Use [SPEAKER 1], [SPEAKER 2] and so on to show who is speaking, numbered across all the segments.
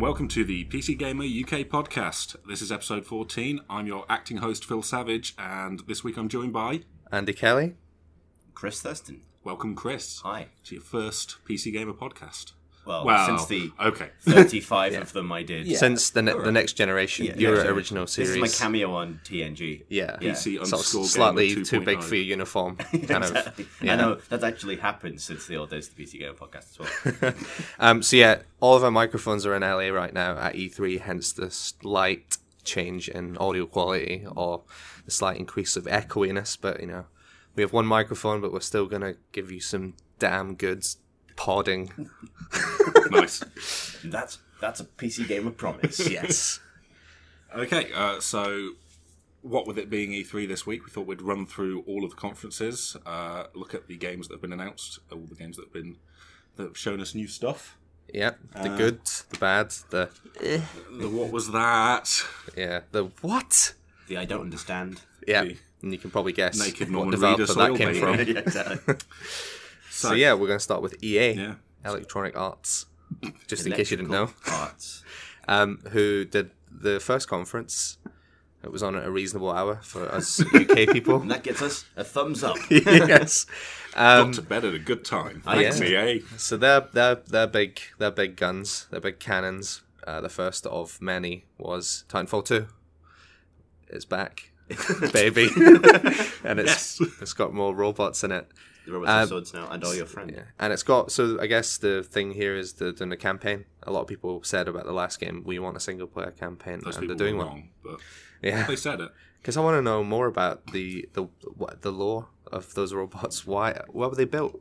[SPEAKER 1] Welcome to the PC Gamer UK podcast. This is episode 14. I'm your acting host, Phil Savage, and this week I'm joined by.
[SPEAKER 2] Andy Kelly.
[SPEAKER 3] Chris Thurston.
[SPEAKER 1] Welcome, Chris.
[SPEAKER 3] Hi.
[SPEAKER 1] To your first PC Gamer podcast.
[SPEAKER 2] Oh,
[SPEAKER 3] Well,
[SPEAKER 1] Wow.
[SPEAKER 3] since the
[SPEAKER 1] Okay.
[SPEAKER 3] 35 of them I did.
[SPEAKER 2] Since the, ne-
[SPEAKER 3] Alright.
[SPEAKER 2] the next generation,
[SPEAKER 3] Yeah,
[SPEAKER 2] your
[SPEAKER 3] yeah.
[SPEAKER 2] original
[SPEAKER 3] This
[SPEAKER 2] series.
[SPEAKER 3] is my cameo on TNG.
[SPEAKER 2] yeah.
[SPEAKER 3] Yeah.
[SPEAKER 1] PC
[SPEAKER 2] Sort of
[SPEAKER 1] underscore
[SPEAKER 2] slightly
[SPEAKER 1] gamer oh.
[SPEAKER 2] too big
[SPEAKER 1] 2.0.
[SPEAKER 2] for your uniform, kind of.
[SPEAKER 3] oh. Exactly.
[SPEAKER 2] Yeah.
[SPEAKER 3] I know that's actually happened since the old days of the PC Gamer podcast as well.
[SPEAKER 2] Um, so yeah, all of our microphones are in LA right now at E3, hence the slight change in audio quality or the slight increase of echoiness. But you know, we have one microphone, but we're still gonna give you some damn good podding.
[SPEAKER 1] Nice.
[SPEAKER 3] And that's that's a PC Gamer promise.
[SPEAKER 2] yes.
[SPEAKER 1] Okay, uh, so what with it being E3 this week, we thought we'd run through all of the conferences, uh, look at the games that have been announced, all the games that have been that have shown us new stuff.
[SPEAKER 2] Yep.
[SPEAKER 3] Uh,
[SPEAKER 2] The good, the bad, the
[SPEAKER 3] eh.
[SPEAKER 1] The what was that?
[SPEAKER 2] yeah, the what?
[SPEAKER 3] The I don't understand.
[SPEAKER 2] Yeah.
[SPEAKER 1] The
[SPEAKER 2] And you can probably guess
[SPEAKER 1] naked
[SPEAKER 2] what
[SPEAKER 1] Norman
[SPEAKER 2] developer
[SPEAKER 1] Reedus
[SPEAKER 2] that
[SPEAKER 1] oil
[SPEAKER 2] came
[SPEAKER 1] baby.
[SPEAKER 2] from.
[SPEAKER 3] yeah, exactly.
[SPEAKER 1] So,
[SPEAKER 2] So yeah, we're going to start with EA,
[SPEAKER 1] yeah.
[SPEAKER 2] Electronic Arts, just in case you didn't know,
[SPEAKER 3] Electrical Parts.
[SPEAKER 2] um, who did the first conference. It was on at a reasonable hour for us UK people.
[SPEAKER 3] And that gets us a thumbs up.
[SPEAKER 2] yes. Um,
[SPEAKER 1] Got to bed at a good time.
[SPEAKER 2] Ah,
[SPEAKER 3] I
[SPEAKER 1] Thanks, E EA.
[SPEAKER 2] So they're they're they're big they're big guns they're big cannons. Uh, the first of many was Titanfall two. It's back, baby, and it's it's got more robots in it.
[SPEAKER 3] The robots and swords now, and all your friends.
[SPEAKER 2] Um, Yeah, and it's got so I guess the thing here is they're doing a campaign. A lot of people said about the last game, we want a single player campaign,
[SPEAKER 1] Those
[SPEAKER 2] and
[SPEAKER 1] people
[SPEAKER 2] they're doing
[SPEAKER 1] were
[SPEAKER 2] one.
[SPEAKER 1] wrong, but
[SPEAKER 2] Yeah,
[SPEAKER 1] they said it.
[SPEAKER 2] because I want to know more about the the what, the lore of those robots. Why why were they built?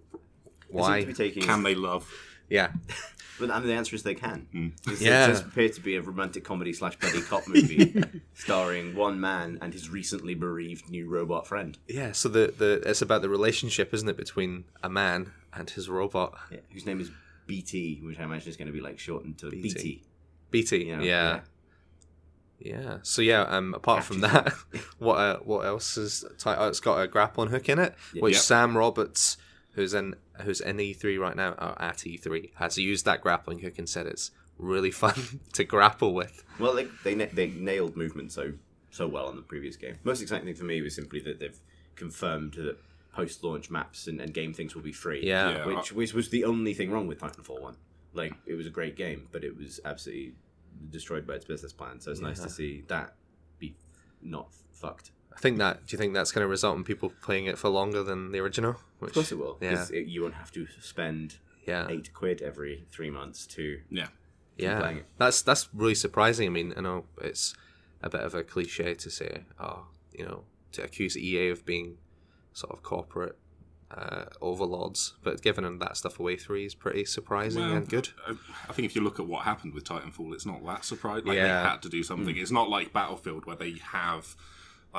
[SPEAKER 3] They seem to
[SPEAKER 2] Why?
[SPEAKER 3] be taking.
[SPEAKER 1] Can they love?
[SPEAKER 2] Yeah,
[SPEAKER 3] But I mean, the answer is they can. It's-
[SPEAKER 2] Yeah.
[SPEAKER 3] It does appear to be a romantic comedy slash buddy cop movie starring one man and his recently bereaved new robot friend,
[SPEAKER 2] yeah. So the the it's about the relationship, isn't it, between a man and his robot
[SPEAKER 3] yeah, whose name is BT, which I imagine is going to be like shortened to BT.
[SPEAKER 2] BT?
[SPEAKER 3] you know,
[SPEAKER 2] yeah. Yeah. So yeah, um, apart from that, what uh, what else is? Ti- oh, it's got a grappling hook in it, which
[SPEAKER 1] Yep.
[SPEAKER 2] Sam Roberts, who's in who's in E three right now, or at E three, has used that grappling hook and said it's really fun to grapple with.
[SPEAKER 3] Well, they they, na- they nailed movement so so well in the previous game. Most exciting thing for me was simply that they've confirmed that post-launch maps and, and game things will be free.
[SPEAKER 2] Yeah.
[SPEAKER 1] Yeah.
[SPEAKER 3] which which was the only thing wrong with Titanfall One. Like it was a great game, but it was absolutely destroyed by its business plan. So it's nice to see that be not fucked.
[SPEAKER 2] I think that. Do you think that's going to result in people playing it for longer than the original? Which,
[SPEAKER 3] Of course it will.
[SPEAKER 2] Yeah.
[SPEAKER 3] 'cause it- you won't have to spend
[SPEAKER 2] Yeah.
[SPEAKER 3] eight quid every three months to.
[SPEAKER 1] Yeah.
[SPEAKER 2] yeah.
[SPEAKER 3] playing it.
[SPEAKER 2] That's that's really surprising. I mean, I know it's a bit of a cliche to say, oh, you know, to accuse EA of being sort of corporate uh, overlords, but giving that stuff away three is pretty surprising
[SPEAKER 1] Well,
[SPEAKER 2] and good.
[SPEAKER 1] I, I think if you look at what happened with Titanfall, it's not that surprising. Like
[SPEAKER 2] Yeah. Hmm.
[SPEAKER 1] they had to do something. It's not like Battlefield where they have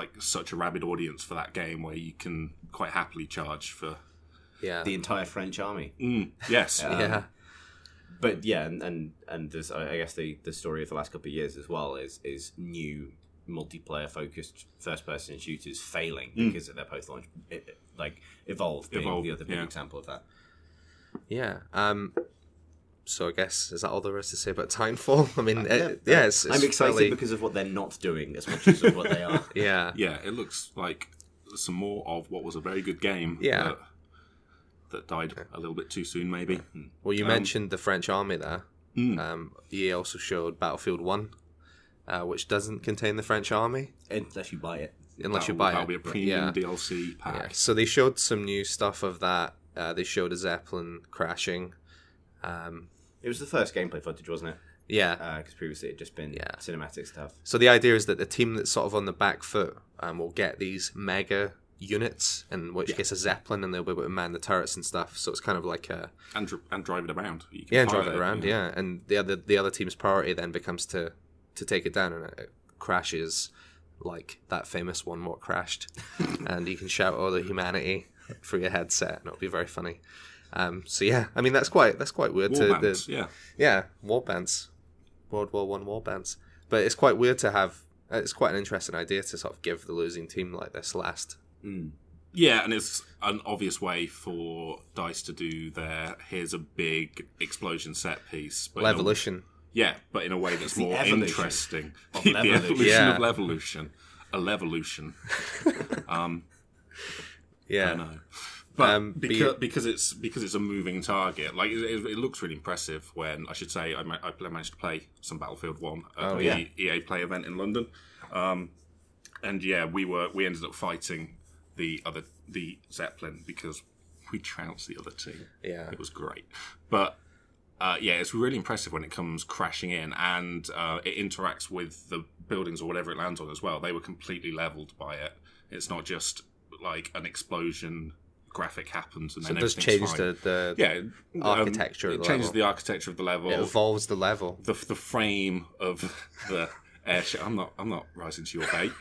[SPEAKER 1] like such a rabid audience for that game where you can quite happily charge for.
[SPEAKER 2] Yeah.
[SPEAKER 3] The entire French army,
[SPEAKER 1] Mm, yes.
[SPEAKER 2] yeah.
[SPEAKER 3] but yeah, and and, and there's, I I guess the, the story of the last couple of years as well is is new multiplayer focused first person shooters failing
[SPEAKER 2] Hmm.
[SPEAKER 3] because of their post launch, like evolve being
[SPEAKER 1] Evolve,
[SPEAKER 3] the other big
[SPEAKER 1] yeah.
[SPEAKER 3] example of that.
[SPEAKER 2] Yeah. Um, so I guess is that all there is to say about Timefall? I mean, it, yeah, it's, it's
[SPEAKER 3] Uh, I'm excited
[SPEAKER 2] fairly-
[SPEAKER 3] because of what they're not doing as much as of what they are.
[SPEAKER 2] yeah,
[SPEAKER 1] yeah, it looks like some more of what was a very good game.
[SPEAKER 2] Yeah.
[SPEAKER 1] That, that died a little bit too soon, maybe.
[SPEAKER 2] Well,
[SPEAKER 3] Um,
[SPEAKER 2] you mentioned the French army there.
[SPEAKER 3] mm.
[SPEAKER 2] Um, EA also showed Battlefield One, uh, which doesn't contain the French army
[SPEAKER 3] Unless you buy it,
[SPEAKER 2] unless you
[SPEAKER 1] That'll-
[SPEAKER 2] buy
[SPEAKER 1] that'll
[SPEAKER 2] it.
[SPEAKER 1] be a
[SPEAKER 2] but
[SPEAKER 1] premium
[SPEAKER 2] yeah.
[SPEAKER 1] DLC pack.
[SPEAKER 2] Yeah, So they showed some new stuff of that. Uh, they showed a zeppelin crashing.
[SPEAKER 3] it was the first gameplay footage, wasn't it?
[SPEAKER 2] Yeah.
[SPEAKER 1] Uh,
[SPEAKER 3] Because previously it had just been
[SPEAKER 2] Yeah.
[SPEAKER 3] cinematic stuff.
[SPEAKER 2] so the idea is that the team that's sort of on the back foot um, will get these mega units, in which gets a zeppelin, and they'll be able to man the turrets and stuff. So it's kind of like a
[SPEAKER 1] And, dr- and drive it around. You can
[SPEAKER 2] yeah, and
[SPEAKER 1] pilot
[SPEAKER 2] drive it around. Yeah. and the other the other team's priority then becomes to to take it down, and it, it crashes like that famous one what crashed, and you can shout all the humanity through your headset, and it'll be very funny. Um, so yeah, I mean that's quite that's quite weird.
[SPEAKER 1] War
[SPEAKER 2] to, the-
[SPEAKER 1] bands, yeah.
[SPEAKER 2] Yeah, war bands, World War One war bands. But it's quite weird to have. It's quite an interesting idea to sort of give the losing team like this last.
[SPEAKER 1] Yeah, and it's an obvious way for Dice to do their here's a big explosion set piece. But
[SPEAKER 2] Well, evolution.
[SPEAKER 1] Yeah, but in a way that's
[SPEAKER 3] The
[SPEAKER 1] more
[SPEAKER 3] evolution
[SPEAKER 1] interesting.
[SPEAKER 3] of
[SPEAKER 1] the
[SPEAKER 3] Levolution.
[SPEAKER 1] evolution
[SPEAKER 2] Yeah.
[SPEAKER 1] of evolution. A levolution. um,
[SPEAKER 2] Yeah.
[SPEAKER 1] I know. But
[SPEAKER 2] Um, be-
[SPEAKER 1] because, because it's because it's a moving target, like it, it, it looks really impressive. When I should say I, ma- I pl- managed to play some Battlefield One at
[SPEAKER 2] Oh,
[SPEAKER 1] the
[SPEAKER 2] yeah.
[SPEAKER 1] EA Play event in London, um, and yeah, we were we ended up fighting the other the Zeppelin because we trounced the other team.
[SPEAKER 2] Yeah.
[SPEAKER 1] It was great. But uh, yeah, it's really impressive when it comes crashing in and uh, it interacts with the buildings or whatever it lands on as well. They were completely leveled by it. It's not just like an explosion graphic happens and
[SPEAKER 2] So
[SPEAKER 1] then
[SPEAKER 2] it does
[SPEAKER 1] everything's
[SPEAKER 2] change
[SPEAKER 1] fine.
[SPEAKER 2] the, the
[SPEAKER 1] yeah um,
[SPEAKER 2] architecture of
[SPEAKER 1] it
[SPEAKER 2] the
[SPEAKER 1] changes
[SPEAKER 2] level.
[SPEAKER 1] the architecture of the level.
[SPEAKER 2] it evolves the level.
[SPEAKER 1] the, the frame of the airship. I'm not I'm not rising to your bait.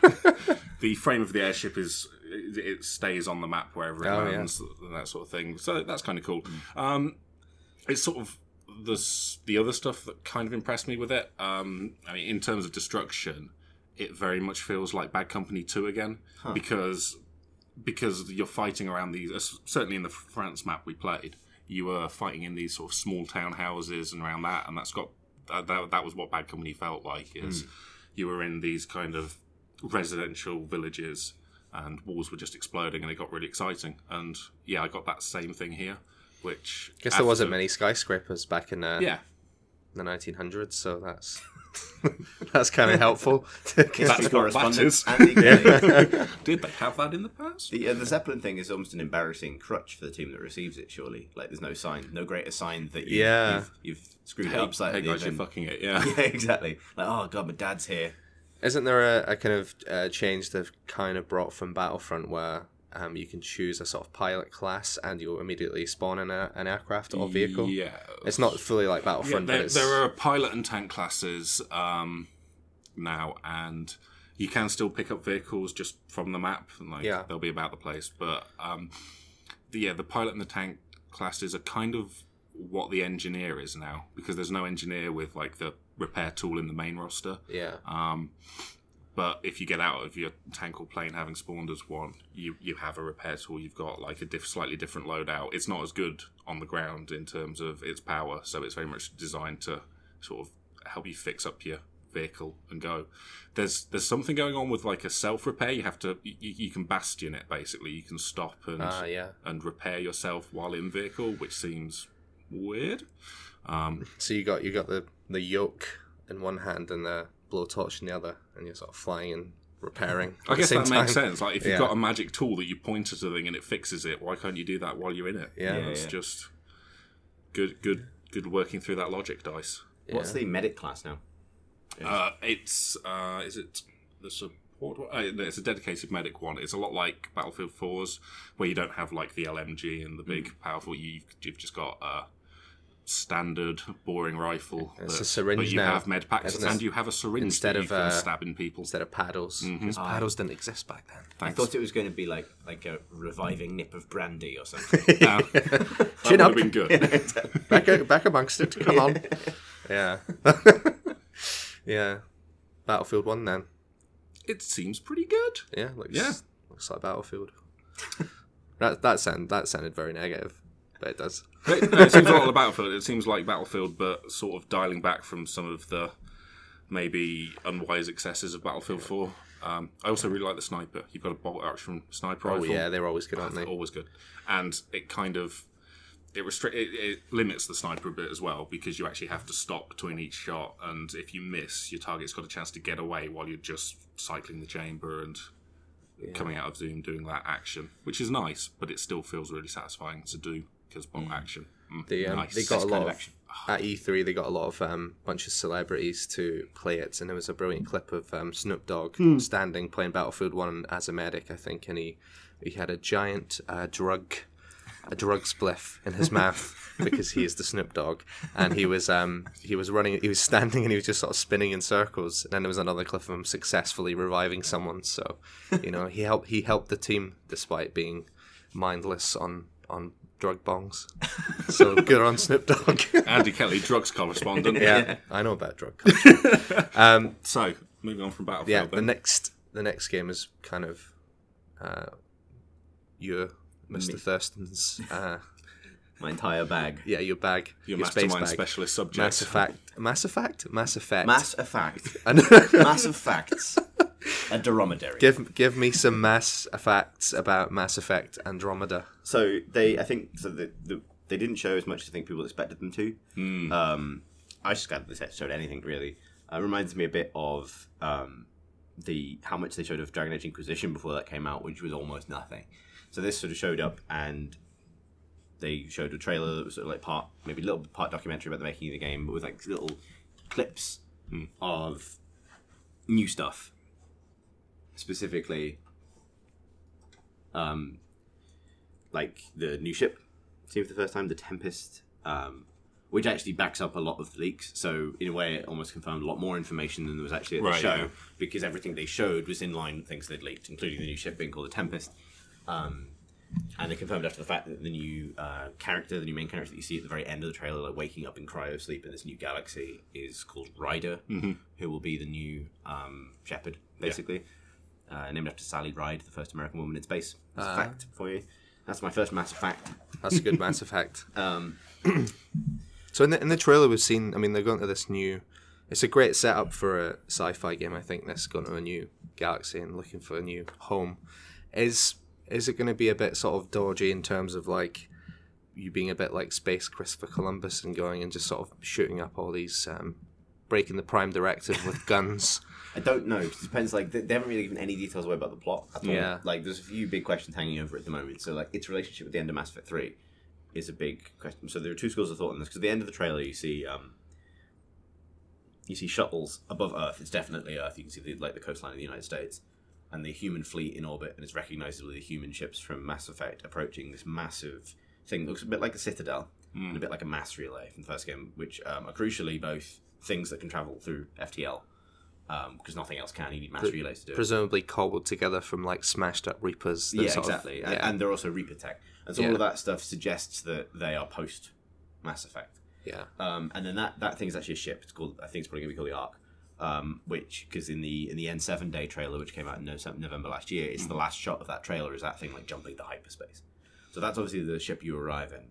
[SPEAKER 1] the frame of the airship is it it stays on the map wherever it
[SPEAKER 2] Oh, yeah. Hmm.
[SPEAKER 1] lands and that sort of thing. So that's kind of cool. Um, it's sort of the s- the other stuff that kind of impressed me with it. Um, I mean, in terms of destruction, it very much feels like Bad Company Two again
[SPEAKER 3] Huh.
[SPEAKER 1] because because you're fighting around these. uh, s- Certainly in the France map we played, you were fighting in these sort of small townhouses and around that, and that's got that that, that was what Bad Company felt like.
[SPEAKER 2] Hmm.
[SPEAKER 1] Is you were in these kind of residential villages. And walls were just exploding, and it got really exciting. And yeah, I got that same thing here, which
[SPEAKER 2] I guess there wasn't
[SPEAKER 1] after-
[SPEAKER 2] many skyscrapers back in uh,
[SPEAKER 1] yeah,
[SPEAKER 2] the 1900s, so that's that's kind of helpful.
[SPEAKER 1] That's what
[SPEAKER 3] correspondence.
[SPEAKER 1] that
[SPEAKER 3] Andy Gray.
[SPEAKER 1] Did they have that in the past?
[SPEAKER 3] The, uh, the Zeppelin thing is almost an embarrassing crutch for the team that receives it. Surely, like there's no sign, no greater sign that you,
[SPEAKER 2] Yeah.
[SPEAKER 3] you've, you've screwed it up slightly.
[SPEAKER 1] Hey guys, you're
[SPEAKER 3] than-
[SPEAKER 1] fucking it. Yeah.
[SPEAKER 3] yeah, exactly. Like, oh god, my dad's here.
[SPEAKER 2] Isn't there a, a kind of uh, change they've kind of brought from Battlefront where um, you can choose a sort of pilot class and you'll immediately spawn in a, an aircraft or vehicle?
[SPEAKER 1] Yeah.
[SPEAKER 2] It's not fully like
[SPEAKER 1] Yeah,
[SPEAKER 2] Battlefront, but
[SPEAKER 1] there,
[SPEAKER 2] it's,
[SPEAKER 1] there are pilot and tank classes um, now, and you can still pick up vehicles just from the map. And, like,
[SPEAKER 2] Yeah.
[SPEAKER 1] they'll be about the place. But um, the, yeah, the pilot and the tank classes are kind of what the engineer is now because there's no engineer with like the repair tool in the main roster.
[SPEAKER 2] yeah.
[SPEAKER 1] Um, but if you get out of your tank or plane having spawned as one, you, you have a repair tool. You've got like a diff- slightly different loadout. It's not as good on the ground in terms of its power, so it's very much designed to sort of help you fix up your vehicle and go. There's there's something going on with like a self repair. You have to you, you can bastion it basically. You can stop and
[SPEAKER 2] Ah, yeah.
[SPEAKER 1] and repair yourself while in vehicle, which seems weird. Um,
[SPEAKER 2] So you got you got the the yoke in one hand and the blowtorch in the other, and you're sort of flying and repairing.
[SPEAKER 1] I
[SPEAKER 2] at the
[SPEAKER 1] guess
[SPEAKER 2] same
[SPEAKER 1] that
[SPEAKER 2] time.
[SPEAKER 1] makes sense. Like if you've
[SPEAKER 2] Yeah.
[SPEAKER 1] got a magic tool that you point at something and it fixes it, why can't you do that while you're in it?
[SPEAKER 2] Yeah.
[SPEAKER 3] Yeah,
[SPEAKER 1] it's
[SPEAKER 3] yeah.
[SPEAKER 1] just good, good, good working through that logic dice.
[SPEAKER 3] What's the medic class now?
[SPEAKER 1] Uh, it's uh, is it the support? one? Uh, no, it's a dedicated medic one. It's a lot like Battlefield 4's, where you don't have like the LMG and the big
[SPEAKER 2] Mm.
[SPEAKER 1] powerful. You've, you've just got a standard boring rifle.
[SPEAKER 2] It's
[SPEAKER 1] that-
[SPEAKER 2] a syringe
[SPEAKER 1] but you
[SPEAKER 2] now,
[SPEAKER 1] have med packs
[SPEAKER 2] isn't it?
[SPEAKER 1] and you have a syringe
[SPEAKER 2] Instead
[SPEAKER 1] that you
[SPEAKER 2] of,
[SPEAKER 1] can
[SPEAKER 2] uh,
[SPEAKER 1] stab in people.
[SPEAKER 2] Instead of paddles,
[SPEAKER 1] Mm-hmm.
[SPEAKER 2] because paddles didn't exist back then.
[SPEAKER 1] Thanks.
[SPEAKER 3] I thought it was going to be like like a reviving nip of brandy or something.
[SPEAKER 1] Yeah. that
[SPEAKER 2] Chin
[SPEAKER 1] would
[SPEAKER 2] up.
[SPEAKER 1] have been good.
[SPEAKER 2] back, out- back amongst it. Come on. Yeah. yeah. Battlefield 1 then.
[SPEAKER 1] it seems pretty good.
[SPEAKER 2] Yeah, looks
[SPEAKER 1] Yeah.
[SPEAKER 2] looks like Battlefield. that that sound that sounded very negative, but it does.
[SPEAKER 1] It, no, it seems a lot like Battlefield. It seems like Battlefield, but sort of dialing back from some of the maybe unwise excesses of Battlefield 4. Um, I also really like the sniper. You've got a bolt action sniper
[SPEAKER 2] Oh
[SPEAKER 1] rifle.
[SPEAKER 2] yeah, they were always good, aren't they?
[SPEAKER 1] always good. And it kind of it restrict it, it limits the sniper a bit as well because you actually have to stop between each shot, and if you miss, your target's got a chance to get away while you're just cycling the chamber and coming out of zoom doing that action, which is nice, but it still feels really satisfying to do because bomb action. Mm,
[SPEAKER 2] They, um,
[SPEAKER 1] nice.
[SPEAKER 2] they got a lot
[SPEAKER 3] of
[SPEAKER 2] of,
[SPEAKER 3] action.
[SPEAKER 2] at E3. They got a lot of um, bunch of celebrities to play it, and there was a brilliant clip of um, Snoop Dogg standing playing Battlefield One as a medic, I think, and he he had a giant uh, drug a drug spliff in his mouth because he is the Snoop Dogg, and he was um he was running, he was standing, and he was just sort of spinning in circles. And then there was another clip of him successfully reviving someone. So, you know, he helped he helped the team despite being mindless on on drug bongs. So good on Snoop Dogg.
[SPEAKER 1] Andy Kelly, drugs correspondent.
[SPEAKER 2] yeah, I know about drug.
[SPEAKER 1] So moving on from Battlefield.
[SPEAKER 2] yeah,
[SPEAKER 1] then.
[SPEAKER 2] the next the next game is kind of uh, your Mr. Thurston's uh,
[SPEAKER 3] my entire bag.
[SPEAKER 2] Yeah, your bag,
[SPEAKER 1] Your,
[SPEAKER 2] your, space
[SPEAKER 1] mastermind
[SPEAKER 2] bag.
[SPEAKER 1] specialist subject.
[SPEAKER 2] Mass Effect, Mass Effect, Mass Effect.
[SPEAKER 3] Mass effect.
[SPEAKER 2] And-
[SPEAKER 3] Mass effects. A dromedary.
[SPEAKER 2] give give me some Mass Effects about Mass Effect Andromeda.
[SPEAKER 3] so they i think so the, the, they didn't show as much as i think people expected them to um, i just glad that this episode anything really uh, it reminds me a bit of um, the how much they showed of dragon age inquisition before that came out which was almost nothing so this sort of showed up and they showed a trailer that was sort of like part maybe a little part documentary about the making of the game but with like little clips
[SPEAKER 1] Hmm.
[SPEAKER 3] of new stuff specifically um, like the new ship seen for the first time, the Tempest, um, which actually backs up a lot of the leaks. So in a way, it almost confirmed a lot more information than there was actually at the
[SPEAKER 1] Right,
[SPEAKER 3] show
[SPEAKER 1] yeah.
[SPEAKER 3] because everything they showed was in line with things they'd leaked, including the new ship being called the Tempest. Um, and they confirmed after the fact that the new uh, character, the new main character that you see at the very end of the trailer, like waking up in cryo sleep in this new galaxy, is called Ryder, who will be the new um, Shepherd, basically uh, named after Sally Ride, the first American woman in space. That's a fact for you. That's my first massive fact.
[SPEAKER 2] That's a good Mass Effect.
[SPEAKER 3] Um,
[SPEAKER 2] So in the in the trailer we've seen, I mean, they're going to this new. It's a great setup for a sci-fi game. I think this going to a new galaxy and looking for a new home. Is is it going to be a bit sort of dodgy in terms of like you being a bit like space Christopher Columbus and going and just sort of shooting up all these um, breaking the prime directive with guns?
[SPEAKER 3] I don't know. 'cause It depends. Like they, they haven't really given any details away about the plot at all.
[SPEAKER 2] Yeah.
[SPEAKER 3] Like there's a few big questions hanging over at the moment. So like its relationship with the end of Mass Effect Three is a big question. So there are two schools of thought on this. Because at the end of the trailer, you see um, you see shuttles above Earth. It's definitely Earth. You can see the, like the coastline of the United States and the human fleet in orbit, and it's recognizably the human ships from Mass Effect approaching this massive thing. that looks a bit like a citadel
[SPEAKER 2] Hmm.
[SPEAKER 3] and a bit like a mass relay from the first game, which um, are crucially both things that can travel through FTL. Because um, nothing else can, you need mass relays to do it.
[SPEAKER 2] presumably cobbled together from like smashed up reapers. that
[SPEAKER 3] Yeah,
[SPEAKER 2] sort of-
[SPEAKER 3] exactly. And,
[SPEAKER 2] yeah,
[SPEAKER 3] and they're also Reaper tech. And so all
[SPEAKER 2] Yeah.
[SPEAKER 3] of that stuff suggests that they are post Mass Effect.
[SPEAKER 2] yeah.
[SPEAKER 3] Um, and then that, that thing is actually a ship. It's called I think it's probably going to be called the Ark. Um, which because in the in the N seven day trailer, which came out in Nove- November last year, it's the last shot of that trailer is that thing like jumping the hyperspace. So that's obviously the ship you arrive in.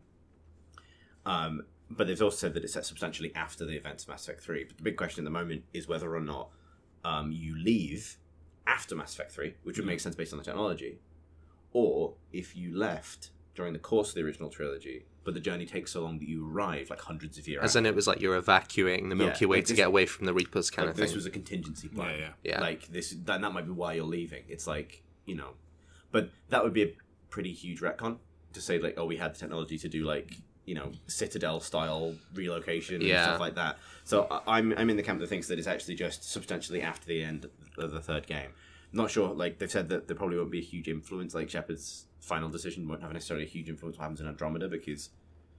[SPEAKER 3] Um, but they've also said that it's set substantially after the events of Mass Effect three. But the big question at the moment is whether or not um, you leave after Mass Effect three, which would make sense based on the technology, or if you left during the course of the original trilogy, but the journey takes so long that you arrive like hundreds of years.
[SPEAKER 2] As in, it was like you're evacuating the Milky
[SPEAKER 3] Yeah,
[SPEAKER 2] Way
[SPEAKER 3] like
[SPEAKER 2] to
[SPEAKER 3] this-
[SPEAKER 2] get away from the reapers kind
[SPEAKER 3] like
[SPEAKER 2] of
[SPEAKER 3] this
[SPEAKER 2] thing.
[SPEAKER 3] was a contingency plan.
[SPEAKER 1] Yeah, yeah.
[SPEAKER 2] Yeah.
[SPEAKER 3] Like this, that, and that might be why you're leaving. It's like you know, but that would be a pretty huge retcon to say like, oh, we had the technology to do like you know citadel style relocation and
[SPEAKER 2] Yeah.
[SPEAKER 3] stuff like that. So I- I'm I'm in the camp that thinks that it's actually just substantially after the end of the third game. Not sure. Like they've said that there probably won't be a huge influence. Like Shepard's final decision won't have necessarily a huge influence what happens in Andromeda because.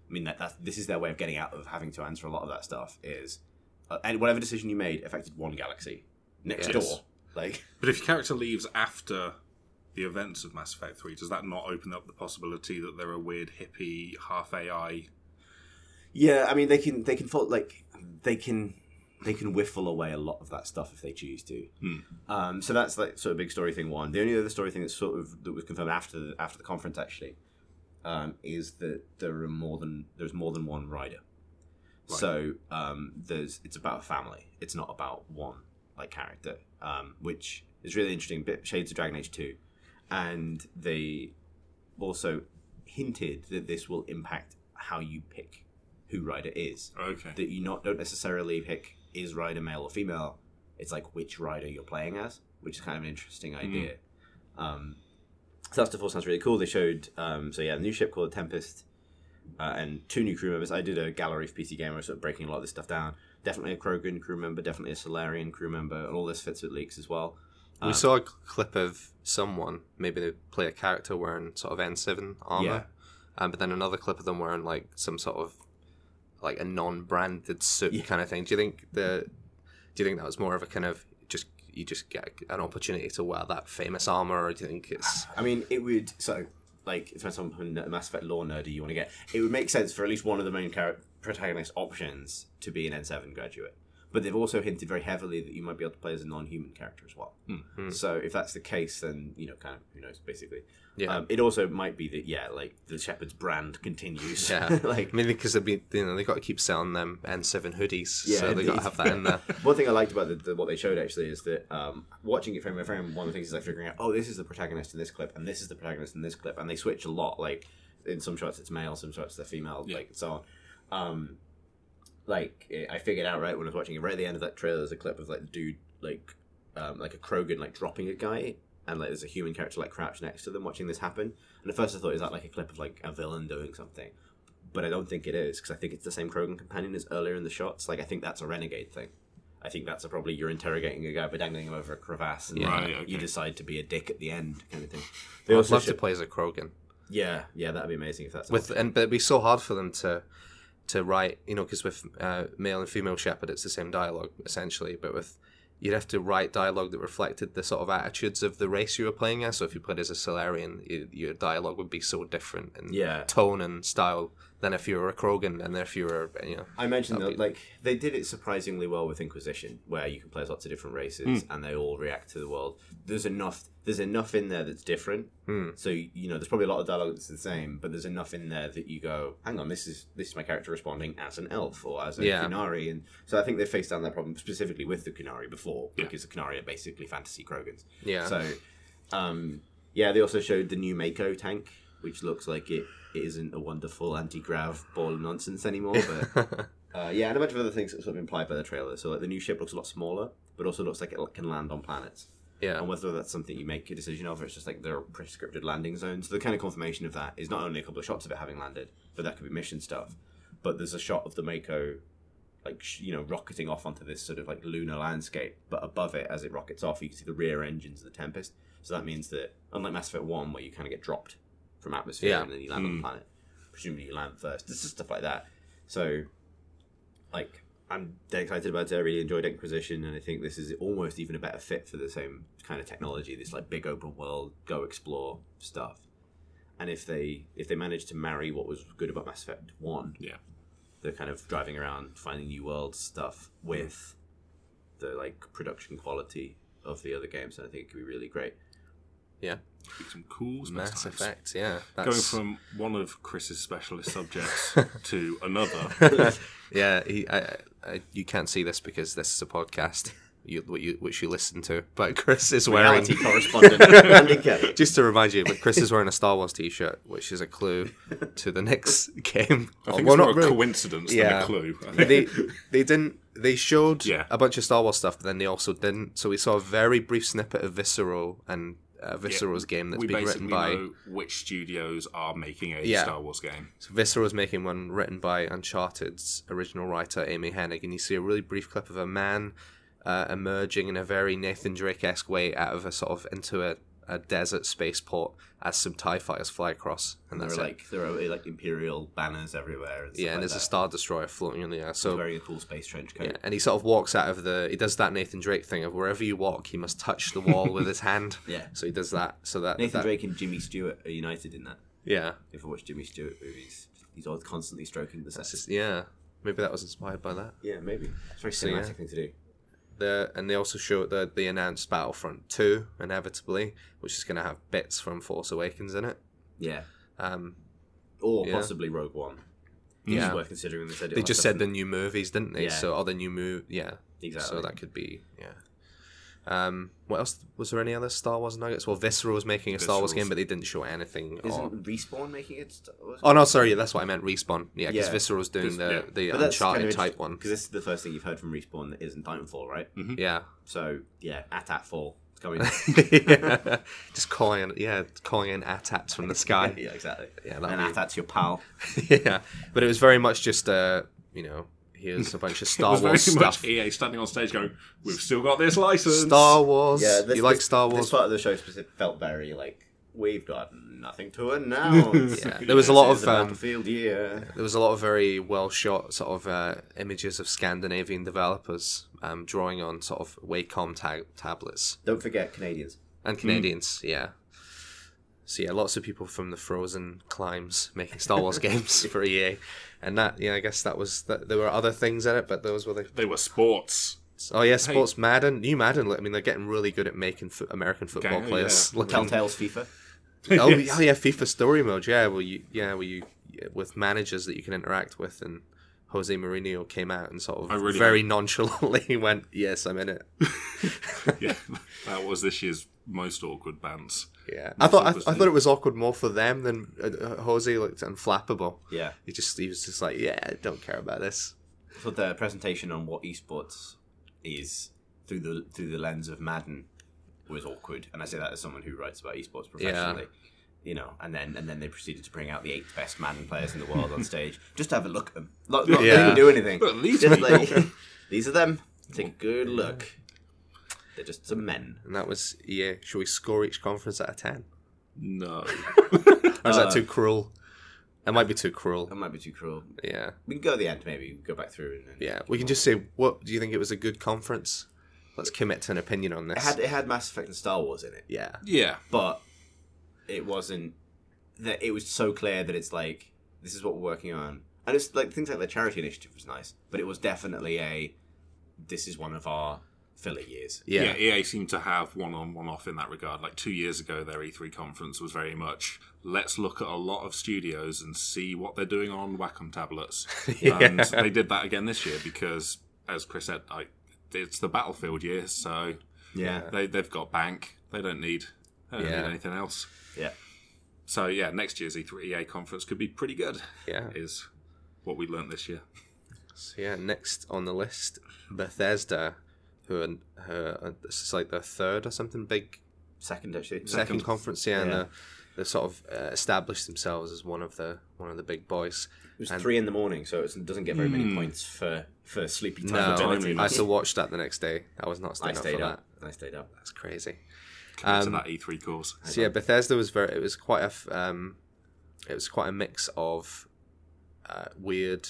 [SPEAKER 3] I mean that that's, this is their way of getting out of having to answer a lot of that stuff is uh, and whatever decision you made affected one galaxy next
[SPEAKER 2] Yes.
[SPEAKER 3] door. Like
[SPEAKER 1] But if your character leaves after the events of Mass Effect 3, does that not open up the possibility that there are weird hippie, half AI?
[SPEAKER 3] yeah, I mean they can they can fault like they can they can whiffle away a lot of that stuff if they choose to.
[SPEAKER 1] Hmm.
[SPEAKER 3] Um, so that's like sort of big story thing one. The only other story thing that's sort of that was confirmed after the, after the conference actually um, is that there are more than there's more than one rider.
[SPEAKER 1] Right.
[SPEAKER 3] So um, there's it's about a family. It's not about one like character, um, which is really interesting. Bit shades of Dragon Age two, and they also hinted that this will impact how you pick who rider is.
[SPEAKER 1] Okay.
[SPEAKER 3] That you not don't necessarily pick is rider male or female. It's like which rider you're playing as, which is kind of an interesting idea. Um, so that stuff all sounds really cool. They showed um, so yeah, the new ship called the Tempest, uh, and two new crew members. I did a gallery for PC Gamer, sort of breaking a lot of this stuff down. Definitely a Krogan crew member, definitely a Solarian crew member, and all this fits with leaks as well.
[SPEAKER 2] we saw a clip of someone, maybe they play a character wearing sort of N7 armor,
[SPEAKER 3] Yeah.
[SPEAKER 2] um, but then another clip of them wearing like some sort of like a non-branded suit
[SPEAKER 3] Yeah.
[SPEAKER 2] kind of thing. Do you think the do you think that was more of a kind of just you just get an opportunity to wear that famous armor, or do you think it's
[SPEAKER 3] I mean, it would so like it depends on how n- Mass Effect lore nerdy you want to get. It would make sense for at least one of the main character protagonist options to be an N seven graduate. But they've also hinted very heavily that you might be able to play as a non-human character as well.
[SPEAKER 2] Hmm.
[SPEAKER 3] So if that's the case, then you know, kind of who knows, basically.
[SPEAKER 2] Yeah.
[SPEAKER 3] Um, it also might be that yeah, like the Shepherd's brand continues.
[SPEAKER 2] Yeah,
[SPEAKER 3] like
[SPEAKER 2] I mean, because they've been, you know, they got to keep selling them N7 hoodies,
[SPEAKER 3] Yeah,
[SPEAKER 2] so they got to
[SPEAKER 3] indeed.
[SPEAKER 2] have that in there.
[SPEAKER 3] One thing I liked about the, the, what they showed actually is that um, watching it frame by frame, one of the things is like figuring out, oh, this is the protagonist in this clip, and this is the protagonist in this clip, and they switch a lot. Like in some shots it's male, some shots they're female,
[SPEAKER 1] Yeah.
[SPEAKER 3] like and so on. Um, like eh, I figured out right when I was watching it, right at the end of that trailer, there's a clip of like the dude like um, like a Krogan like dropping a guy, and like there's a human character like crouched next to them watching this happen. And at first I thought is that like a clip of like a villain doing something. But I don't think it is because I think it's the same Krogan companion as earlier in the shots. Like I think that's a renegade thing. I think that's a probably you're interrogating a guy by dangling him over a crevasse, and
[SPEAKER 1] Right,
[SPEAKER 3] you
[SPEAKER 1] okay.
[SPEAKER 3] decide to be a dick at the end, kind of thing. They
[SPEAKER 2] I'd
[SPEAKER 3] also
[SPEAKER 2] love to
[SPEAKER 3] show-
[SPEAKER 2] play as a Krogan.
[SPEAKER 3] yeah, yeah, that'd be amazing if that's
[SPEAKER 2] with and but it'd be so hard for them to to write you know because with uh, male and female shepherd it's the same dialogue essentially but with you'd have to write dialogue that reflected the sort of attitudes of the race you were playing as so if you played as a solarian you, your dialogue would be so different in
[SPEAKER 3] Yeah.
[SPEAKER 2] tone and style than if you were a krogan and if you were you know
[SPEAKER 3] I mentioned
[SPEAKER 2] That'd
[SPEAKER 3] that like they did it surprisingly well with Inquisition, where you can play as lots of different races
[SPEAKER 2] Hmm.
[SPEAKER 3] and they all react to the world. There's enough. There's enough in there that's different.
[SPEAKER 2] Hmm.
[SPEAKER 3] So you know, there's probably a lot of dialogue that's the same, but there's enough in there that you go, "Hang on, this is this is my character responding as an elf or as a
[SPEAKER 2] Yeah.
[SPEAKER 3] Kunari." And so I think they faced down that problem specifically with the Kunari before,
[SPEAKER 1] Yeah.
[SPEAKER 3] because the Kunari are basically fantasy Krogans.
[SPEAKER 2] yeah
[SPEAKER 3] So, um, yeah, they also showed the new Mako tank, which looks like it isn't a wonderful anti-grav ball of nonsense anymore. But uh, yeah, and a bunch of other things that sort of implied by the trailer. So like the new ship looks a lot smaller, but also looks like it can land on planets.
[SPEAKER 2] yeah
[SPEAKER 3] And whether that's something you make a decision of, or it's just like there are prescripted landing zones. So the kind of confirmation of that is not only a couple of shots of it having landed, but that could be mission stuff. But there's a shot of the Mako, like sh- you know, rocketing off onto this sort of like lunar landscape. But above it, as it rockets off, you can see the rear engines of the Tempest. So that means that unlike Mass Effect One, where you kind of get dropped from atmosphere
[SPEAKER 2] Yeah.
[SPEAKER 3] and then you land on the planet, presumably you land first. There's just stuff like that. So like I'm dead excited about it. I really enjoyed Inquisition, and I think this is almost even a better fit for the same kind of technology. This like big open world, go explore stuff. And if they if they manage to marry what was good about Mass Effect One,
[SPEAKER 1] Yeah.
[SPEAKER 3] the kind of driving around, finding new worlds stuff with the like production quality of the other games, then I think it could be really great.
[SPEAKER 2] yeah
[SPEAKER 1] Get Some cool space
[SPEAKER 2] mass
[SPEAKER 1] times.
[SPEAKER 2] effect yeah
[SPEAKER 1] Going
[SPEAKER 2] that's
[SPEAKER 1] from one of Chris's specialist subjects to another.
[SPEAKER 2] yeah he, I, I- I, you can't see this because this is a podcast you, what you which you listen to but chris is wearing
[SPEAKER 3] Reality correspondent Andy Kelly.
[SPEAKER 2] Just to remind you, but Chris is wearing a Star Wars T-shirt, which is a clue to the next game.
[SPEAKER 1] I think
[SPEAKER 2] Well,
[SPEAKER 1] it's more a
[SPEAKER 2] really.
[SPEAKER 1] coincidence than
[SPEAKER 2] Yeah.
[SPEAKER 1] a clue. I think.
[SPEAKER 2] They they didn't. They showed
[SPEAKER 1] Yeah.
[SPEAKER 2] a bunch of Star Wars stuff, but then they also didn't. So we saw a very brief snippet of Visceral and uh, Visceral's game that's
[SPEAKER 1] we
[SPEAKER 2] been written
[SPEAKER 1] basically
[SPEAKER 2] by.
[SPEAKER 1] know which studios are making a
[SPEAKER 2] Yeah.
[SPEAKER 1] Star Wars game.
[SPEAKER 2] So Visceral's making one written by Uncharted's original writer Amy Hennig, and you see a really brief clip of a man uh, emerging in a very Nathan Drake-esque way out of a sort of into a, a desert spaceport as some Tie fighters fly across, and
[SPEAKER 3] There
[SPEAKER 2] that's
[SPEAKER 3] are
[SPEAKER 2] it.
[SPEAKER 3] like there are like imperial banners everywhere. And stuff
[SPEAKER 2] Yeah,
[SPEAKER 3] like
[SPEAKER 2] and there's
[SPEAKER 3] that.
[SPEAKER 2] a Star Destroyer floating in the air. So,
[SPEAKER 3] very cool space trench coat.
[SPEAKER 2] yeah, and he sort of walks out of the. He does that Nathan Drake thing of wherever you walk, he must touch the wall with his hand.
[SPEAKER 3] Yeah.
[SPEAKER 2] So he does that. So that.
[SPEAKER 3] Nathan
[SPEAKER 2] that-
[SPEAKER 3] Drake and Jimmy Stewart are united in that.
[SPEAKER 2] Yeah.
[SPEAKER 3] If I watch Jimmy Stewart movies, he's always constantly stroking the
[SPEAKER 2] It's
[SPEAKER 3] set.
[SPEAKER 2] just- yeah. Maybe that was inspired by that.
[SPEAKER 3] Yeah, maybe. It's a very
[SPEAKER 2] yeah.
[SPEAKER 3] cinematic thing to do.
[SPEAKER 2] The, and they also show that they announced Battlefront 2, inevitably, which is going to have bits from Force Awakens in it.
[SPEAKER 3] Yeah.
[SPEAKER 2] Um,
[SPEAKER 3] Or
[SPEAKER 2] Yeah.
[SPEAKER 3] possibly Rogue One. Which is
[SPEAKER 2] yeah.
[SPEAKER 3] worth considering they said it
[SPEAKER 2] They
[SPEAKER 3] last
[SPEAKER 2] just said the
[SPEAKER 3] episode.
[SPEAKER 2] new movies, didn't they?
[SPEAKER 3] Yeah.
[SPEAKER 2] So, or the new move. Yeah.
[SPEAKER 3] Exactly.
[SPEAKER 2] So that could be yeah. Um, what else was there? Any other Star Wars nuggets? Well, Visceral was making a Star Wars
[SPEAKER 1] Visceral's-
[SPEAKER 2] game, but they didn't show anything. Or...
[SPEAKER 3] Isn't Respawn making it? Star Wars?
[SPEAKER 2] Oh no, sorry, yeah, that's what I meant. Respawn, yeah, because
[SPEAKER 3] Yeah.
[SPEAKER 2] Visceral's doing
[SPEAKER 1] Vis-
[SPEAKER 2] the
[SPEAKER 1] yeah.
[SPEAKER 2] the Uncharted type one. Hmm.
[SPEAKER 3] Because this is the first thing you've heard from Respawn that isn't Titanfall, right?
[SPEAKER 2] Yeah.
[SPEAKER 3] So, yeah, Atatfall is coming.
[SPEAKER 2] yeah, just calling in, yeah, calling in ATATs from the sky.
[SPEAKER 3] yeah, exactly.
[SPEAKER 2] Yeah, that'd be-
[SPEAKER 3] and Atat's your pal.
[SPEAKER 2] yeah, but it was very much just uh, you know, here's a bunch of Star
[SPEAKER 1] it
[SPEAKER 2] Wars
[SPEAKER 1] was very
[SPEAKER 2] stuff.
[SPEAKER 1] much EA standing on stage going, "We've still got this license."
[SPEAKER 2] Star Wars.
[SPEAKER 3] Yeah, this,
[SPEAKER 2] you like
[SPEAKER 3] this-
[SPEAKER 2] Star
[SPEAKER 3] This
[SPEAKER 2] Wars?
[SPEAKER 3] part of the show specific felt very like we've got nothing to announce.
[SPEAKER 2] Yeah, there was a lot
[SPEAKER 3] This
[SPEAKER 2] of,
[SPEAKER 3] is
[SPEAKER 2] um,
[SPEAKER 3] battlefield year.
[SPEAKER 2] There was a lot of very well shot sort of uh, images of Scandinavian developers um, drawing on sort of Wacom ta- tablets
[SPEAKER 1] Hmm.
[SPEAKER 3] Don't forget Canadians.
[SPEAKER 2] and Canadians. Yeah, So yeah, lots of people from the frozen climbs making Star Wars games for EA, and that yeah, I guess that was that. There were other things in it, but those were the
[SPEAKER 1] They were sports.
[SPEAKER 2] oh yeah, sports Madden, new Madden. I mean, they're getting really good at making fo- American football
[SPEAKER 1] yeah.
[SPEAKER 2] players. look out.
[SPEAKER 3] Telltale's FIFA.
[SPEAKER 2] oh,
[SPEAKER 1] Yes.
[SPEAKER 2] yeah, oh yeah, FIFA story mode. Yeah, where you yeah where you with managers that you can interact with, and Jose Mourinho came out and sort of
[SPEAKER 1] I really
[SPEAKER 2] very nonchalantly went, "Yes, I'm in it."
[SPEAKER 1] yeah, that was this year's most awkward bands.
[SPEAKER 2] Yeah, I thought I, I thought it was awkward more for them than uh, uh, Jose looked unflappable.
[SPEAKER 3] Yeah.
[SPEAKER 2] He just he was just like, "Yeah, I don't care about this."
[SPEAKER 3] So the presentation on what esports is through the through the lens of Madden was awkward, and I say that as someone who writes about esports professionally. You know, and then and then they proceeded to bring out the eight best Madden players in the world on stage just to have a look at them. Not, not they
[SPEAKER 2] Yeah.
[SPEAKER 3] didn't do anything.
[SPEAKER 1] Look, these
[SPEAKER 3] Just
[SPEAKER 1] people.
[SPEAKER 3] like, these are them. Take a good look. They're just some men.
[SPEAKER 2] And that was yeah. Should we score each conference out of ten?
[SPEAKER 1] No.
[SPEAKER 2] Or is
[SPEAKER 1] Uh,
[SPEAKER 2] that too cruel? That might be too cruel.
[SPEAKER 3] That might be too cruel.
[SPEAKER 2] Yeah,
[SPEAKER 3] We can go at the end, maybe. We can go back through and, and
[SPEAKER 2] yeah. We can just say, "What do you think? It was a good conference." Let's commit to an opinion on
[SPEAKER 3] It
[SPEAKER 2] this.
[SPEAKER 3] had it had Mass Effect and Star Wars in it.
[SPEAKER 2] yeah,
[SPEAKER 1] Yeah.
[SPEAKER 3] but it wasn't that it was so clear that it's like this is what we're working on and it's like things like the charity initiative was nice but it was definitely a this is one of our filler years
[SPEAKER 2] yeah.
[SPEAKER 1] yeah, EA seemed to have one on, one off in that regard. Like two years ago, their E3 conference was very much let's look at a lot of studios and see what they're doing on Wacom tablets. And they did that again this year because, as Chris said, like, it's the Battlefield year, so
[SPEAKER 3] yeah
[SPEAKER 1] they, they've got Bank. They don't need, they don't
[SPEAKER 2] Yeah.
[SPEAKER 1] need anything else.
[SPEAKER 3] yeah
[SPEAKER 1] So yeah, next year's E E3 EA conference could be pretty good.
[SPEAKER 2] Yeah.
[SPEAKER 1] is what we learnt this year.
[SPEAKER 2] So yeah, next on the list, Bethesda, who are, uh, this is like their third or something big
[SPEAKER 3] second actually
[SPEAKER 2] second, conference, yeah, and
[SPEAKER 3] Yeah.
[SPEAKER 2] they're, they're sort of uh, established themselves as one of the one of the big boys.
[SPEAKER 3] it was three in the morning so it doesn't get very many points for for sleepy
[SPEAKER 2] Hmm. No,
[SPEAKER 3] time ability.
[SPEAKER 2] I still watched that the next day. I was not
[SPEAKER 3] I
[SPEAKER 2] staying up for
[SPEAKER 3] stayed
[SPEAKER 2] that.
[SPEAKER 3] up I stayed up
[SPEAKER 2] That's crazy.
[SPEAKER 1] Committed to
[SPEAKER 2] Um,
[SPEAKER 1] that E3 course.
[SPEAKER 2] So yeah, Bethesda was very. It was quite a. f- Um, it was quite a mix of uh, weird,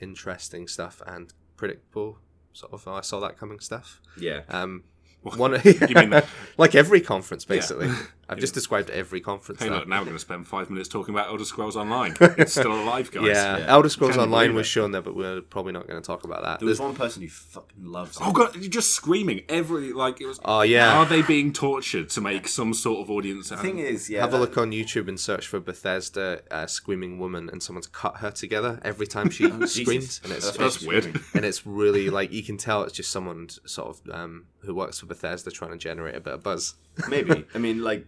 [SPEAKER 2] interesting stuff and predictable sort of. I saw that coming stuff.
[SPEAKER 3] yeah
[SPEAKER 2] Um, one,
[SPEAKER 1] you mean that-
[SPEAKER 2] like every conference, basically. I've just described every conference.
[SPEAKER 1] Hey,
[SPEAKER 2] there.
[SPEAKER 1] look, now we're going to spend five minutes talking about Elder Scrolls Online. It's still alive, guys.
[SPEAKER 2] yeah, Elder Scrolls
[SPEAKER 1] Can't
[SPEAKER 2] Online
[SPEAKER 1] believe
[SPEAKER 2] was
[SPEAKER 1] it.
[SPEAKER 2] shown there, but we're probably not going to talk about that.
[SPEAKER 3] there was
[SPEAKER 2] There's,
[SPEAKER 3] one person who fucking loves it
[SPEAKER 1] Oh god, you're just screaming every like it was.
[SPEAKER 2] oh yeah,
[SPEAKER 1] Are they being tortured to make some sort of audience?
[SPEAKER 3] the thing is yeah
[SPEAKER 2] have a
[SPEAKER 3] that-
[SPEAKER 2] look on YouTube and search for Bethesda uh, screaming woman, and someone's cut her together every time she screams, and it's,
[SPEAKER 3] what
[SPEAKER 1] that's weird.
[SPEAKER 2] and it's really like you can tell it's just someone sort of um, who works for Bethesda trying to generate a bit of buzz.
[SPEAKER 3] Maybe. I mean, like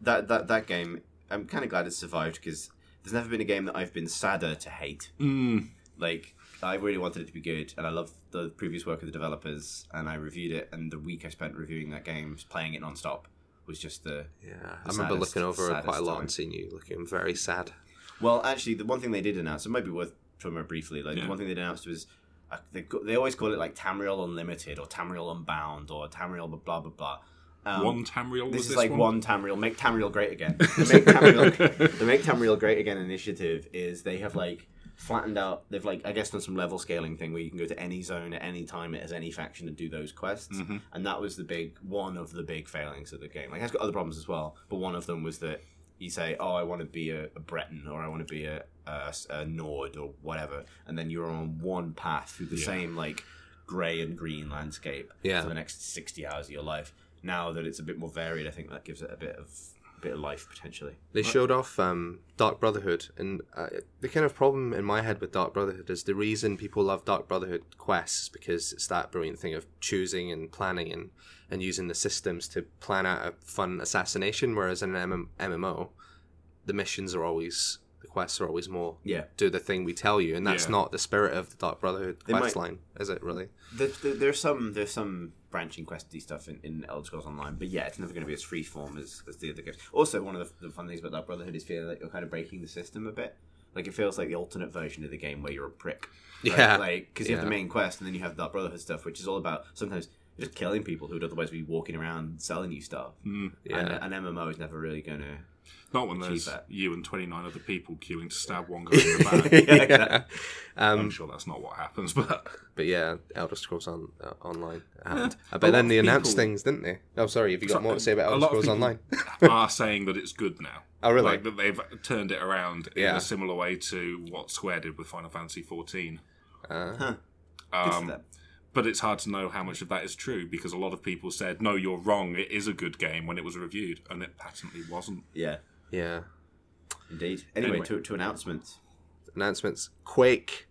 [SPEAKER 3] that that that game. I'm kind of glad it survived because there's never been a game that I've been sadder to hate.
[SPEAKER 1] Mm,
[SPEAKER 3] Like I really wanted it to be good, and I love the previous work of the developers. And I reviewed it, and the week I spent reviewing that game, playing it nonstop, was just the
[SPEAKER 2] Yeah, I
[SPEAKER 3] The
[SPEAKER 2] remember
[SPEAKER 3] saddest-
[SPEAKER 2] looking over her quite a
[SPEAKER 3] saddest
[SPEAKER 2] lot
[SPEAKER 3] time.
[SPEAKER 2] and seeing you looking very sad.
[SPEAKER 3] Well, actually, the one thing they did announce, it might be worth talking about briefly. Like
[SPEAKER 1] Yeah.
[SPEAKER 3] the one thing they announced was uh, they go- they always call it like Tamriel Unlimited or Tamriel Unbound or Tamriel blah blah blah. Um,
[SPEAKER 1] one Tamriel
[SPEAKER 3] This
[SPEAKER 1] was
[SPEAKER 3] is
[SPEAKER 1] this
[SPEAKER 3] like
[SPEAKER 1] one.
[SPEAKER 3] one? Tamriel. Make Tamriel great again. The Make Tamriel, the Make Tamriel great again initiative is they have like flattened out. They've like I guess done some level scaling thing where you can go to any zone at any time as any faction and do those quests.
[SPEAKER 1] Mm-hmm.
[SPEAKER 3] And that was the big one of the big failings of the game. Like it's got other problems as well, but one of them was that you say, "Oh, I want to be a, a Breton or I want to be a, a, a Nord or whatever," and then you're on one path through the same like grey and green landscape
[SPEAKER 2] Yeah.
[SPEAKER 3] for the next 60 hours of your life. Now that it's a bit more varied, I think that gives it a bit of a bit of life potentially.
[SPEAKER 2] They showed off um, Dark Brotherhood, and uh, the kind of problem in my head with Dark Brotherhood is the reason people love Dark Brotherhood quests is because it's that brilliant thing of choosing and planning and, and using the systems to plan out a fun assassination, whereas in an MM- MMO, the missions are always, the quests are always more
[SPEAKER 3] Yeah.
[SPEAKER 2] do the thing we tell you, and that's
[SPEAKER 1] Yeah.
[SPEAKER 2] not the spirit of the Dark Brotherhood
[SPEAKER 3] They might-
[SPEAKER 2] quest line, is it really?
[SPEAKER 3] There, there, there's some there's some branching questy stuff in, in Elder Scrolls Online, but yeah, it's never going to be as freeform as, as the other games. Also, one of the, the fun things about that Brotherhood is feeling like you're kind of breaking the system a bit. Like it feels like the alternate version of the game where you're a prick.
[SPEAKER 2] Yeah.
[SPEAKER 3] Like because you have
[SPEAKER 2] Yeah.
[SPEAKER 3] the main quest and then you have that Brotherhood stuff, which is all about sometimes you're just killing people who'd otherwise be walking around selling you stuff.
[SPEAKER 2] Yeah.
[SPEAKER 3] And an MMO is never really gonna.
[SPEAKER 1] Not when there's
[SPEAKER 3] that.
[SPEAKER 1] you and 29 other people queuing to stab one guy in the back.
[SPEAKER 3] Yeah,
[SPEAKER 2] yeah.
[SPEAKER 3] exactly.
[SPEAKER 1] I'm sure that's not what happens, but
[SPEAKER 2] But yeah, Elder Scrolls on, uh, Online. And,
[SPEAKER 1] Yeah.
[SPEAKER 2] but
[SPEAKER 1] A lot
[SPEAKER 2] then
[SPEAKER 1] of
[SPEAKER 2] they announced
[SPEAKER 1] people-
[SPEAKER 2] things, didn't they? Oh, sorry, have you got
[SPEAKER 1] So-
[SPEAKER 2] more to say about
[SPEAKER 1] a
[SPEAKER 2] Elder
[SPEAKER 1] lot of
[SPEAKER 2] Scrolls
[SPEAKER 1] people-
[SPEAKER 2] Online?
[SPEAKER 1] are saying that it's good now.
[SPEAKER 2] Oh, really?
[SPEAKER 1] Like that they've turned it around in
[SPEAKER 2] Yeah.
[SPEAKER 1] a similar way to what Square did with Final Fantasy 14.
[SPEAKER 2] Uh,
[SPEAKER 3] Good for
[SPEAKER 1] Um,
[SPEAKER 3] them.
[SPEAKER 1] but it's hard to know how much of that is true because a lot of people said, "No, you're wrong. It is a good game" when it was reviewed, and it patently wasn't.
[SPEAKER 3] Yeah,
[SPEAKER 2] yeah.
[SPEAKER 3] indeed. Anyway,
[SPEAKER 1] Anyway.
[SPEAKER 3] To, to announcements.
[SPEAKER 2] Announcements Quake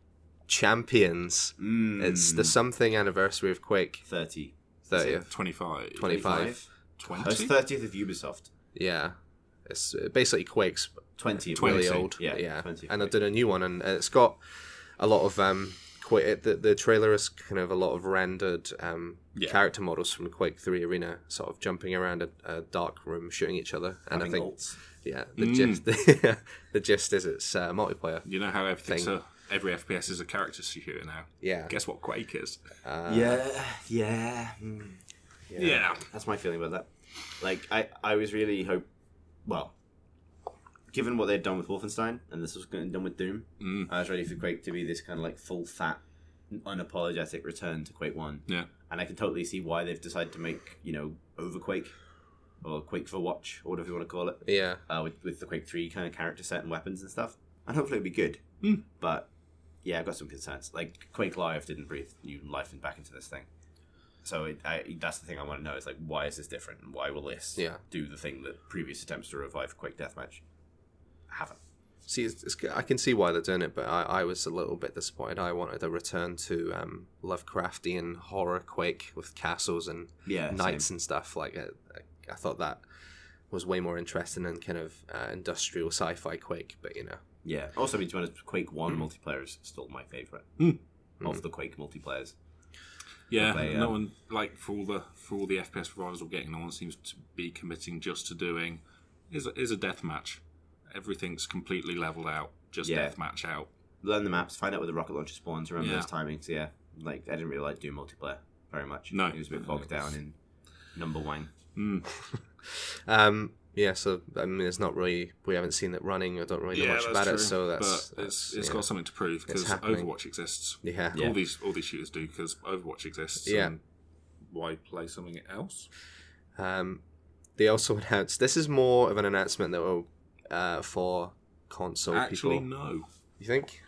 [SPEAKER 2] Champions. It's
[SPEAKER 1] Mm.
[SPEAKER 2] the something anniversary of Quake
[SPEAKER 3] Thirty.
[SPEAKER 2] 30th.
[SPEAKER 1] Twenty-five.
[SPEAKER 2] 25.
[SPEAKER 3] Oh, it's
[SPEAKER 1] 20?
[SPEAKER 3] thirtieth of Ubisoft.
[SPEAKER 2] Yeah. It's uh, basically Quake's
[SPEAKER 3] Twenty. of
[SPEAKER 2] really
[SPEAKER 3] Ubisoft.
[SPEAKER 2] old.
[SPEAKER 3] Yeah,
[SPEAKER 2] Yeah, yeah.
[SPEAKER 3] 20.
[SPEAKER 2] and I did a new one, and it's got a lot of um. Quake, the, the trailer is kind of a lot of rendered um,
[SPEAKER 1] Yeah.
[SPEAKER 2] character models from Quake Three Arena, sort of jumping around a, a dark room, shooting each other, and I think
[SPEAKER 3] alts.
[SPEAKER 2] yeah, the
[SPEAKER 1] Mm.
[SPEAKER 2] gist the gist is it's uh, multiplayer.
[SPEAKER 1] You know how everything's a, every FPS is a character shooter now.
[SPEAKER 2] Yeah,
[SPEAKER 1] Guess what Quake is?
[SPEAKER 3] yeah, yeah. mm.
[SPEAKER 1] Yeah.
[SPEAKER 3] That's my feeling about that. Like I, I was really hope. Well, given what they'd done with Wolfenstein and this was going done with Doom,
[SPEAKER 1] Mm.
[SPEAKER 3] I was ready for Quake to be this kind of like full fat, unapologetic return to Quake One,
[SPEAKER 1] yeah,
[SPEAKER 3] and I can totally see why they've decided to make you know over Quake, or Quake for Watch, or whatever you want to call it,
[SPEAKER 2] yeah,
[SPEAKER 3] uh, with, with the Quake Three kind of character set and weapons and stuff, and hopefully it'll be good.
[SPEAKER 1] Mm.
[SPEAKER 3] But yeah, I've got some concerns. Like Quake Live didn't breathe new life and back into this thing, so it, I, that's the thing I want to know is like why is this different and why will this
[SPEAKER 2] Yeah.
[SPEAKER 3] do the thing that previous attempts to revive Quake Deathmatch haven't?
[SPEAKER 2] See, it's, it's, I can see why they're doing it, but I, I was a little bit disappointed. I wanted a return to um, Lovecraftian horror Quake with castles and
[SPEAKER 3] Yeah,
[SPEAKER 2] nights and stuff. Like, uh, I, I thought that was way more interesting than kind of uh, industrial sci-fi Quake. But you know,
[SPEAKER 3] Yeah. Also, I mean, to be honest, Quake One multiplayer is still my favorite
[SPEAKER 1] Mm.
[SPEAKER 3] of the Quake multiplayers.
[SPEAKER 1] yeah.
[SPEAKER 3] They, uh,
[SPEAKER 1] no one like for all the for all the FPS rivals we're getting, no one seems to be committing just to doing is a, is a death match. Everything's completely leveled out, just
[SPEAKER 3] Yeah.
[SPEAKER 1] death match out.
[SPEAKER 3] Learn the maps, find out where the rocket launcher spawns, remember
[SPEAKER 1] Yeah.
[SPEAKER 3] those timings. Yeah, like I didn't really like Doom multiplayer very much.
[SPEAKER 1] No.
[SPEAKER 3] it was a bit
[SPEAKER 1] It
[SPEAKER 3] bogged
[SPEAKER 1] was-
[SPEAKER 3] down in number one.
[SPEAKER 1] Mm.
[SPEAKER 2] um, yeah. So I mean, it's not really we haven't seen it running. I don't really know much about it. So that's,
[SPEAKER 1] but it's,
[SPEAKER 2] that's
[SPEAKER 1] it's
[SPEAKER 2] yeah.
[SPEAKER 1] got something to prove because
[SPEAKER 2] happening.
[SPEAKER 1] Overwatch exists.
[SPEAKER 2] yeah.
[SPEAKER 3] Yeah.
[SPEAKER 1] All these all these shooters do because Overwatch exists.
[SPEAKER 2] Yeah.
[SPEAKER 1] and why play something else?
[SPEAKER 2] Um, they also announced this is more of an announcement that will uh, for console
[SPEAKER 1] Actually,
[SPEAKER 2] people.
[SPEAKER 1] no.
[SPEAKER 2] You think?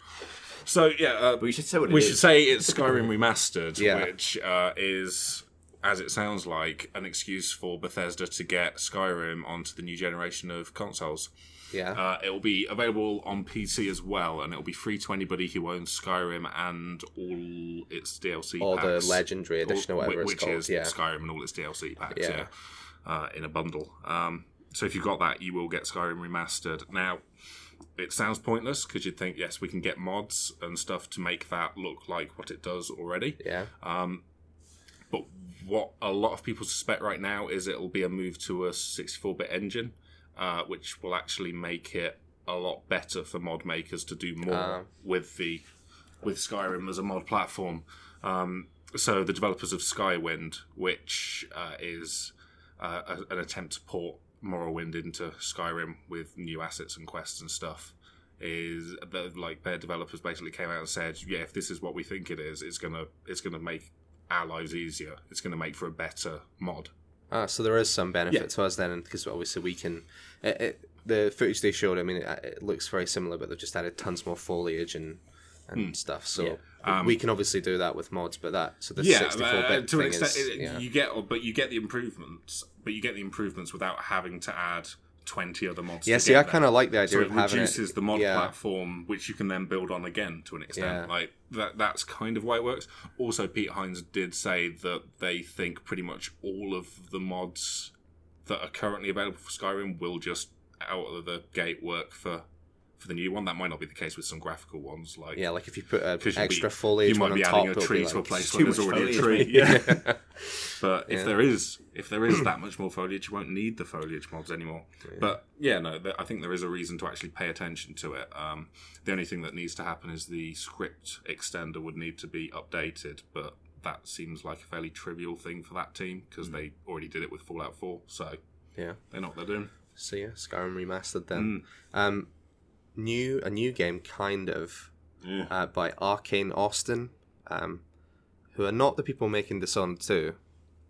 [SPEAKER 1] So yeah, uh,
[SPEAKER 3] But we should say what it
[SPEAKER 1] we
[SPEAKER 3] is.
[SPEAKER 1] should say it's Skyrim remastered,
[SPEAKER 2] Yeah.
[SPEAKER 1] which uh, is. As it sounds like an excuse for Bethesda to get Skyrim onto the new generation of consoles.
[SPEAKER 2] Yeah.
[SPEAKER 1] Uh, it will be available on PC as well, and it will be free to anybody who owns Skyrim and all its DLC
[SPEAKER 2] or the
[SPEAKER 1] packs.
[SPEAKER 2] legendary edition or
[SPEAKER 1] Wh-
[SPEAKER 2] whatever
[SPEAKER 1] which
[SPEAKER 2] it's called.
[SPEAKER 1] is
[SPEAKER 2] yeah.
[SPEAKER 1] Skyrim and all its DLC packs,
[SPEAKER 2] Yeah.
[SPEAKER 1] yeah, uh, in a bundle. Um, so if you've got that, you will get Skyrim remastered. Now, it sounds pointless because you'd think, yes, we can get mods and stuff to make that look like what it does already.
[SPEAKER 2] Yeah.
[SPEAKER 1] Um, but what a lot of people suspect right now is it'll be a move to a 64-bit engine, uh, which will actually make it a lot better for mod makers to do more
[SPEAKER 2] Ah.
[SPEAKER 1] with the with Skyrim as a mod platform. Um, so the developers of Skywind, which uh, is uh, a, an attempt to port Morrowind into Skyrim with new assets and quests and stuff, is the- like their developers basically came out and said, "Yeah, if this is what we think it is, it's gonna it's gonna make our lives easier. It's gonna make for a better mod."
[SPEAKER 2] Ah, so there is some benefit
[SPEAKER 1] Yeah.
[SPEAKER 2] to us then, because obviously we can. It, it, the footage they showed, I mean, it, uh, it looks very similar, but they've just added tons more foliage and
[SPEAKER 1] Hmm.
[SPEAKER 2] and stuff. So
[SPEAKER 3] Yeah.
[SPEAKER 2] we- we can obviously do that with mods, but that so the sixty-four
[SPEAKER 1] but, Um, uh,
[SPEAKER 2] bit
[SPEAKER 1] to
[SPEAKER 2] thing
[SPEAKER 1] an extent,
[SPEAKER 2] is
[SPEAKER 1] it-
[SPEAKER 2] yeah,
[SPEAKER 1] you get but you get the improvements, but you get the improvements without having to add twenty other mods.
[SPEAKER 2] yeah.
[SPEAKER 1] to
[SPEAKER 2] See,
[SPEAKER 1] get
[SPEAKER 2] I
[SPEAKER 1] there.
[SPEAKER 2] kind of like the idea
[SPEAKER 1] so it
[SPEAKER 2] of having
[SPEAKER 1] reduces
[SPEAKER 2] it,
[SPEAKER 1] the mod
[SPEAKER 2] yeah,
[SPEAKER 1] platform, which you can then build on again to an extent.
[SPEAKER 2] Yeah.
[SPEAKER 1] Like that, that's kind of why it works. Also, Pete Hines did say that they think pretty much all of the mods that are currently available for Skyrim will just out of the gate work for for the new one. That might not be the case with some graphical ones, like
[SPEAKER 2] Yeah, like if you put a
[SPEAKER 1] 'Cause you'd
[SPEAKER 2] extra
[SPEAKER 1] be-
[SPEAKER 2] foliage
[SPEAKER 1] you
[SPEAKER 2] one
[SPEAKER 1] might
[SPEAKER 2] on
[SPEAKER 1] be
[SPEAKER 2] top,
[SPEAKER 1] adding a
[SPEAKER 2] it'll
[SPEAKER 1] tree
[SPEAKER 2] be
[SPEAKER 1] to a
[SPEAKER 2] like,
[SPEAKER 1] place
[SPEAKER 3] too
[SPEAKER 1] where there's
[SPEAKER 3] much
[SPEAKER 1] already a
[SPEAKER 3] foliage,
[SPEAKER 1] tree. Yeah. But if there is, if there is that much more foliage, you won't need the foliage mods anymore. But yeah, no, th I think there is a reason to actually pay attention to it. Um, the only thing that needs to happen is the script extender would need to be updated, but that seems like a fairly trivial thing for that team
[SPEAKER 2] Hmm.
[SPEAKER 1] because they already did it with Fallout 4, so
[SPEAKER 2] Yeah.
[SPEAKER 1] they know what they're doing.
[SPEAKER 2] So yeah, Skyrim remastered then.
[SPEAKER 1] Hmm.
[SPEAKER 2] Um, new a new game kind of
[SPEAKER 1] Yeah.
[SPEAKER 2] uh, by Arcane Austin, um, who are not the people making Dishonored two.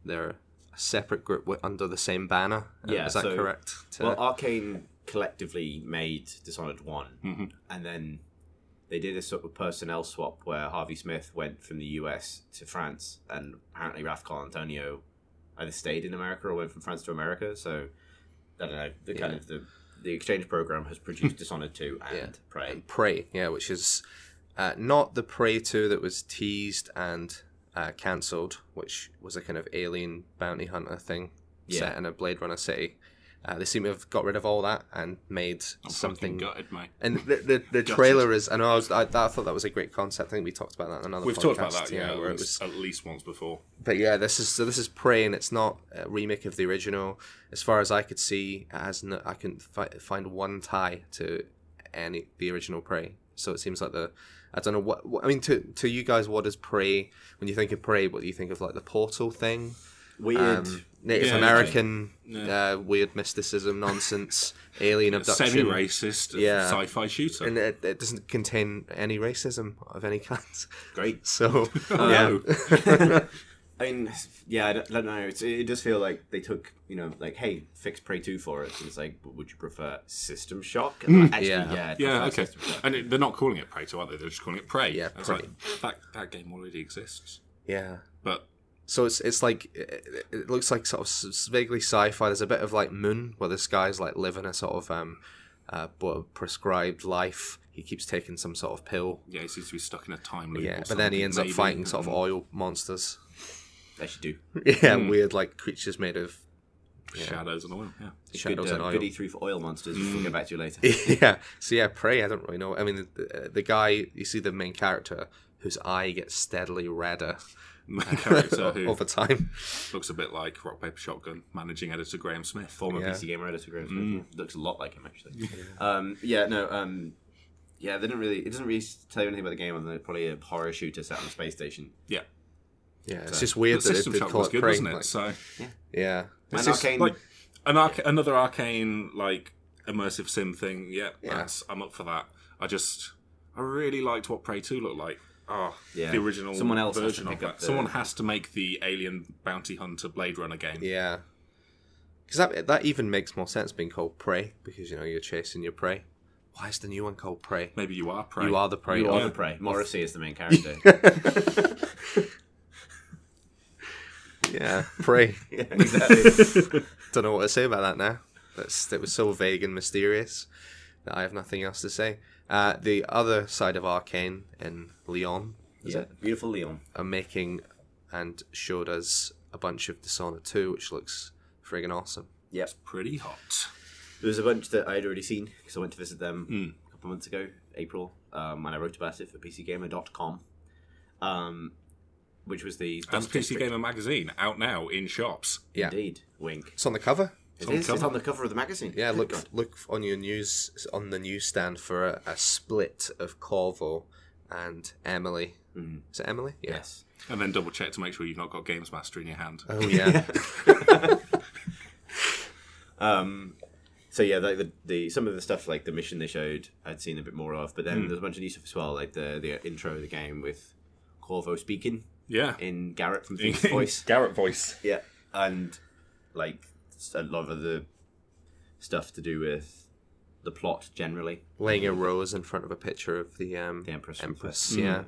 [SPEAKER 2] They're a separate group wi- under the same banner. Uh,
[SPEAKER 3] Yeah,
[SPEAKER 2] is that
[SPEAKER 3] so-
[SPEAKER 2] correct? To-
[SPEAKER 3] Well, Arcane collectively made Dishonored one,
[SPEAKER 1] Mhm.
[SPEAKER 3] and then they did a sort of personnel swap where Harvey Smith went from the US to France, and apparently Raf Antonio either stayed in America or went from France to America. So I don't know. The kind
[SPEAKER 2] Yeah.
[SPEAKER 3] of the the exchange program has produced Dishonored two and
[SPEAKER 2] Yeah.
[SPEAKER 3] Prey.
[SPEAKER 2] Prey, yeah, which is uh, not the Prey 2 that was teased and uh, cancelled, which was a kind of alien bounty hunter thing set
[SPEAKER 3] Yeah.
[SPEAKER 2] in a Blade Runner city. Uh, they seem to have got rid of all that and made
[SPEAKER 1] I'm
[SPEAKER 2] something.
[SPEAKER 1] something gutted, mate.
[SPEAKER 2] and the the, the trailer is. I know I was. I, I thought that was a great concept. I think we talked about that in another.
[SPEAKER 1] We've
[SPEAKER 2] podcast,
[SPEAKER 1] talked about that, yeah,
[SPEAKER 2] where it
[SPEAKER 1] at
[SPEAKER 2] was
[SPEAKER 1] least- at least once before.
[SPEAKER 2] but yeah, this is so. This is Prey, and it's not a remake of the original. As far as I could see, it has no, I couldn't fi- find one tie to any the original Prey. So it seems like the I don't know what, what I mean to to you guys. What is Prey? When you think of Prey, what do you think of? Like the Portal thing,
[SPEAKER 3] Weird.
[SPEAKER 2] um, Native
[SPEAKER 1] Yeah,
[SPEAKER 2] American uh, weird mysticism nonsense, alien abduction,
[SPEAKER 1] Semi racist
[SPEAKER 2] Yeah.
[SPEAKER 1] sci fi shooter.
[SPEAKER 2] and it, it doesn't contain any racism of any kind.
[SPEAKER 3] Great.
[SPEAKER 2] So
[SPEAKER 1] no.
[SPEAKER 3] I mean, yeah, I don't, I don't know. It's, it does feel like they took, you know, like, hey, fix Prey 2 for us. And it's like, but would you prefer System Shock? And like, actually,
[SPEAKER 2] Mm. Yeah.
[SPEAKER 3] yeah. I'd
[SPEAKER 1] Yeah,
[SPEAKER 3] prefer
[SPEAKER 1] okay.
[SPEAKER 3] System Shock.
[SPEAKER 1] And it, they're not calling it Prey 2, are they? They're just calling it Prey.
[SPEAKER 2] Yeah,
[SPEAKER 1] It's
[SPEAKER 2] Prey.
[SPEAKER 1] like, that, that game already exists.
[SPEAKER 2] yeah.
[SPEAKER 1] But
[SPEAKER 2] So it's it's like it, it- it looks like sort of s- vaguely sci-fi. There's a bit of like Moon, where this guy's like living a sort of um, uh, bo- prescribed life. He keeps taking some sort of pill.
[SPEAKER 1] yeah, he seems to be stuck in a time loop.
[SPEAKER 2] Yeah,
[SPEAKER 1] or
[SPEAKER 2] but then he
[SPEAKER 1] something,
[SPEAKER 2] ends
[SPEAKER 1] maybe. um,
[SPEAKER 2] up fighting sort of
[SPEAKER 1] Mm-hmm.
[SPEAKER 2] oil monsters.
[SPEAKER 3] They should do.
[SPEAKER 2] yeah,
[SPEAKER 1] mm.
[SPEAKER 2] weird like creatures made of
[SPEAKER 1] shadows and oil. Yeah.
[SPEAKER 2] shadows
[SPEAKER 3] good,
[SPEAKER 2] and
[SPEAKER 3] uh,
[SPEAKER 2] oil.
[SPEAKER 3] good E3 for oil monsters, which we'll get back to later.
[SPEAKER 2] yeah. So yeah, prey. I don't really know. I mean, the, the guy you see the main character whose eye gets steadily redder
[SPEAKER 1] Main character uh, who
[SPEAKER 2] over time.
[SPEAKER 1] looks a bit like Rock Paper Shotgun managing editor Graham Smith.
[SPEAKER 3] Former
[SPEAKER 2] Yeah.
[SPEAKER 3] PC gamer editor, Graham Smith.
[SPEAKER 2] Mm.
[SPEAKER 3] Looks a lot like him, actually. um, yeah, no, um, yeah, they don't really, it doesn't really tell you anything about the game other than it's probably a horror shooter set on a space station.
[SPEAKER 1] Yeah.
[SPEAKER 2] Yeah, it's just weird
[SPEAKER 1] the
[SPEAKER 2] that
[SPEAKER 1] system
[SPEAKER 2] they, they
[SPEAKER 1] shock
[SPEAKER 2] call
[SPEAKER 1] was
[SPEAKER 2] it
[SPEAKER 1] good,
[SPEAKER 2] prey.
[SPEAKER 1] wasn't it?
[SPEAKER 2] like-
[SPEAKER 1] so
[SPEAKER 2] yeah.
[SPEAKER 1] It's
[SPEAKER 3] And
[SPEAKER 1] just
[SPEAKER 3] Arcane,
[SPEAKER 1] like an arc- another arcane like immersive sim thing. Yeah, that's I'm up for that. I just I really liked what Prey Two looked like. Oh,
[SPEAKER 3] Yeah.
[SPEAKER 1] the original
[SPEAKER 3] Someone else has to
[SPEAKER 1] version of
[SPEAKER 3] pick up
[SPEAKER 1] that.
[SPEAKER 3] the-
[SPEAKER 1] Someone has to make the Alien Bounty Hunter Blade Runner game.
[SPEAKER 2] Yeah, because that that even makes more sense being called prey because you know you're chasing your prey. Why is the new one called prey?
[SPEAKER 1] Maybe you are Prey.
[SPEAKER 2] You are the prey. Oh,
[SPEAKER 3] you are
[SPEAKER 2] Yeah.
[SPEAKER 3] the prey. Morrissey is the main character.
[SPEAKER 2] Yeah, prey.
[SPEAKER 3] yeah, exactly.
[SPEAKER 2] Don't know what to say about that now. That's that was so vague and mysterious that I have nothing else to say. Uh, the other side of Arcane in Lyon is
[SPEAKER 3] yeah.
[SPEAKER 2] it,
[SPEAKER 3] Beautiful Leon.
[SPEAKER 2] are making and showed us a bunch of Dishonored 2, which looks friggin' awesome.
[SPEAKER 3] Yep.
[SPEAKER 1] pretty hot.
[SPEAKER 3] There was a bunch that I'd already seen because I went to visit them a couple of months ago, April, um, and I wrote about it for PCGamer.com, um, which was the
[SPEAKER 1] That's
[SPEAKER 3] Dust
[SPEAKER 1] PC
[SPEAKER 3] District.
[SPEAKER 1] Gamer magazine out now in shops.
[SPEAKER 2] Yeah,
[SPEAKER 3] Indeed, wink.
[SPEAKER 2] it's on the cover.
[SPEAKER 3] It
[SPEAKER 1] on the
[SPEAKER 3] is. It's
[SPEAKER 1] cover.
[SPEAKER 3] on the cover of the magazine.
[SPEAKER 2] Yeah,
[SPEAKER 3] Good
[SPEAKER 2] look
[SPEAKER 3] God.
[SPEAKER 2] look on your news on the newsstand for a, a split of Corvo and Emily. Mm. Is it Emily? Yeah.
[SPEAKER 3] Yes.
[SPEAKER 1] And then double check to make sure you've not got Games Master in your hand.
[SPEAKER 2] Oh yeah.
[SPEAKER 3] Um, so yeah, like the, the some of the stuff like the mission they showed, I'd seen a bit more of, but then there was a bunch of new stuff as well, like the the intro of the game with Corvo speaking
[SPEAKER 1] Yeah.
[SPEAKER 3] in Garrett from Thief's voice.
[SPEAKER 1] Garrett voice.
[SPEAKER 3] Yeah, and like a lot of the stuff to do with the plot generally.
[SPEAKER 2] Laying a rose in front of a picture of the um
[SPEAKER 3] The Empress.
[SPEAKER 2] Empress, yeah.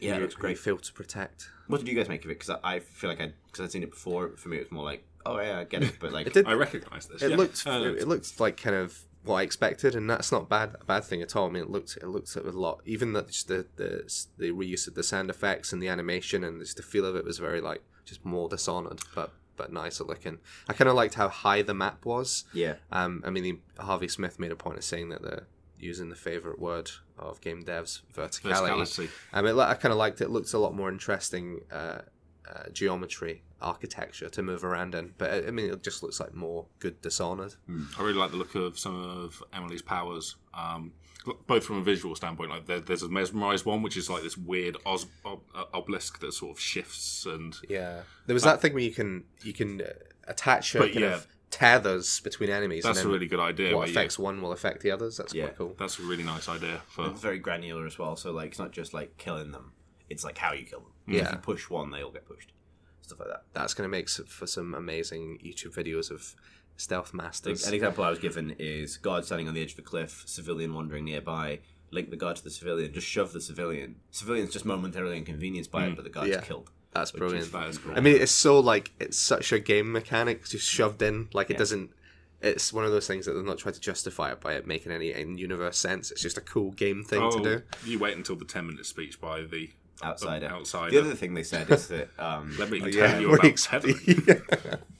[SPEAKER 3] Yeah, it
[SPEAKER 2] You-
[SPEAKER 3] looks
[SPEAKER 2] you
[SPEAKER 3] great.
[SPEAKER 2] Feel to protect.
[SPEAKER 3] What did you guys make of it? Because I, I feel like I because I'd seen it before. For me, it was more like, oh yeah, I get it, but like
[SPEAKER 2] It did.
[SPEAKER 1] I recognise this.
[SPEAKER 2] it
[SPEAKER 1] yeah.
[SPEAKER 2] looked.
[SPEAKER 1] Uh,
[SPEAKER 2] it, it looked like kind of what I expected, and that's not bad. A bad thing at all. I mean, it looked. It looked at a lot. Even that just the the the reuse of the sound effects and the animation and just the feel of it was very like just more dishonored, but but nicer looking. I kind of liked how high the map was.
[SPEAKER 3] yeah,
[SPEAKER 2] Um, I mean, the- Harvey Smith made a point of saying that they're using the favorite word of game devs, verticality.
[SPEAKER 1] Verticality.
[SPEAKER 2] Um, it, li- I kind of liked it. It looked a lot more interesting uh, uh, geometry, architecture to move around in. But uh, I- I mean, it just looks like more good Dishonored.
[SPEAKER 1] I really like the look of some of Emily's powers, um, both from a visual standpoint. Like there, there's a mesmerized one, which is like this weird os- ob- uh, obelisk that sort of shifts, and
[SPEAKER 2] Yeah, there was that thing where you can you can uh, attach a
[SPEAKER 1] But
[SPEAKER 2] kind
[SPEAKER 1] yeah.
[SPEAKER 2] of tethers between enemies.
[SPEAKER 1] that's
[SPEAKER 2] and
[SPEAKER 1] a
[SPEAKER 2] then
[SPEAKER 1] really good idea.
[SPEAKER 2] what
[SPEAKER 1] where you-
[SPEAKER 2] affects one will affect the others. That's
[SPEAKER 3] Yeah.
[SPEAKER 2] quite cool.
[SPEAKER 1] that's a really nice idea for
[SPEAKER 3] It's very granular as well. So like, it's not just like killing them; it's like how you kill them.
[SPEAKER 2] Yeah.
[SPEAKER 3] If you push one, they all get pushed. Stuff like that.
[SPEAKER 2] That's going to make s- for some amazing YouTube videos of stealth
[SPEAKER 3] Like,
[SPEAKER 2] masters.
[SPEAKER 3] an example I was given is guard standing on the edge of a cliff, civilian wandering nearby. Link the guard to the civilian. Just shove the civilian. Civilian's just momentarily inconvenienced by it, but the guard's
[SPEAKER 2] Yeah.
[SPEAKER 3] killed.
[SPEAKER 2] That's
[SPEAKER 3] Which
[SPEAKER 2] brilliant.
[SPEAKER 3] is-
[SPEAKER 1] that is cool.
[SPEAKER 2] I mean, it's so like it's such a game mechanic just shoved in. Like it doesn't. It's one of those things that they're not trying to justify it by it making any in-universe sense. It's just a cool game thing
[SPEAKER 3] Oh,
[SPEAKER 2] to do.
[SPEAKER 1] Oh, you wait until the ten minute speech by the
[SPEAKER 3] Outsider.
[SPEAKER 1] outsider.
[SPEAKER 3] The other thing they said is that um,
[SPEAKER 1] Let me tell
[SPEAKER 2] Yeah,
[SPEAKER 1] you
[SPEAKER 2] what
[SPEAKER 1] about
[SPEAKER 2] ex-
[SPEAKER 1] heaven.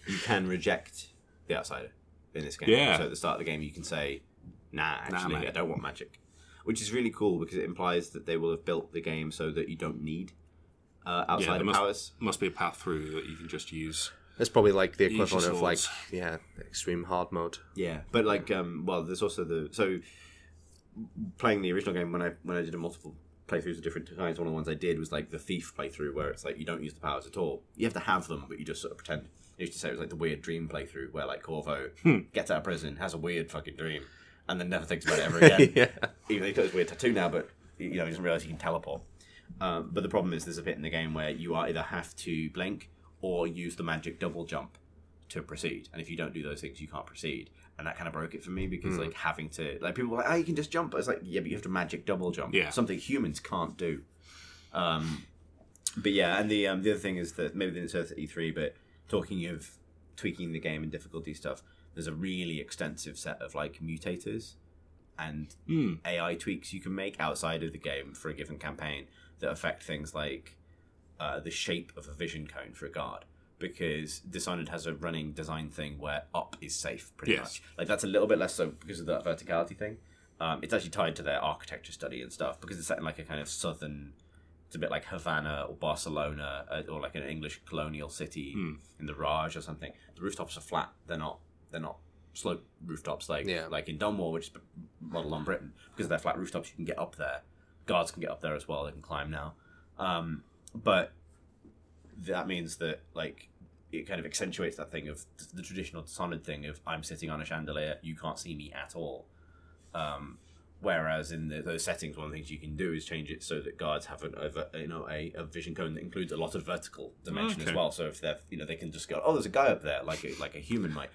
[SPEAKER 3] you can reject the outsider in this game.
[SPEAKER 1] Yeah.
[SPEAKER 3] So at the start of the game, you can say, "Nah,
[SPEAKER 1] Nah,
[SPEAKER 3] actually,
[SPEAKER 1] mate."
[SPEAKER 3] I don't want magic," which is really cool because it implies that they will have built the game so that you don't need uh, outsider
[SPEAKER 1] there must-
[SPEAKER 3] powers.
[SPEAKER 1] Must be a path through that you can just use.
[SPEAKER 2] It's probably like the
[SPEAKER 1] your
[SPEAKER 2] equivalent of like
[SPEAKER 1] swords.
[SPEAKER 2] yeah, extreme hard mode.
[SPEAKER 3] Yeah, but like, um, well, there's also the so playing the original game when I when I did a multiple playthroughs of different kinds. One of the ones I did was like the thief playthrough, where it's like you don't use the powers at all. You have to have them, but you just sort of pretend. I used to say it was like the weird dream playthrough, where like Corvo gets out of prison, has a weird fucking dream, and then never thinks about it ever again.
[SPEAKER 2] Yeah.
[SPEAKER 3] Even though he's got his weird tattoo now, but you know he doesn't realize he can teleport. Um, but the problem is, there's a bit in the game where you either have to blink or use the magic double jump to proceed. And if you don't do those things, you can't proceed. And that kind of broke it for me because like having to like people were like, oh, you can just jump. I was like, yeah, but you have to magic double jump.
[SPEAKER 1] Yeah.
[SPEAKER 3] something humans can't do. Um, but yeah, and the um, the other thing is that maybe they didn't say this at E3, but talking of tweaking the game and difficulty stuff, there's a really extensive set of like mutators and
[SPEAKER 1] Hmm.
[SPEAKER 3] AI tweaks you can make outside of the game for a given campaign that affect things like uh, the shape of a vision cone for a guard. Because Dishonored has a running design thing where up is safe, pretty
[SPEAKER 1] Yes.
[SPEAKER 3] much. Like that's a little bit less so because of that verticality thing. Um, it's actually tied to their architecture study and stuff because it's set in like a kind of southern. It's a bit like Havana or Barcelona uh, or like an English colonial city in the Raj or something. The rooftops are flat. They're not. They're not slope rooftops like
[SPEAKER 2] Yeah.
[SPEAKER 3] like in Dunwall, which is modeled on Britain. Because of their flat rooftops, you can get up there. Guards can get up there as well. They can climb now. Um, but that means that like it kind of accentuates that thing of the traditional Dishonored thing of I'm sitting on a chandelier, you can't see me at all. Um, whereas in the, those settings, one of the things you can do is change it so that guards have an over, you know a, a vision cone that includes a lot of vertical dimension
[SPEAKER 1] Okay.
[SPEAKER 3] as well. So if they're you know they can just go oh there's a guy up there like a, like a human might.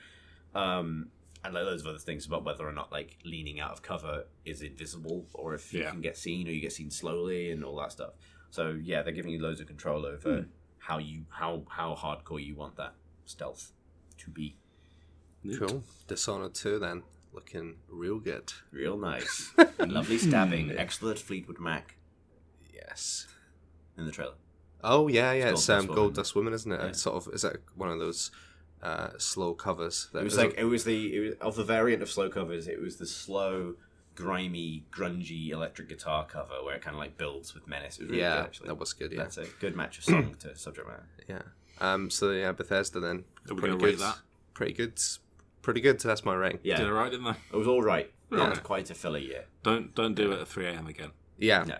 [SPEAKER 3] Um, and like loads of other things about whether or not like leaning out of cover is invisible or if you
[SPEAKER 1] Yeah.
[SPEAKER 3] can get seen or you get seen slowly and all that stuff. So yeah, they're giving you loads of control
[SPEAKER 2] Hmm.
[SPEAKER 3] over how you how how hardcore you want that stealth to be.
[SPEAKER 2] Cool. Dishonored 2 then, looking real good.
[SPEAKER 3] Real nice, lovely
[SPEAKER 2] Hmm.
[SPEAKER 3] stabbing. Excellent Fleetwood Mac
[SPEAKER 2] Yes.
[SPEAKER 3] in the trailer.
[SPEAKER 2] Oh yeah, yeah. It's,
[SPEAKER 3] Gold Dust
[SPEAKER 2] um, Gold
[SPEAKER 3] Woman.
[SPEAKER 2] Dust Woman, isn't it?
[SPEAKER 3] Yeah.
[SPEAKER 2] It's sort of is that one of those uh, slow covers? That
[SPEAKER 3] It was
[SPEAKER 2] is a-
[SPEAKER 3] like it was the it was, of the variant of slow covers. It was the slow, grimy, grungy electric guitar cover where it kind of like builds with menace. It was really
[SPEAKER 2] yeah,
[SPEAKER 3] good, actually.
[SPEAKER 2] that was good. Yeah,
[SPEAKER 3] That's a good match of song to subject matter.
[SPEAKER 2] yeah. Um, so yeah, Bethesda then.
[SPEAKER 1] Are we
[SPEAKER 2] pretty
[SPEAKER 1] gonna rate
[SPEAKER 2] good.
[SPEAKER 1] that?
[SPEAKER 2] Pretty good. Pretty good. That's my rating.
[SPEAKER 3] Yeah,
[SPEAKER 1] Did all right, didn't I?
[SPEAKER 3] it was all right.
[SPEAKER 1] Yeah.
[SPEAKER 3] It was quite a filler year.
[SPEAKER 1] Don't don't do it at three a.m. again.
[SPEAKER 2] Yeah.
[SPEAKER 3] No.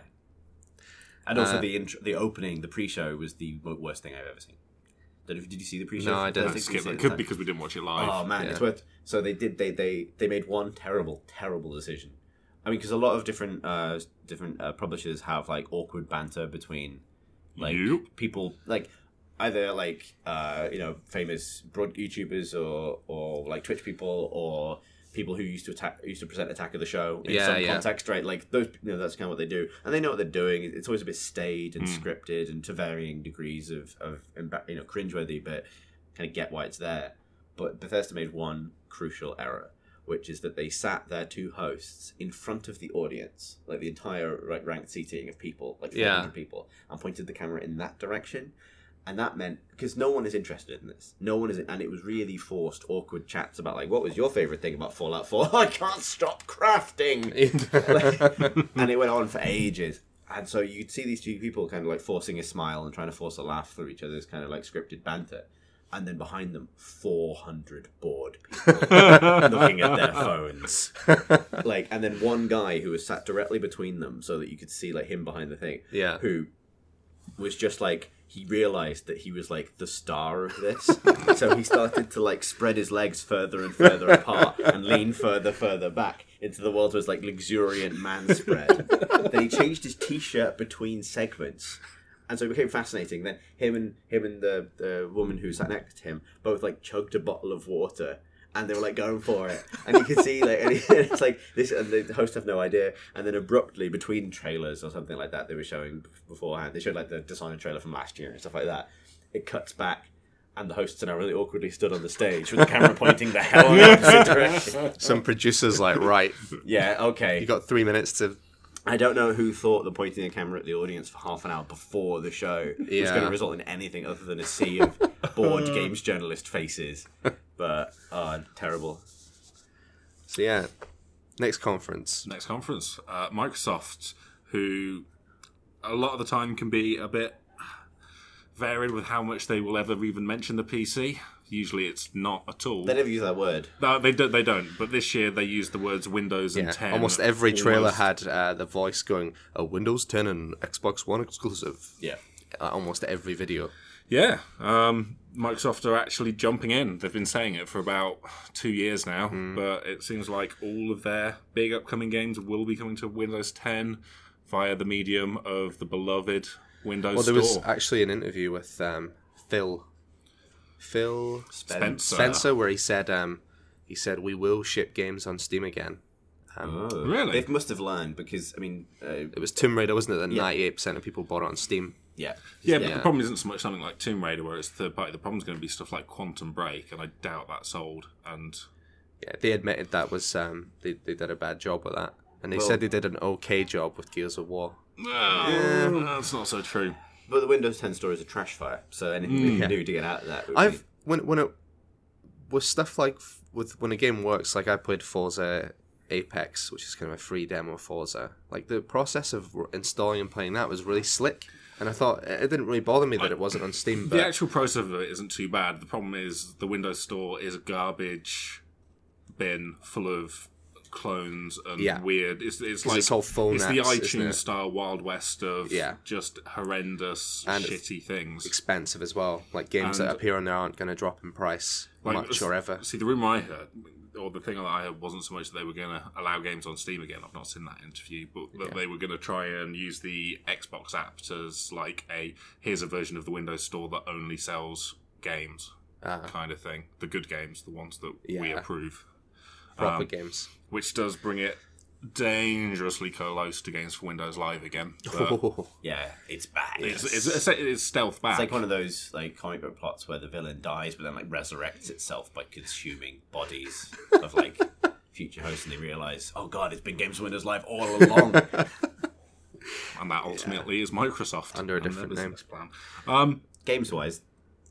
[SPEAKER 3] And also
[SPEAKER 2] Uh,
[SPEAKER 3] the intro, the opening, the pre-show was the mo- worst thing I've ever seen. Did, did you see the pre-show?
[SPEAKER 2] No, I didn't.
[SPEAKER 1] Don't skip it. Could because we didn't watch it live.
[SPEAKER 3] Oh man, it's
[SPEAKER 2] Yeah.
[SPEAKER 3] worth. So they did. They they they made one terrible, terrible decision. I mean, because a lot of different uh different uh, publishers have like awkward banter between like
[SPEAKER 1] Yep.
[SPEAKER 3] people like either like uh you know famous broad YouTubers or or like Twitch people or people who used to attack used to present attack of the show in
[SPEAKER 2] Yeah,
[SPEAKER 3] some
[SPEAKER 2] yeah.
[SPEAKER 3] context right like those you know that's kind of what they do and they know what they're doing it's always a bit staid and scripted and to varying degrees of of emba- you know cringeworthy but kind of get why it's there but Bethesda made one crucial error, which is that they sat their two hosts in front of the audience, like the entire like ranked seating of people, like 300
[SPEAKER 2] Yeah.
[SPEAKER 3] people, and pointed the camera in that direction. And that meant because no one is interested in this, no one is, and it was really forced, awkward chats about like, what was your favorite thing about Fallout Four? I can't stop crafting, Like, and it went on for ages. and so you'd see these two people kind of like forcing a smile and trying to force a laugh through each other's kind of like scripted banter. And then behind them, 400 bored people looking at their phones. like, and then one guy who was sat directly between them so that you could see like him behind the thing.
[SPEAKER 2] Yeah.
[SPEAKER 3] Who was just like he realized that he was like the star of this so he started to like spread his legs further and further apart and lean further further back into the world was like luxuriant man spread then he changed his t-shirt between segments and so it became fascinating then him and him and the, the woman who sat next to him both like chugged a bottle of water and they were like going for it, and you could see like, and it's like this, and the host have no idea. And then abruptly, between trailers or something like that, they were showing beforehand. They showed like the Dishonored trailer from last year and stuff like that. It cuts back, and the hosts are now really awkwardly stood on the stage with the camera pointing the hell in the opposite direction.
[SPEAKER 2] Some producers like, right,
[SPEAKER 3] Yeah, okay.
[SPEAKER 2] you got three minutes to.
[SPEAKER 3] I don't know who thought that pointing the camera at the audience for half an hour before the show was
[SPEAKER 2] Yeah.
[SPEAKER 3] going to result in anything other than a sea of bored games journalist faces. But oh, terrible.
[SPEAKER 2] So yeah, next conference.
[SPEAKER 1] next conference. Uh, Microsoft, who a lot of the time can be a bit varied with how much they will ever even mention the PC. Usually, it's not at all.
[SPEAKER 3] They never use that word.
[SPEAKER 1] No, they don't. They don't. But this year, they used the words Windows and
[SPEAKER 2] Yeah,
[SPEAKER 1] 10.
[SPEAKER 2] almost every trailer
[SPEAKER 1] almost.
[SPEAKER 2] had uh, the voice going, a Windows 10 and Xbox One exclusive.
[SPEAKER 3] Yeah.
[SPEAKER 2] Uh, almost every video.
[SPEAKER 1] Yeah, um, Microsoft are actually jumping in. They've been saying it for about two years now,
[SPEAKER 2] Hmm.
[SPEAKER 1] but it seems like all of their big upcoming games will be coming to Windows 10 via the medium of the beloved Windows
[SPEAKER 2] Well, there was
[SPEAKER 1] Store.
[SPEAKER 2] actually an interview with um, Phil. Phil
[SPEAKER 1] Spencer.
[SPEAKER 2] Spencer, where he said, um, he said, we will ship games on Steam again.
[SPEAKER 3] Oh.
[SPEAKER 1] Really?
[SPEAKER 3] They must have learned because I mean, uh,
[SPEAKER 2] It was Tomb Raider, wasn't it? That 98% of people bought it on Steam.
[SPEAKER 3] yeah,
[SPEAKER 1] Yeah, but
[SPEAKER 2] Yeah.
[SPEAKER 1] the problem isn't so much something like Tomb Raider where it's third party. The problem's going to be stuff like Quantum Break, and I doubt that's sold. And
[SPEAKER 2] Yeah, they admitted that was um, they, they did a bad job with that, and they
[SPEAKER 3] Well-
[SPEAKER 2] said they did an okay job with Gears of War.
[SPEAKER 1] Oh, that's not so true.
[SPEAKER 3] But the Windows 10 store is a trash fire, so anything we can do to get out of that. would be-
[SPEAKER 2] I've when when it was stuff like f- with when a game works, like I played Forza Apex, which is kind of a free demo of Forza. Like the process of r- installing and playing that was really slick, and I thought it it didn't really bother me that it wasn't on Steam. But
[SPEAKER 1] The actual process of it isn't too bad. The problem is the Windows Store is a garbage bin full of clones and
[SPEAKER 2] Yeah.
[SPEAKER 1] weird. It's, it's
[SPEAKER 2] 'Cause
[SPEAKER 1] like
[SPEAKER 2] it's all phone
[SPEAKER 1] it's the
[SPEAKER 2] apps, isn't
[SPEAKER 1] iTunes
[SPEAKER 2] it?
[SPEAKER 1] style Wild West of
[SPEAKER 2] Yeah.
[SPEAKER 1] just horrendous,
[SPEAKER 2] And it's-
[SPEAKER 1] shitty things.
[SPEAKER 2] expensive as well. Like games that appear on there aren't going to drop in price
[SPEAKER 1] Like,
[SPEAKER 2] much or ever.
[SPEAKER 1] See, the rumor I heard, or the thing that I heard, wasn't so much that they were going to allow games on Steam again. I've not seen that interview, but that they were going to try and use the Xbox app as like a here's a version of the Windows Store that only sells games kind of thing. The good games, the ones that we
[SPEAKER 2] Uh-huh. Yeah.
[SPEAKER 1] approve,
[SPEAKER 2] Proper games.
[SPEAKER 1] which does bring it dangerously close to games for Windows Live again. But
[SPEAKER 3] yeah, it's bad.
[SPEAKER 1] it's, it's, it's, it's stealth back.
[SPEAKER 3] It's like one of those like comic book plots where the villain dies, but then like resurrects itself by consuming bodies of like future hosts, and they realize, oh god, it's been Games for Windows Live all along.
[SPEAKER 1] and that ultimately is Microsoft
[SPEAKER 2] Under a
[SPEAKER 1] and their
[SPEAKER 2] different name.
[SPEAKER 1] business plan. Um,
[SPEAKER 3] Games wise,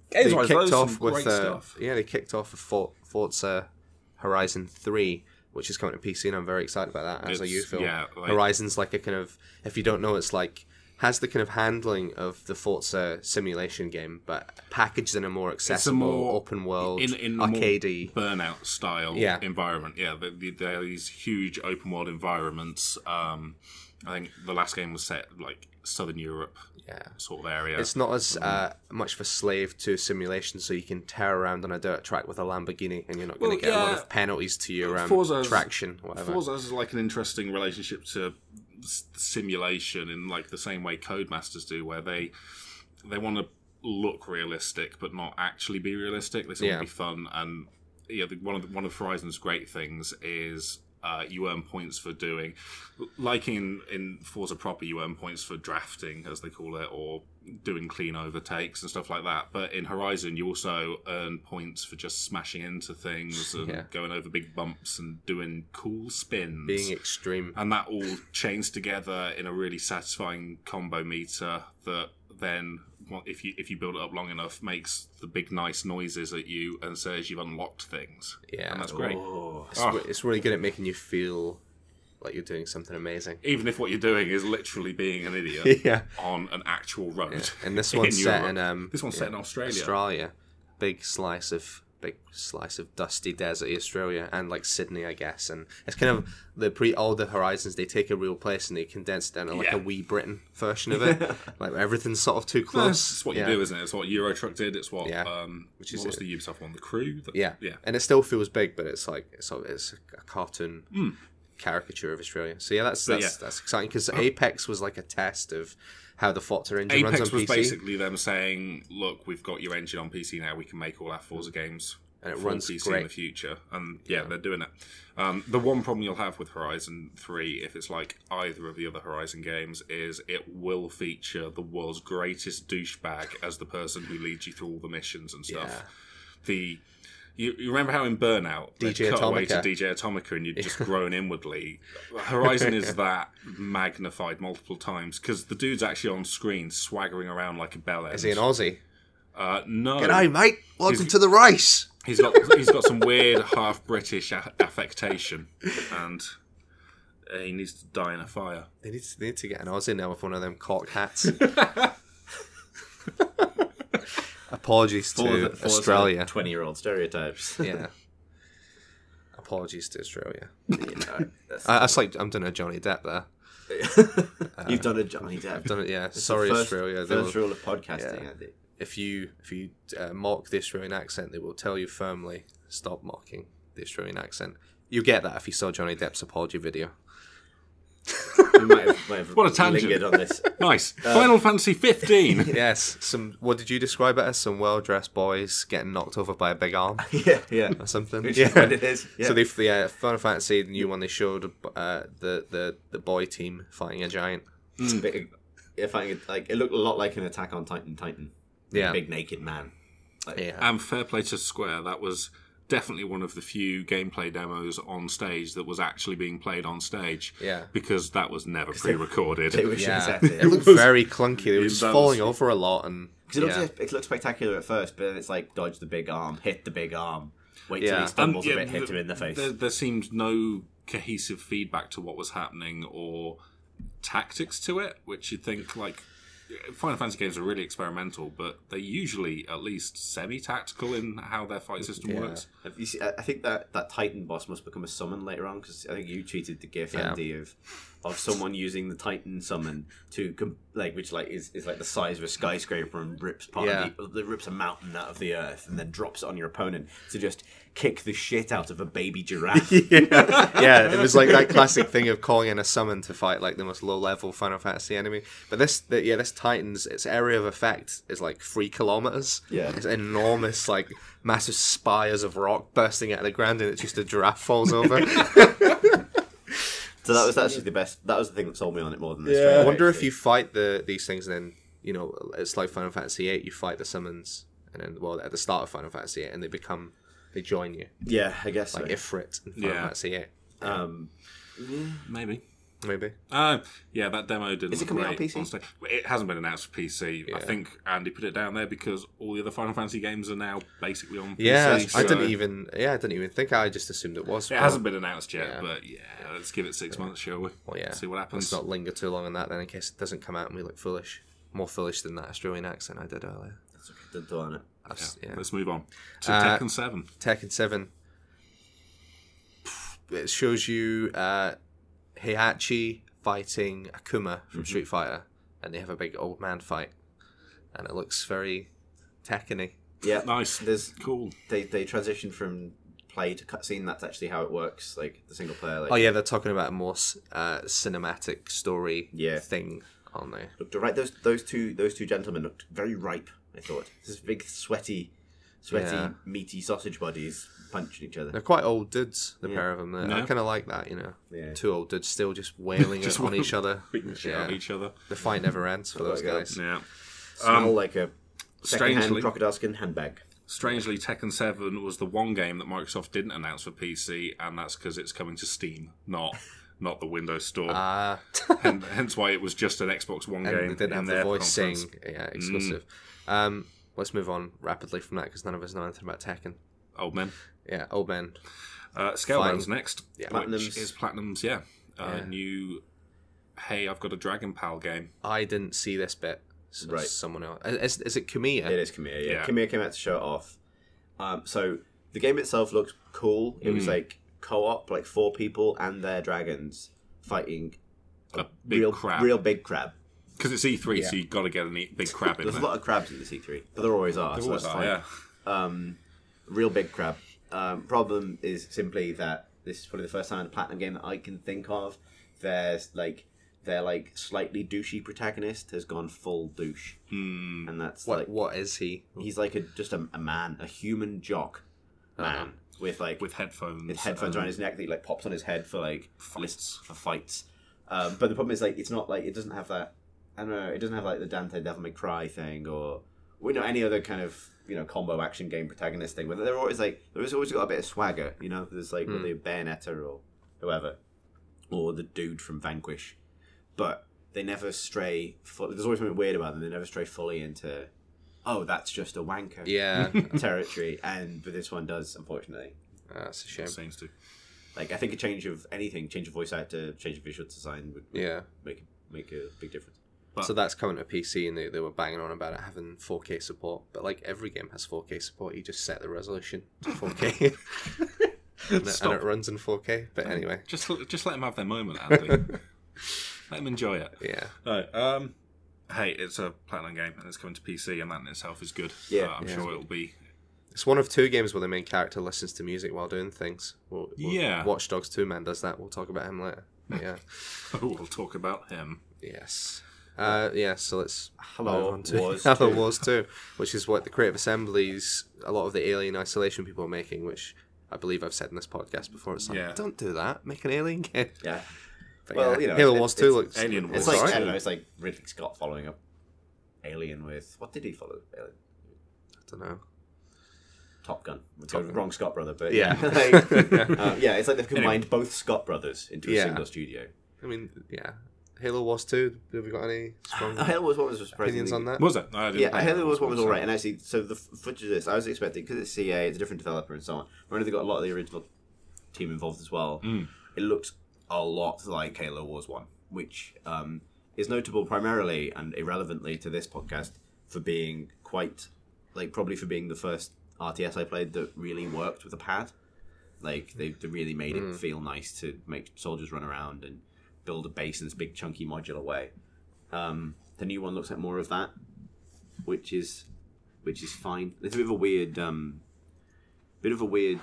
[SPEAKER 2] they
[SPEAKER 1] Otherwise,
[SPEAKER 2] kicked
[SPEAKER 1] those are
[SPEAKER 2] off
[SPEAKER 1] some
[SPEAKER 2] with
[SPEAKER 1] great
[SPEAKER 2] uh,
[SPEAKER 1] stuff.
[SPEAKER 2] yeah, they kicked off with For- Forza Horizon Three, which is coming to PC, and I'm very excited about that. As are
[SPEAKER 1] It's-
[SPEAKER 2] you, Phil?
[SPEAKER 1] yeah, like-
[SPEAKER 2] Horizon's like a kind of if you don't know, it's like has the kind of handling of the Forza simulation game, but packaged in a more accessible,
[SPEAKER 1] more-
[SPEAKER 2] open world,
[SPEAKER 1] in in
[SPEAKER 2] arcadey.
[SPEAKER 1] more burnout style
[SPEAKER 2] Yeah.
[SPEAKER 1] environment. Yeah, the, the, there are these huge open world environments. Um, I think the last game was set like Southern Europe
[SPEAKER 2] Yeah.
[SPEAKER 1] sort of area.
[SPEAKER 2] It's not as uh, much of a slave to simulation, so you can tear around on a dirt track with a Lamborghini, and you're not going
[SPEAKER 1] Well,
[SPEAKER 2] to get a lot
[SPEAKER 1] yeah.
[SPEAKER 2] of penalties to your um,
[SPEAKER 1] Forza's-
[SPEAKER 2] traction, whatever.
[SPEAKER 1] Forza has like an interesting relationship to s- simulation in like the same way Codemasters do, where they they want to look realistic but not actually be realistic. They still
[SPEAKER 2] Yeah.
[SPEAKER 1] want to be fun, and yeah, the, one of the, one of Horizon's great things is. Uh, you earn points for doing, like in in Forza proper, you earn points for drafting, as they call it, or doing clean overtakes and stuff like that. But in Horizon, you also earn points for just smashing into things and
[SPEAKER 2] Yeah.
[SPEAKER 1] going over big bumps and doing cool spins.
[SPEAKER 2] Being extreme.
[SPEAKER 1] and that all chains together in a really satisfying combo meter that then well, if you if you build it up long enough makes the big nice noises at you and says you've unlocked things.
[SPEAKER 2] Yeah.
[SPEAKER 1] And that's great.
[SPEAKER 3] oh,
[SPEAKER 2] It's, re- it's really good at making you feel like you're doing something amazing.
[SPEAKER 1] Even if what you're doing is literally being an idiot
[SPEAKER 2] yeah.
[SPEAKER 1] on an actual road.
[SPEAKER 2] And this one's
[SPEAKER 1] In
[SPEAKER 2] set
[SPEAKER 1] Europe.
[SPEAKER 2] in um
[SPEAKER 1] This one's set in Australia.
[SPEAKER 2] Australia. Big slice of big slice of dusty desert Australia and like Sydney, I guess. And it's kind of the pre all the horizons, they take a real place and they condense it down to like
[SPEAKER 1] Yeah.
[SPEAKER 2] a wee Britain version of it. like where everything's sort of too close.
[SPEAKER 1] It's what
[SPEAKER 2] yeah.
[SPEAKER 1] you do, isn't it? It's what Euro Truck did. It's what
[SPEAKER 2] Yeah.
[SPEAKER 1] um,
[SPEAKER 2] Which is
[SPEAKER 1] what was
[SPEAKER 2] it.
[SPEAKER 1] the Ubisoft one? The crew. The-
[SPEAKER 2] Yeah.
[SPEAKER 1] yeah.
[SPEAKER 2] And it still feels big, but it's like it's sort of- it's a cartoon caricature of Australia. So yeah, that's
[SPEAKER 1] Hmm. But
[SPEAKER 2] that's,
[SPEAKER 1] yeah.
[SPEAKER 2] that's exciting because Apex was like a test of how the Forza engine runs
[SPEAKER 1] Apex
[SPEAKER 2] on
[SPEAKER 1] was
[SPEAKER 2] PC,
[SPEAKER 1] basically them saying, "Look, we've got your engine on PC now. We can make all our Forza games
[SPEAKER 2] and it
[SPEAKER 1] for
[SPEAKER 2] runs
[SPEAKER 1] PC in the
[SPEAKER 2] great.
[SPEAKER 1] future." And yeah, they're doing it. Um, the one problem you'll have with Horizon Three, if it's like either of the other Horizon games, is it will feature the world's greatest douchebag as the person who leads you through all the missions and stuff.
[SPEAKER 2] Yeah.
[SPEAKER 1] The you, you remember how in Burnout they
[SPEAKER 2] DJ
[SPEAKER 1] cut away to
[SPEAKER 2] Atomica.
[SPEAKER 1] DJ Atomica and you'd just groan inwardly. Horizon is that magnified multiple times because the dude's actually on screen swaggering around like a bell end.
[SPEAKER 2] Is he an Aussie?
[SPEAKER 1] uh, no,
[SPEAKER 2] G'day, mate. Welcome to the race.
[SPEAKER 1] he's got he's got some weird half British a- affectation, and uh, he needs to die in a fire.
[SPEAKER 2] They need, to, they need to get an Aussie now with one of them cocked hats. Apologies
[SPEAKER 3] For
[SPEAKER 2] to
[SPEAKER 3] the- for the
[SPEAKER 2] Australia.
[SPEAKER 3] Twenty-year-old stereotypes.
[SPEAKER 2] yeah. Apologies to Australia.
[SPEAKER 3] You
[SPEAKER 2] Uh,
[SPEAKER 3] know, that's-
[SPEAKER 2] I, that's like I'm doing a Johnny Depp there.
[SPEAKER 3] You've done a Johnny Depp.
[SPEAKER 2] uh, I've done it. Yeah. Sorry,
[SPEAKER 3] First-
[SPEAKER 2] Australia. They
[SPEAKER 3] First
[SPEAKER 2] will-
[SPEAKER 3] rule of podcasting,
[SPEAKER 2] Yeah.
[SPEAKER 3] I think.
[SPEAKER 2] if you if you uh, mock the Australian accent, they will tell you firmly stop mocking the Australian accent. You get that if you saw Johnny Depp's apology video.
[SPEAKER 3] We might have, might have
[SPEAKER 1] What a tangent.
[SPEAKER 3] lingered on this.
[SPEAKER 1] Nice.
[SPEAKER 2] Uh,
[SPEAKER 1] Final Fantasy fifteen.
[SPEAKER 2] Yes. Some. What did you describe it as? Some well-dressed boys getting knocked over by a big arm.
[SPEAKER 3] Yeah, yeah.
[SPEAKER 2] or something.
[SPEAKER 3] Which
[SPEAKER 2] yeah.
[SPEAKER 3] is what it is. Yeah.
[SPEAKER 2] So they, the uh, Final Fantasy, the new one, they showed uh, the, the the boy team fighting a giant.
[SPEAKER 3] It's a bit- if I could, like, it looked a lot like an Attack on Titan Titan.
[SPEAKER 2] Yeah.
[SPEAKER 3] big naked man. Ah,
[SPEAKER 2] Yeah.
[SPEAKER 1] And fair play to Square, that was definitely one of the few gameplay demos on stage that was actually being played on stage.
[SPEAKER 2] Yeah.
[SPEAKER 1] Because that was never pre-recorded.
[SPEAKER 3] It was
[SPEAKER 2] yeah.
[SPEAKER 3] exactly.
[SPEAKER 2] It looked very clunky. They were just
[SPEAKER 1] that
[SPEAKER 2] falling over a lot and.
[SPEAKER 3] It looks,
[SPEAKER 2] yeah.
[SPEAKER 3] it looks spectacular at first, but then it's like dodge the big arm, hit the big arm, wait till
[SPEAKER 2] Yeah.
[SPEAKER 3] he stumbles
[SPEAKER 1] Um,
[SPEAKER 3] a
[SPEAKER 1] yeah,
[SPEAKER 3] bit, hit
[SPEAKER 1] the-
[SPEAKER 3] him in the face.
[SPEAKER 1] There, there seemed no cohesive feedback to what was happening or tactics to it, which you'd think like Final Fantasy games are really experimental, but they're usually at least semi-tactical in how their fight system works.
[SPEAKER 3] Have you see, I I think that that Titan boss must become a summon later on because I think you tweeted the GIF
[SPEAKER 2] Yeah.
[SPEAKER 3] Andy of of someone using the Titan summon to com- like which like is, is like the size of a skyscraper and rips part
[SPEAKER 2] Yeah.
[SPEAKER 3] of the, that rips a mountain out of the earth and then drops it on your opponent to just kick the shit out of a baby giraffe.
[SPEAKER 2] yeah, it was like that classic thing of calling in a summon to fight like the most low level Final Fantasy enemy. But this, the, yeah, this Titans, its area of effect is like three kilometers.
[SPEAKER 3] Yeah.
[SPEAKER 2] it's enormous, like massive spires of rock bursting out of the ground, and it's just a giraffe falls over.
[SPEAKER 3] so that was actually the best. That was the thing that sold me on it more than this.
[SPEAKER 2] I wonder if you fight the these things, and then you know it's like Final Fantasy VIII. You fight the summons, and then well, at the start of Final Fantasy VIII, and they become they join you,
[SPEAKER 3] Yeah, I guess
[SPEAKER 2] like
[SPEAKER 3] so.
[SPEAKER 2] Ifrit in Final
[SPEAKER 1] Yeah.
[SPEAKER 2] Fantasy VIII,
[SPEAKER 3] um,
[SPEAKER 1] Maybe.
[SPEAKER 2] maybe.
[SPEAKER 1] Uh, yeah, that demo didn't.
[SPEAKER 3] Is it
[SPEAKER 1] look
[SPEAKER 3] coming out
[SPEAKER 1] great
[SPEAKER 3] on PC?
[SPEAKER 1] stage. It hasn't been announced for PC. I think Andy put it down there because all the other Final Fantasy games are now basically on
[SPEAKER 2] Yeah,
[SPEAKER 1] PC.
[SPEAKER 2] I
[SPEAKER 1] so-
[SPEAKER 2] didn't even. Yeah, I didn't even think. I just assumed it was.
[SPEAKER 1] It
[SPEAKER 2] but-
[SPEAKER 1] hasn't been announced yet, but yeah, let's give it six months, shall we?
[SPEAKER 2] Well, yeah.
[SPEAKER 1] See what happens.
[SPEAKER 2] Let's not linger too long on that then, in case it doesn't come out and we look foolish. More foolish than that Australian accent I did earlier.
[SPEAKER 3] that's okay. Don't dwell on it.
[SPEAKER 2] I've s-
[SPEAKER 1] Yeah,
[SPEAKER 2] yeah.
[SPEAKER 1] Let's move on to
[SPEAKER 2] Uh,
[SPEAKER 1] Tekken Seven.
[SPEAKER 2] Tekken Seven. It shows you uh, Heihachi fighting Akuma
[SPEAKER 1] Mm-hmm.
[SPEAKER 2] from Street Fighter, and they have a big old man fight, and it looks very Tekken-y.
[SPEAKER 3] Yeah,
[SPEAKER 1] Nice.
[SPEAKER 3] There's
[SPEAKER 1] Cool.
[SPEAKER 3] they they transition from play to cutscene. That's actually how it works. Like the single player, like
[SPEAKER 2] Oh yeah, they're talking about a more s- uh, cinematic story
[SPEAKER 3] Yeah.
[SPEAKER 2] thing, aren't they?
[SPEAKER 3] looked right. Those those two those two gentlemen looked very ripe. I thought this big sweaty, sweaty
[SPEAKER 2] Yeah.
[SPEAKER 3] meaty sausage bodies punching each other.
[SPEAKER 2] They're quite old dudes, the pair of them. I
[SPEAKER 1] No.
[SPEAKER 2] kind of like that, you know.
[SPEAKER 3] Yeah.
[SPEAKER 2] Two old dudes still just wailing
[SPEAKER 1] Just
[SPEAKER 2] on
[SPEAKER 1] wailing-
[SPEAKER 2] each other.
[SPEAKER 1] Beating the shit out of
[SPEAKER 2] Yeah.
[SPEAKER 1] each other.
[SPEAKER 2] The fight never ends for those
[SPEAKER 3] yeah.
[SPEAKER 2] guys.
[SPEAKER 1] Yeah.
[SPEAKER 3] Smell like a
[SPEAKER 1] um,
[SPEAKER 3] secondhand
[SPEAKER 1] strangely-
[SPEAKER 3] crocodile skin handbag.
[SPEAKER 1] Strangely, Tekken Seven was the one game that Microsoft didn't announce for PC, and that's because it's coming to Steam, not not the Windows Store.
[SPEAKER 2] Ah,
[SPEAKER 1] Hen- hence why it was just an Xbox One
[SPEAKER 2] and
[SPEAKER 1] game.
[SPEAKER 2] they didn't
[SPEAKER 1] in
[SPEAKER 2] have the
[SPEAKER 1] their
[SPEAKER 2] voice saying
[SPEAKER 1] conference. Mm.
[SPEAKER 2] yeah, exclusive. Um, let's move on rapidly from that because none of us know anything about Tekken.
[SPEAKER 1] Old men.
[SPEAKER 2] Yeah, old man.
[SPEAKER 1] Uh, Scalebound's next.
[SPEAKER 2] Yeah.
[SPEAKER 1] Which
[SPEAKER 3] Platinum's-
[SPEAKER 1] is Platinum's, yeah. uh,
[SPEAKER 2] Yeah.
[SPEAKER 1] new Hey, I've got a Dragon Pal game.
[SPEAKER 2] I didn't see this bit. So
[SPEAKER 3] Right.
[SPEAKER 2] Someone else. Is, is it Kamiya?
[SPEAKER 3] It is Kamiya, yeah.
[SPEAKER 1] Yeah.
[SPEAKER 3] Kamiya came out to show it off. Um, so the game itself looked cool. It
[SPEAKER 1] Mm.
[SPEAKER 3] was like co op, like four people and their dragons fighting
[SPEAKER 1] A big
[SPEAKER 3] real
[SPEAKER 1] crab.
[SPEAKER 3] real big crab.
[SPEAKER 1] Because it's E3, so you've got to get a neat big crab in
[SPEAKER 3] There's a
[SPEAKER 1] there.
[SPEAKER 3] lot of crabs in the C3, but there always are. so
[SPEAKER 1] Always
[SPEAKER 3] that's
[SPEAKER 1] are,
[SPEAKER 3] fine.
[SPEAKER 1] yeah.
[SPEAKER 3] um, real big crab. Um, problem is simply that this is probably the first time in a platinum game that I can think of. There's like their like slightly douchey protagonist has gone full douche, mm. and that's
[SPEAKER 2] What,
[SPEAKER 3] like
[SPEAKER 2] what is he?
[SPEAKER 3] he's like a just a, a man, a human jock
[SPEAKER 2] Uh-huh.
[SPEAKER 3] man
[SPEAKER 2] Um,
[SPEAKER 3] with like
[SPEAKER 1] With uh-huh. headphones.
[SPEAKER 3] with headphones
[SPEAKER 1] and
[SPEAKER 3] around his neck that he like pops on his head for like
[SPEAKER 1] Fights.
[SPEAKER 3] for fights. Um, but the problem is like it's not like it doesn't have that. I don't know. It doesn't have like the Dante Devil May Cry thing or you know any other kind of you know combo action game protagonist thing. But they're always like there's always got a bit of swagger. You know, there's like whether you're Bayonetta or whoever or the dude from Vanquish, but they never stray. Fu- there's always something weird about them. They never stray fully into. Oh, that's just a wanker
[SPEAKER 2] Yeah,
[SPEAKER 3] territory, and but this one does, unfortunately.
[SPEAKER 2] Ah, that's a shame.
[SPEAKER 1] Seems to.
[SPEAKER 3] Like I think a change of anything, change of voice actor, change of visual design would
[SPEAKER 2] Yeah.
[SPEAKER 3] make make a big difference.
[SPEAKER 1] But-
[SPEAKER 2] so that's coming to PC, and they, they were banging on about it having 4K support. But like every game has 4K support, you just set the resolution to 4K, and, it, and
[SPEAKER 1] Stop.
[SPEAKER 2] it runs in 4K. But anyway,
[SPEAKER 1] Just, just let him have their moment, Andy. let him enjoy it.
[SPEAKER 2] yeah,
[SPEAKER 1] No, um, hey, it's a platinum game and it's coming to PC, and that in itself is good.
[SPEAKER 3] Yeah.
[SPEAKER 1] Uh, I'm
[SPEAKER 2] Yeah.
[SPEAKER 1] sure it'll be.
[SPEAKER 2] it's one of two games where the main character listens to music while doing things. We'll, we'll,
[SPEAKER 1] Yeah.
[SPEAKER 2] Watch Dogs Two Man does that. We'll talk about him later. But yeah,
[SPEAKER 1] we'll talk about him.
[SPEAKER 2] yes. Uh, yeah, so let's
[SPEAKER 3] Hello,
[SPEAKER 2] move on to
[SPEAKER 3] Wars
[SPEAKER 2] Hello
[SPEAKER 3] 2.
[SPEAKER 2] Wars 2, which is what the Creative Assemblies, a lot of the Alien Isolation people are making, which I believe I've said in this podcast before. It's like,
[SPEAKER 1] Yeah.
[SPEAKER 2] don't do that. Make an Alien game.
[SPEAKER 3] Yeah,
[SPEAKER 2] But
[SPEAKER 3] Well,
[SPEAKER 2] yeah,
[SPEAKER 3] you know,
[SPEAKER 2] Halo
[SPEAKER 3] it-
[SPEAKER 2] Wars
[SPEAKER 3] it's-
[SPEAKER 2] Two looks
[SPEAKER 1] Alien
[SPEAKER 2] looks
[SPEAKER 3] it's
[SPEAKER 1] Wars
[SPEAKER 3] like
[SPEAKER 2] alright.
[SPEAKER 3] I don't know. It's like Ridley Scott following up Alien with what did he follow? Alien?
[SPEAKER 2] I don't know.
[SPEAKER 3] Top Gun. We're
[SPEAKER 2] Top
[SPEAKER 3] going
[SPEAKER 2] Gun.
[SPEAKER 3] Wrong Scott brother, but
[SPEAKER 2] Yeah.
[SPEAKER 3] yeah, like, uh, yeah. It's like they've combined both Scott brothers into a
[SPEAKER 2] Yeah.
[SPEAKER 3] single studio.
[SPEAKER 2] I mean, yeah, Halo Wars Two. Have we got any strong
[SPEAKER 3] Halo was what was surprising.
[SPEAKER 2] opinions on that?
[SPEAKER 1] Was it? No, I didn't
[SPEAKER 3] Yeah,
[SPEAKER 1] play
[SPEAKER 3] Halo was
[SPEAKER 1] it.
[SPEAKER 3] one was all right, and actually, so the f- footage of this, I was expecting because it's CA, it's a different developer and so on. Remember, they got a lot of the original team involved as well. It looked a lot like Halo Wars One, which um, is notable primarily and irrelevantly to this podcast for being quite, like, probably for being the first RTS I played that really worked with a pad. Like they, they really made it feel nice to make soldiers run around and build a base in this big chunky modular way. Um, the new one looks like more of that, which is which is fine. It's a bit of a weird, um, bit of a weird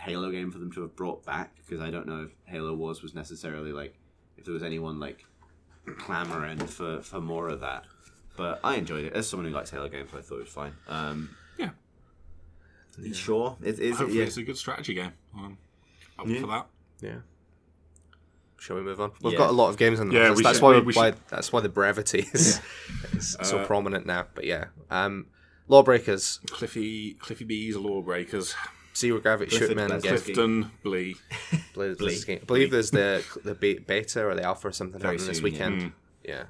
[SPEAKER 3] Halo game for them to have brought back because I don't know if Halo Wars was necessarily like if there was anyone like clamoring for for more of that. But I enjoyed it as someone who likes Halo games. I thought it was fine. Um,
[SPEAKER 1] Yeah.
[SPEAKER 3] Sure, it is.
[SPEAKER 1] Hopefully,
[SPEAKER 3] yeah.
[SPEAKER 1] it's a good strategy game. Um, up
[SPEAKER 3] Yeah.
[SPEAKER 1] for that.
[SPEAKER 2] Yeah. Shall we move on? We've
[SPEAKER 3] Yeah.
[SPEAKER 2] got a lot of games on the
[SPEAKER 1] Yeah,
[SPEAKER 2] list.
[SPEAKER 1] we
[SPEAKER 2] That's
[SPEAKER 1] should-
[SPEAKER 2] why,
[SPEAKER 1] we-
[SPEAKER 2] we,
[SPEAKER 1] we
[SPEAKER 2] why that's why the brevity is, is so prominent now. But yeah, um, Lawbreakers,
[SPEAKER 1] Cliffy, Cliffy B's Lawbreakers,
[SPEAKER 2] Zero Gravity Shoot
[SPEAKER 3] Clifford
[SPEAKER 2] Man
[SPEAKER 3] Blessed.
[SPEAKER 2] game.
[SPEAKER 3] Clifford.
[SPEAKER 1] Clifton, Blee.
[SPEAKER 2] Believe, this game- believe there's the the be- beta or the alpha or something
[SPEAKER 3] Very
[SPEAKER 2] happening this
[SPEAKER 3] soon, yeah.
[SPEAKER 2] weekend.
[SPEAKER 1] Mm.
[SPEAKER 2] Yeah.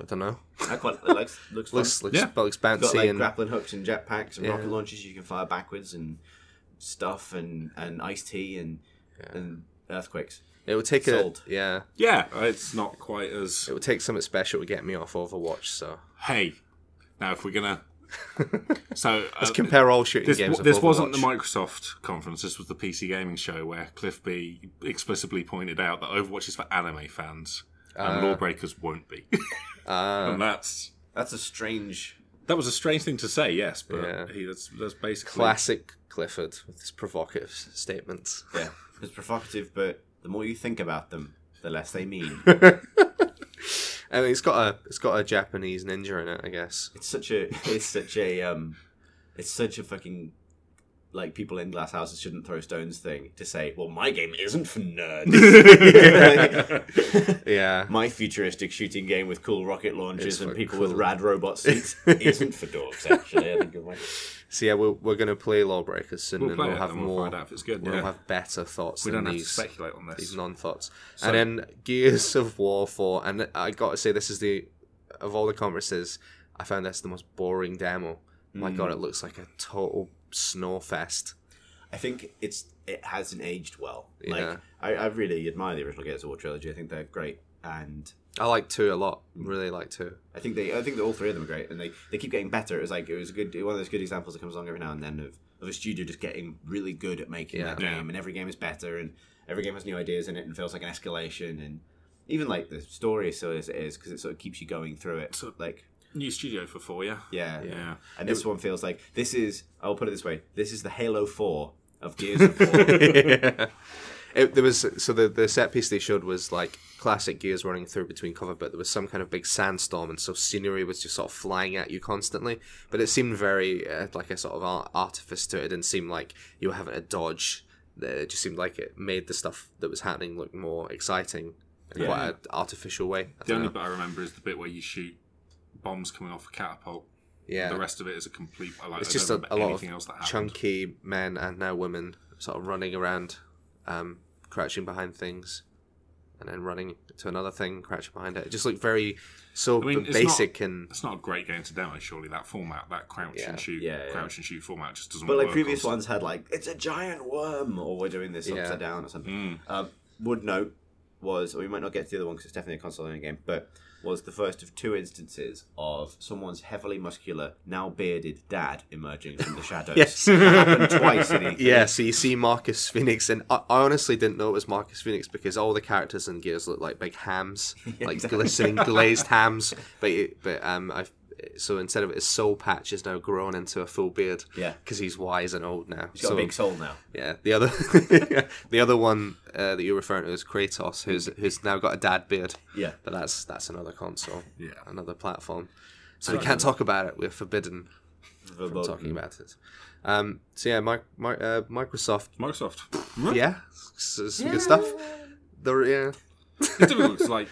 [SPEAKER 2] I don't know.
[SPEAKER 3] I quite, it looks looks fun.
[SPEAKER 2] Looks looks
[SPEAKER 1] Yeah.
[SPEAKER 2] looks
[SPEAKER 3] It's got
[SPEAKER 2] bouncy
[SPEAKER 3] like
[SPEAKER 2] and
[SPEAKER 3] grappling hooks and jetpacks and
[SPEAKER 2] Yeah.
[SPEAKER 3] rocket launchers you can fire backwards and stuff and and iced tea and and earthquakes.
[SPEAKER 2] it would take
[SPEAKER 3] Sold.
[SPEAKER 2] a yeah.
[SPEAKER 1] Yeah, it's not quite as.
[SPEAKER 2] It would take something special to get me off Overwatch. So
[SPEAKER 1] Hey, now if we're gonna. So uh,
[SPEAKER 2] compare all shooting
[SPEAKER 1] this,
[SPEAKER 2] games.
[SPEAKER 1] w-
[SPEAKER 2] with
[SPEAKER 1] this wasn't the
[SPEAKER 2] Overwatch.
[SPEAKER 1] Microsoft conference. This was the PC gaming show where Cliff B explicitly pointed out that Overwatch is for anime fans
[SPEAKER 2] Ah.
[SPEAKER 1] and Lawbreakers won't be. and that's
[SPEAKER 3] That's a strange.
[SPEAKER 1] that was a strange thing to say. Yes, but
[SPEAKER 2] Yeah.
[SPEAKER 1] he, that's, that's basically
[SPEAKER 2] classic Clifford with his provocative s- statements.
[SPEAKER 3] Yeah, it's provocative, but the more you think about them, the less they mean.
[SPEAKER 2] I mean, it's got a it's got a Japanese ninja in it, I guess.
[SPEAKER 3] it's such a it's such a um, it's such a fucking like people in glass houses shouldn't throw stones thing to say. Well, my game isn't for nerds.
[SPEAKER 2] Yeah,
[SPEAKER 3] my futuristic shooting game with cool rocket launchers
[SPEAKER 2] It's
[SPEAKER 3] and
[SPEAKER 2] for
[SPEAKER 3] people with
[SPEAKER 2] cool.
[SPEAKER 3] rad robot suits isn't for dorks. Actually, I think you're right.
[SPEAKER 2] so yeah, we're, we're gonna play Lawbreakers soon,
[SPEAKER 1] We'll
[SPEAKER 2] and
[SPEAKER 1] play
[SPEAKER 2] we'll
[SPEAKER 1] it
[SPEAKER 2] have
[SPEAKER 1] and
[SPEAKER 2] more.
[SPEAKER 1] we'll find out if it's good.
[SPEAKER 2] we'll
[SPEAKER 1] yeah.
[SPEAKER 2] have better thoughts
[SPEAKER 1] we
[SPEAKER 2] than
[SPEAKER 1] don't have to
[SPEAKER 2] these
[SPEAKER 1] speculate on this.
[SPEAKER 2] these non thoughts. and then Gears of War four, and I got to say, this is the of all the conferences, I found this the most boring demo. My God, it looks like a total snorefest.
[SPEAKER 3] I think it's it hasn't aged well.
[SPEAKER 2] Yeah.
[SPEAKER 3] Like I, I really admire the original Gears of War trilogy. I think they're great, and
[SPEAKER 2] I like two a lot. Really like two.
[SPEAKER 3] I think they I think that all three of them are great, and they, they keep getting better. It was like it was a good one of those good examples that comes along every now and then of, of a studio just getting really good at making
[SPEAKER 2] Yeah.
[SPEAKER 3] that
[SPEAKER 1] Yeah.
[SPEAKER 3] game, and every game is better, and every game has new ideas in it, and feels like an escalation, and even like the story is still as it is because it sort of keeps you going through it.
[SPEAKER 1] So-
[SPEAKER 3] like
[SPEAKER 1] New studio for four, yeah.
[SPEAKER 3] yeah,
[SPEAKER 1] Yeah.
[SPEAKER 3] And this one feels like this is I'll put it this way: this is the Halo Four of Gears of War.
[SPEAKER 2] It, there was so the, the set piece they showed was like classic gears running through between cover, but there was some kind of big sandstorm, and so scenery was just sort of flying at you constantly. But it seemed very uh, like a sort of ar- artifice to it. It didn't seem like you were having a dodge. Uh, It just seemed like it made the stuff that was happening look more exciting in
[SPEAKER 3] Yeah.
[SPEAKER 2] quite an artificial way. I
[SPEAKER 1] The
[SPEAKER 2] don't
[SPEAKER 1] only
[SPEAKER 2] know.
[SPEAKER 1] bit I remember is the bit where you shoot bombs coming off a catapult.
[SPEAKER 2] yeah,
[SPEAKER 1] The rest of it is a complete. I Like,
[SPEAKER 2] It's
[SPEAKER 1] I
[SPEAKER 2] just
[SPEAKER 1] don't
[SPEAKER 2] a-
[SPEAKER 1] remember
[SPEAKER 2] a lot of
[SPEAKER 1] anything else that happened.
[SPEAKER 2] chunky men and now women sort of running around, um, crouching behind things, and then running to another thing, crouching behind it. It just looked very so
[SPEAKER 1] I mean, it's
[SPEAKER 2] basic and
[SPEAKER 1] It's not a great game to download, surely. That format, that crouch
[SPEAKER 2] Yeah.
[SPEAKER 1] and shoot,
[SPEAKER 3] Yeah, yeah.
[SPEAKER 1] crouch and shoot format, just doesn't.
[SPEAKER 3] But like
[SPEAKER 1] work
[SPEAKER 3] previous
[SPEAKER 1] on-
[SPEAKER 3] ones had like it's a giant worm, or we're doing this
[SPEAKER 2] Yeah. Hmm.
[SPEAKER 3] upside down or something.
[SPEAKER 1] Mm.
[SPEAKER 3] Um, would note was we might not get to the other one because it's definitely a console only game, but was the first of two instances of someone's heavily muscular, now bearded dad emerging from the shadows.
[SPEAKER 2] Yes.
[SPEAKER 3] it happened twice in E3.
[SPEAKER 2] yeah. So you see Marcus Phoenix, and I, I honestly didn't know it was Marcus Phoenix because all the characters in Gears look like big hams, like glistening glazed hams. But it, but um, I so instead of his soul patch is now grown into a full beard.
[SPEAKER 3] Yeah.
[SPEAKER 2] because he's wise and old now.
[SPEAKER 3] He's got
[SPEAKER 2] So-
[SPEAKER 3] a big soul now.
[SPEAKER 2] Yeah, the other the other one uh, that you're referring to is Kratos, who's who's now got a dad beard.
[SPEAKER 3] Yeah.
[SPEAKER 2] But that's that's another console,
[SPEAKER 1] Yeah.
[SPEAKER 2] another platform. So we can't talk about it. We're forbidden from talking
[SPEAKER 1] mm.
[SPEAKER 2] about it. Um, so yeah, Mi- Mi- uh, Microsoft.
[SPEAKER 1] Microsoft.
[SPEAKER 2] Yeah, s- s- some good stuff. There, yeah,
[SPEAKER 1] it's difficult. It's like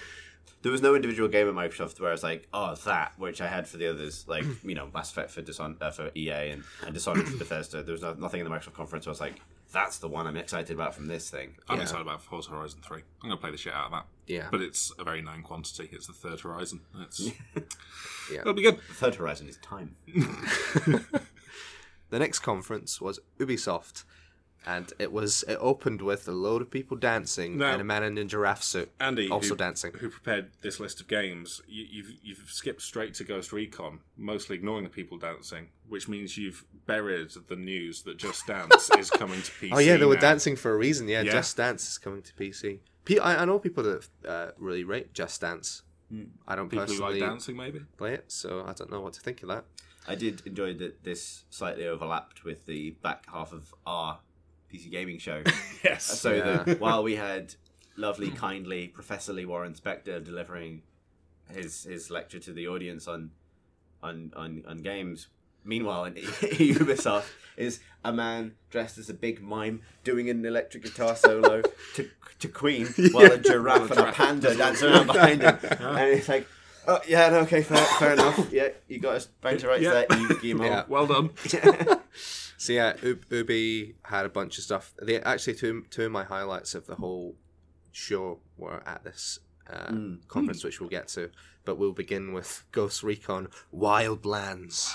[SPEAKER 3] There was no individual game at Microsoft where I was like, oh, that, which I had for the others, like, you know, Mass Effect for, Dishon- uh, for EA and, and Dishonored for Bethesda. There was no- nothing in the Microsoft conference where I was like, that's the one I'm excited about from this thing. Uh,
[SPEAKER 1] I'm
[SPEAKER 2] Yeah.
[SPEAKER 1] excited about Forza Horizon 3. I'm going to play the shit out of that.
[SPEAKER 2] Yeah.
[SPEAKER 1] But it's a very known quantity. It's the third Horizon. It's,
[SPEAKER 2] Yeah.
[SPEAKER 1] It'll be good.
[SPEAKER 3] The third horizon is time.
[SPEAKER 2] the next conference was Ubisoft, and it was it opened with a load of people dancing
[SPEAKER 1] Now-
[SPEAKER 2] and a man in a giraffe suit
[SPEAKER 1] Andy,
[SPEAKER 2] also
[SPEAKER 1] who,
[SPEAKER 2] dancing.
[SPEAKER 1] who prepared this list of games, you, you've, you've skipped straight to Ghost Recon, mostly ignoring the people dancing, which means you've buried the news that Just Dance is coming to PC.
[SPEAKER 2] Oh yeah, they were
[SPEAKER 1] now.
[SPEAKER 2] dancing for a reason. Yeah,
[SPEAKER 1] Yeah.
[SPEAKER 2] Just Dance is coming to PC. Pe- I, I know people that uh, really rate Just Dance. I don't
[SPEAKER 1] Hmm. People who like
[SPEAKER 2] personally
[SPEAKER 1] dancing, maybe?
[SPEAKER 2] play it, so I don't know what to think of that.
[SPEAKER 3] I did enjoy that this slightly overlapped with the back half of our PC gaming show.
[SPEAKER 1] Yes.
[SPEAKER 3] so
[SPEAKER 2] Yeah.
[SPEAKER 3] that while we had lovely, kindly, professorly Warren Spector delivering his his lecture to the audience on on on, on games, meanwhile in Ubisoft is a man dressed as a big mime doing an electric guitar solo to to Queen while a giraffe and a panda dance around behind him, and it's like. Oh yeah, no, okay, fair, fair enough. Yeah, you got us bound to rights
[SPEAKER 1] Yeah.
[SPEAKER 3] there. You game
[SPEAKER 2] Yeah.
[SPEAKER 1] well done.
[SPEAKER 2] So yeah, U- Ubi had a bunch of stuff. They actually two two of my highlights of the whole show were at this uh,
[SPEAKER 1] Hmm.
[SPEAKER 2] conference, which we'll get to. But we'll begin with Ghost Recon Wildlands.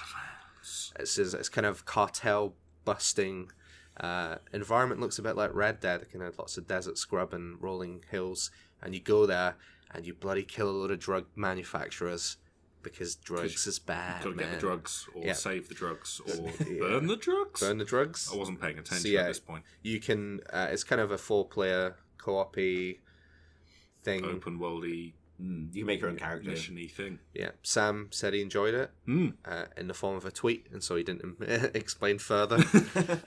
[SPEAKER 2] It's is- it's kind of cartel busting. Uh, environment looks a bit like Red Dead, kind of lots of desert scrub and rolling hills. And you go there and you bloody kill a load of drug manufacturers because drugs is bad.
[SPEAKER 1] Got to get
[SPEAKER 2] man.
[SPEAKER 1] the drugs, or
[SPEAKER 2] Yeah.
[SPEAKER 1] save the drugs, or burn the drugs?
[SPEAKER 2] Burn the drugs.
[SPEAKER 1] I wasn't paying attention
[SPEAKER 2] So, yeah.
[SPEAKER 1] at this point.
[SPEAKER 2] you can uh, it's kind of a four player co-op thing
[SPEAKER 1] Open worldy,
[SPEAKER 3] Mm, you can make your own character.
[SPEAKER 1] missiony thing.
[SPEAKER 2] yeah sam said he enjoyed it
[SPEAKER 1] Hmm.
[SPEAKER 2] uh, in the form of a tweet and so he didn't explain further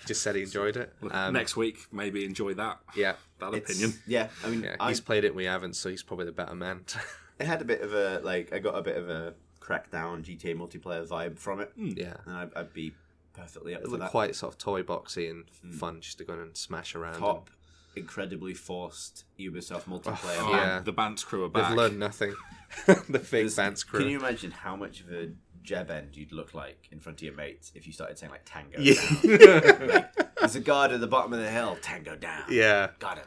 [SPEAKER 2] just said he enjoyed it
[SPEAKER 1] Look,
[SPEAKER 2] um,
[SPEAKER 1] next week, maybe enjoy that.
[SPEAKER 2] yeah
[SPEAKER 1] That
[SPEAKER 3] It's-
[SPEAKER 1] opinion.
[SPEAKER 3] Yeah, I mean,
[SPEAKER 2] yeah
[SPEAKER 3] I,
[SPEAKER 2] he's played it we haven't so he's probably the better man
[SPEAKER 3] it had a bit of a like I got a bit of a crackdown GTA multiplayer vibe from it,
[SPEAKER 2] yeah
[SPEAKER 3] and I'd, I'd be perfectly up
[SPEAKER 2] Hmm. it
[SPEAKER 3] for
[SPEAKER 2] looked
[SPEAKER 3] that.
[SPEAKER 2] quite sort of toy boxy and fun just to go in and smash around
[SPEAKER 3] Hmm. top, incredibly forced Ubisoft multiplayer.
[SPEAKER 1] Oh,
[SPEAKER 3] vibe.
[SPEAKER 2] Yeah.
[SPEAKER 1] The Bantz crew are
[SPEAKER 2] and
[SPEAKER 1] back.
[SPEAKER 2] they've learned nothing the fake
[SPEAKER 3] Because
[SPEAKER 2] Vance crew
[SPEAKER 3] Can you imagine how much of a jeb end you'd look like in front of your mates if you started saying like tango down?
[SPEAKER 2] yeah
[SPEAKER 3] There's a guard at the bottom of the hill, tango down.
[SPEAKER 2] yeah
[SPEAKER 3] got him.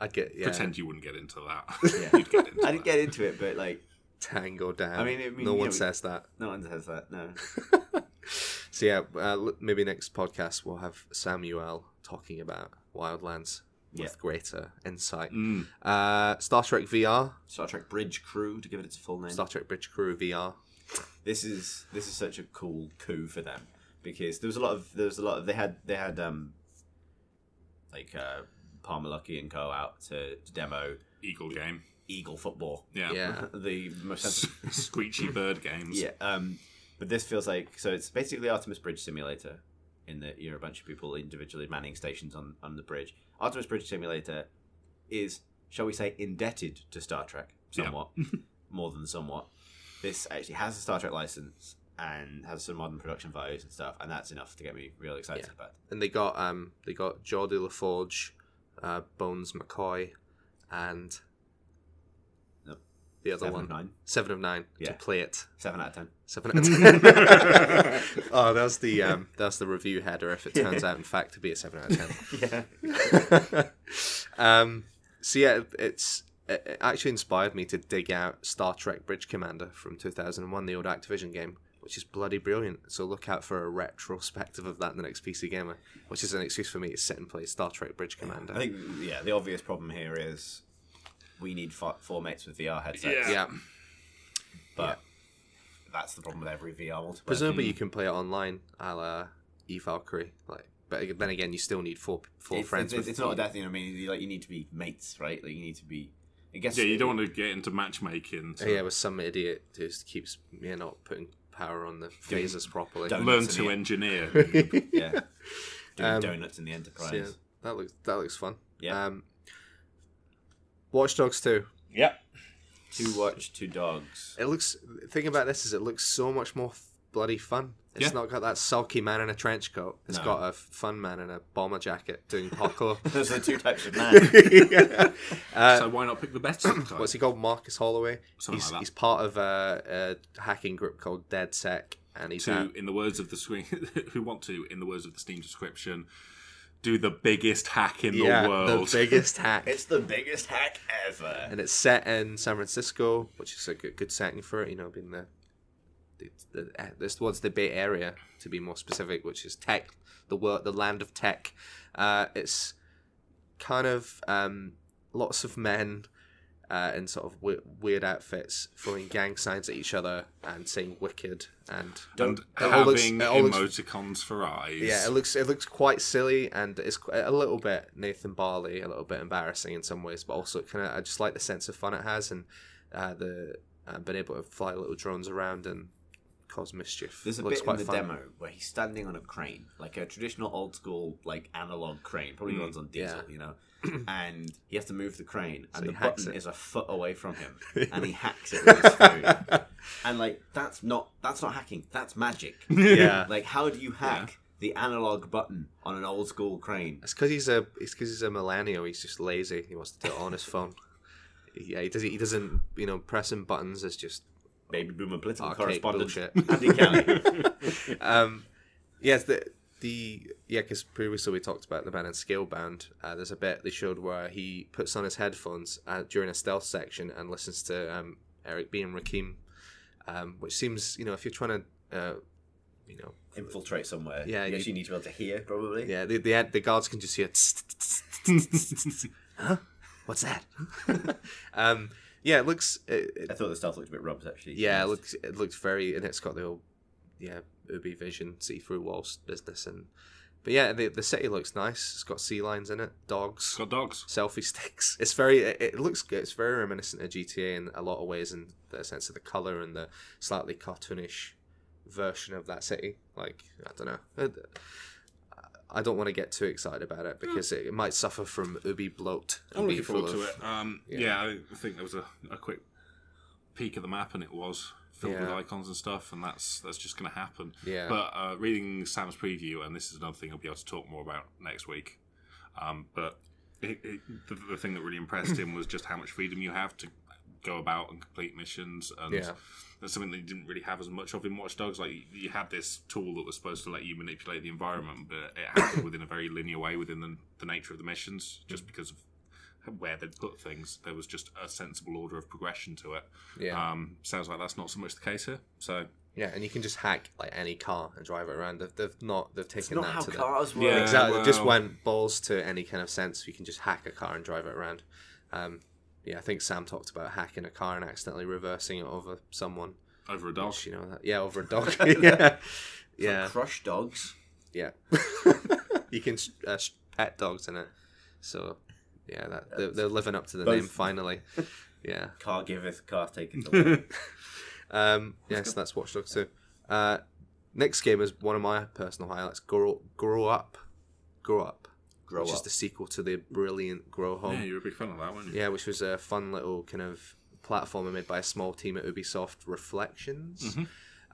[SPEAKER 2] i'd get yeah
[SPEAKER 1] Pretend you wouldn't get into that.
[SPEAKER 3] Yeah.
[SPEAKER 1] You'd get into
[SPEAKER 3] I didn't
[SPEAKER 1] that.
[SPEAKER 3] get into it, but like
[SPEAKER 2] tango down
[SPEAKER 3] I mean, I mean,
[SPEAKER 2] no
[SPEAKER 3] you
[SPEAKER 2] one
[SPEAKER 3] know,
[SPEAKER 2] says that
[SPEAKER 3] no one says that. No,
[SPEAKER 2] So yeah, uh, l- maybe next podcast we'll have Samuel talking about Wildlands with
[SPEAKER 3] Yeah. Mm.
[SPEAKER 2] greater insight.
[SPEAKER 1] Mm.
[SPEAKER 2] Uh, Star Trek VR,
[SPEAKER 3] Star Trek Bridge Crew to give it its full name.
[SPEAKER 2] Star Trek Bridge Crew VR.
[SPEAKER 3] this is this is such a cool coup for them because there was a lot of there was a lot of they had they had um like uh Palmer Lucky and Co out to, to demo
[SPEAKER 1] Eagle game.
[SPEAKER 3] Eagle football.
[SPEAKER 1] Yeah.
[SPEAKER 2] Yeah.
[SPEAKER 3] The most sensible
[SPEAKER 1] Screechy bird games.
[SPEAKER 3] Yeah, um, but this feels like so it's basically Artemis Bridge Simulator, in that you're a bunch of people individually manning stations on on the bridge. Artemis Bridge Simulator is, shall we say, indebted to Star Trek
[SPEAKER 1] Yeah.
[SPEAKER 3] somewhat, more than somewhat. This actually has a Star Trek license and has some modern production values and stuff, and that's enough to get me really excited
[SPEAKER 2] Yeah.
[SPEAKER 3] about. it.
[SPEAKER 2] and they got um they got Geordie LaForge, uh, Bones McCoy, and
[SPEAKER 3] Nope.
[SPEAKER 2] the other
[SPEAKER 3] Seven
[SPEAKER 2] one
[SPEAKER 3] of nine,
[SPEAKER 2] Seven of Nine
[SPEAKER 3] Yeah.
[SPEAKER 2] to play it.
[SPEAKER 3] seven out of ten.
[SPEAKER 2] Seven out of ten. oh, that's the um, that's the review header. If it turns out, in fact, to be a seven out of ten.
[SPEAKER 3] Yeah,
[SPEAKER 2] um, so yeah, it's it it actually inspired me to dig out Star Trek Bridge Commander from 2001, the old Activision game, which is bloody brilliant. So look out for a retrospective of that in the next PC Gamer, which is an excuse for me to sit and play Star Trek Bridge Commander.
[SPEAKER 3] I think yeah. The obvious problem here is we need four, four mates with VR headsets.
[SPEAKER 1] Yeah.
[SPEAKER 2] yeah,
[SPEAKER 3] but that's the problem with every VR multiplayer.
[SPEAKER 2] presumably you can play it online, a la E Valkyrie. Like, but ag- then again, you still need four four
[SPEAKER 3] it's,
[SPEAKER 2] friends.
[SPEAKER 3] it's,
[SPEAKER 2] with
[SPEAKER 3] it's not a death. You know, I mean, you, like you need to be mates, right? Like you need to be. I guess.
[SPEAKER 1] Yeah, you don't want to get into matchmaking. To
[SPEAKER 2] yeah, with some idiot who just keeps yeah, not putting power on the phases properly.
[SPEAKER 3] don't
[SPEAKER 1] Learn
[SPEAKER 3] It's an
[SPEAKER 1] to
[SPEAKER 3] e-
[SPEAKER 1] engineer.
[SPEAKER 3] Yeah. Doing donuts in the enterprise.
[SPEAKER 2] Um, Yeah, that looks that looks fun.
[SPEAKER 3] Yeah.
[SPEAKER 2] Um, Watch Dogs Two.
[SPEAKER 1] yep.
[SPEAKER 3] Two watch, two dogs.
[SPEAKER 2] It looks. The thing about this is, it looks so much more f- bloody fun. It's
[SPEAKER 1] Yeah.
[SPEAKER 2] not got that sulky man in a trench coat. It's
[SPEAKER 3] No.
[SPEAKER 2] got a f- fun man in a bomber jacket doing parkour. Uh,
[SPEAKER 3] Those are the two types of man.
[SPEAKER 1] so why not pick the best? sometimes?
[SPEAKER 2] What's he called? Marcus Holloway.
[SPEAKER 1] Something
[SPEAKER 2] he's,
[SPEAKER 1] like that.
[SPEAKER 2] he's part of a, a hacking group called DedSec, and he's out-
[SPEAKER 1] to, in the words of the screen, who want to, in the words of the Steam description, do the biggest hack in
[SPEAKER 2] yeah,
[SPEAKER 1] the world.
[SPEAKER 2] the biggest hack.
[SPEAKER 3] it's the biggest hack ever.
[SPEAKER 2] and it's set in San Francisco, which is a good, good setting for it. You know, being the, the, the eh, this towards the Bay Area to be more specific, which is tech, the world, the land of tech. Uh, it's kind of um, lots of men uh, in sort of we- weird outfits throwing gang signs at each other and saying "wicked" and
[SPEAKER 1] and
[SPEAKER 2] it all looks-
[SPEAKER 1] having
[SPEAKER 2] it all looks-
[SPEAKER 1] emoticons for eyes.
[SPEAKER 2] yeah, it looks it looks quite silly and it's qu- a little bit Nathan Barley, a little bit embarrassing in some ways, but also kind of I just like the sense of fun it has and uh, the uh, being able to fly little drones around and cause mischief.
[SPEAKER 3] There's a
[SPEAKER 2] looks
[SPEAKER 3] bit in
[SPEAKER 2] quite
[SPEAKER 3] the
[SPEAKER 2] fun.
[SPEAKER 3] demo where he's standing on a crane, like a traditional old school, like analog crane, probably runs on diesel,
[SPEAKER 2] Mm, yeah.
[SPEAKER 3] you know. And he has to move the crane, and
[SPEAKER 2] he
[SPEAKER 3] the
[SPEAKER 2] hacks
[SPEAKER 3] button
[SPEAKER 2] it.
[SPEAKER 3] is a foot away from him, and he hacks it with his phone. and like that's not that's not hacking, that's magic.
[SPEAKER 2] Yeah,
[SPEAKER 3] like how do you hack the analog button on an old school crane?
[SPEAKER 2] it's because he's a it's because he's a millennial. He's just lazy. He wants to do it on his phone. Yeah, he doesn't. He doesn't. You know, pressing buttons is just
[SPEAKER 3] Baby boomer political
[SPEAKER 2] archaic
[SPEAKER 3] correspondent
[SPEAKER 2] bullshit.
[SPEAKER 3] Andy Kelly.
[SPEAKER 2] um, yes, the the yeah, because previously we talked about the man in Scalebound. Uh, there's a bit they showed where he puts on his headphones uh, during a stealth section and listens to um, Eric B and Rakim, um, which seems you know if you're trying to uh, you know
[SPEAKER 3] Infiltrate somewhere.
[SPEAKER 2] Yeah,
[SPEAKER 3] I guess
[SPEAKER 2] you-
[SPEAKER 3] you, need to be able to hear probably.
[SPEAKER 2] yeah the the, the guards can just hear tss, tss, tss, huh what's that um, yeah it looks it, it-
[SPEAKER 3] I thought the stuff looked a bit rubs actually.
[SPEAKER 2] Yeah, it looks it looks very, and it's got the old yeah Ubi Vision see through walls business, and but yeah, the the city looks nice. It's got sea lions in it, dogs,
[SPEAKER 1] It's got dogs.
[SPEAKER 2] selfie sticks. It's very it, it looks good. It's very reminiscent of GTA in a lot of ways, in the sense of the color and the slightly cartoonish version of that city. Like I don't know. Uh, I don't want to get too excited about it because it, it might suffer from ubi bloat. and
[SPEAKER 1] I'm
[SPEAKER 2] be
[SPEAKER 1] looking forward
[SPEAKER 2] full
[SPEAKER 1] to
[SPEAKER 2] of-
[SPEAKER 1] it. Um,
[SPEAKER 2] Yeah.
[SPEAKER 1] yeah. I think there was a, a quick peek at the map, and it was filled with
[SPEAKER 2] Yeah.
[SPEAKER 1] icons and stuff, and that's that's just going to happen.
[SPEAKER 2] Yeah.
[SPEAKER 1] But uh, reading Sam's preview, and this is another thing I'll be able to talk more about next week. Um, but it, it, the, the thing that really impressed him was just how much freedom you have to go about and complete missions, and
[SPEAKER 2] Yeah.
[SPEAKER 1] that's something that you didn't really have as much of in Watch Dogs. Like you- you had this tool that was supposed to let you manipulate the environment, but it happened within a very linear way within the, the nature of the missions, just because of where they'd put things. There was just a sensible order of progression to it.
[SPEAKER 2] Yeah.
[SPEAKER 1] Um, sounds like that's not so much the case here. So
[SPEAKER 2] Yeah, and you can just hack like any car and drive it around. They've, they've not they've
[SPEAKER 3] It's
[SPEAKER 2] taken
[SPEAKER 3] not
[SPEAKER 2] that
[SPEAKER 3] how
[SPEAKER 2] to the-
[SPEAKER 3] cars work.
[SPEAKER 1] Yeah.
[SPEAKER 2] exactly. They Just
[SPEAKER 1] well-
[SPEAKER 2] went balls to any kind of sense. You can just hack a car and drive it around. Um, yeah, I think Sam talked about hacking a car and accidentally reversing it over someone.
[SPEAKER 1] over a dog.
[SPEAKER 2] Which, you know that? Yeah, over a dog. yeah, yeah,
[SPEAKER 3] Crush dogs.
[SPEAKER 2] yeah. you can uh, pet dogs in it. So yeah, that they're, they're living up to the
[SPEAKER 3] Both.
[SPEAKER 2] name finally. Yeah.
[SPEAKER 3] Car giveth, car taketh away.
[SPEAKER 2] Um, yes, that's Watch Dogs 2. Uh, next game is one of my personal highlights Grow, grow Up. Grow Up.
[SPEAKER 3] Grow
[SPEAKER 2] which is
[SPEAKER 3] up.
[SPEAKER 2] the sequel to the brilliant Grow Home.
[SPEAKER 1] Yeah, you were a big fan of that, weren't you?
[SPEAKER 2] Oh. Yeah, which was a fun little kind of platformer made by a small team at Ubisoft, Reflections,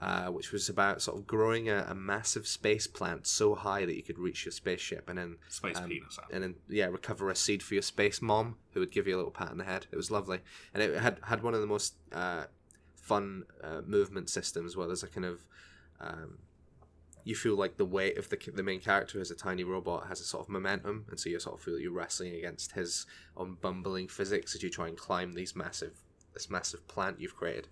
[SPEAKER 2] uh, which was about sort of growing a, a massive space plant so high that you could reach your spaceship and then
[SPEAKER 1] Space
[SPEAKER 2] um,
[SPEAKER 1] penis. Adam.
[SPEAKER 2] and then yeah, recover a seed for your space mom, who would give you a little pat on the head. It was lovely, and it had had one of the most uh, fun uh, movement systems where there's a kind of um, you feel like the weight of the ki- the main character as a tiny robot has a sort of momentum, and so you sort of feel you're wrestling against his unbumbling physics as you try and climb these massive this massive plant you've created.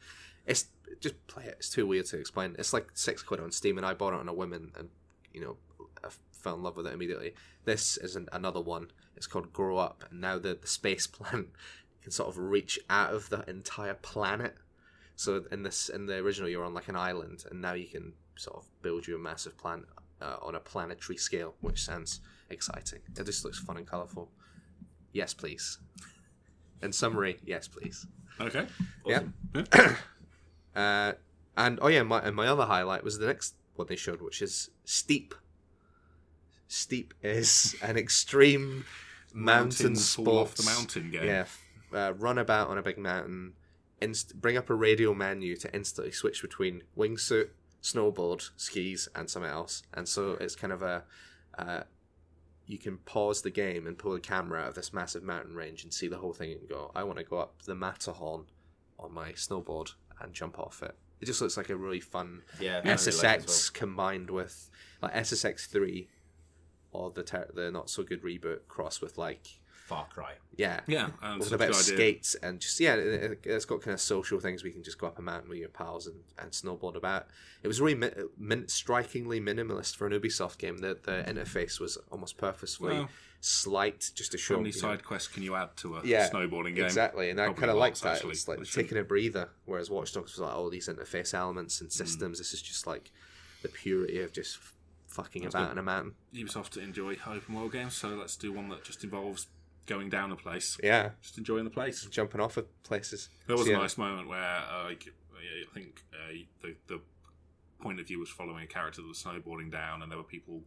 [SPEAKER 2] It's just play it. It's too weird to explain. It's like six quid on Steam, and I bought it on a whim and, and you know I fell in love with it immediately. This is an, another one. It's called Grow Up, and now the, the space plant can sort of reach out of the entire planet. So in this, in the original, you're on like an island, and now you can sort of build your massive plant uh, on a planetary scale, which sounds exciting. It just looks fun and colourful. Yes, please. In summary, yes, please.
[SPEAKER 1] Okay.
[SPEAKER 2] Yeah. uh, and oh yeah, my and my other highlight was the next one they showed, which is steep. Steep is an extreme mountain
[SPEAKER 1] Mountains
[SPEAKER 2] sport.
[SPEAKER 1] fall off the mountain game.
[SPEAKER 2] Yeah, f- uh, run about on a big mountain. Inst- bring up a radial menu to instantly switch between wingsuit, snowboard, skis, and something else. And so it's kind of a uh, you can pause the game and pull the camera out of this massive mountain range and see the whole thing and go, I want to go up the Matterhorn on my snowboard and jump off it. It just looks like a really fun
[SPEAKER 3] Yeah. I really
[SPEAKER 2] SSX
[SPEAKER 3] like it as
[SPEAKER 2] combined with like SSX three or the ter- the not so good reboot cross with like
[SPEAKER 3] well. Far Cry.
[SPEAKER 2] yeah
[SPEAKER 1] Yeah. Um,
[SPEAKER 2] with
[SPEAKER 1] such
[SPEAKER 2] a
[SPEAKER 1] a
[SPEAKER 2] bit
[SPEAKER 1] good
[SPEAKER 2] of
[SPEAKER 1] idea.
[SPEAKER 2] skates and just yeah, it, it- it's got kind of social things where you can just go up a mountain with your pals and, and snowboard about. It was really min- min- strikingly minimalist for an Ubisoft game. The the interface was almost purposefully
[SPEAKER 1] Mm. Well,
[SPEAKER 2] slight, just to show
[SPEAKER 1] How many
[SPEAKER 2] you know,
[SPEAKER 1] side quests can you add to a
[SPEAKER 2] Yeah,
[SPEAKER 1] snowboarding game?
[SPEAKER 2] Exactly, and I
[SPEAKER 1] Probably
[SPEAKER 2] kind of
[SPEAKER 1] lots,
[SPEAKER 2] like that.
[SPEAKER 1] actually.
[SPEAKER 2] It's like
[SPEAKER 1] They shouldn't.
[SPEAKER 2] taking a breather, whereas Watch Dogs was like all these interface elements
[SPEAKER 1] Mm.
[SPEAKER 2] and systems. This is just like the purity of just f- fucking about in a mountain.
[SPEAKER 1] Ubisoft to enjoy open world games, so let's do one that just involves going down a place,
[SPEAKER 2] Yeah,
[SPEAKER 1] just enjoying the place.
[SPEAKER 2] jumping off of places.
[SPEAKER 1] There was
[SPEAKER 2] So, yeah.
[SPEAKER 1] a nice moment where, uh, like, I think uh, the the point of view was following a character that was snowboarding down, and there were people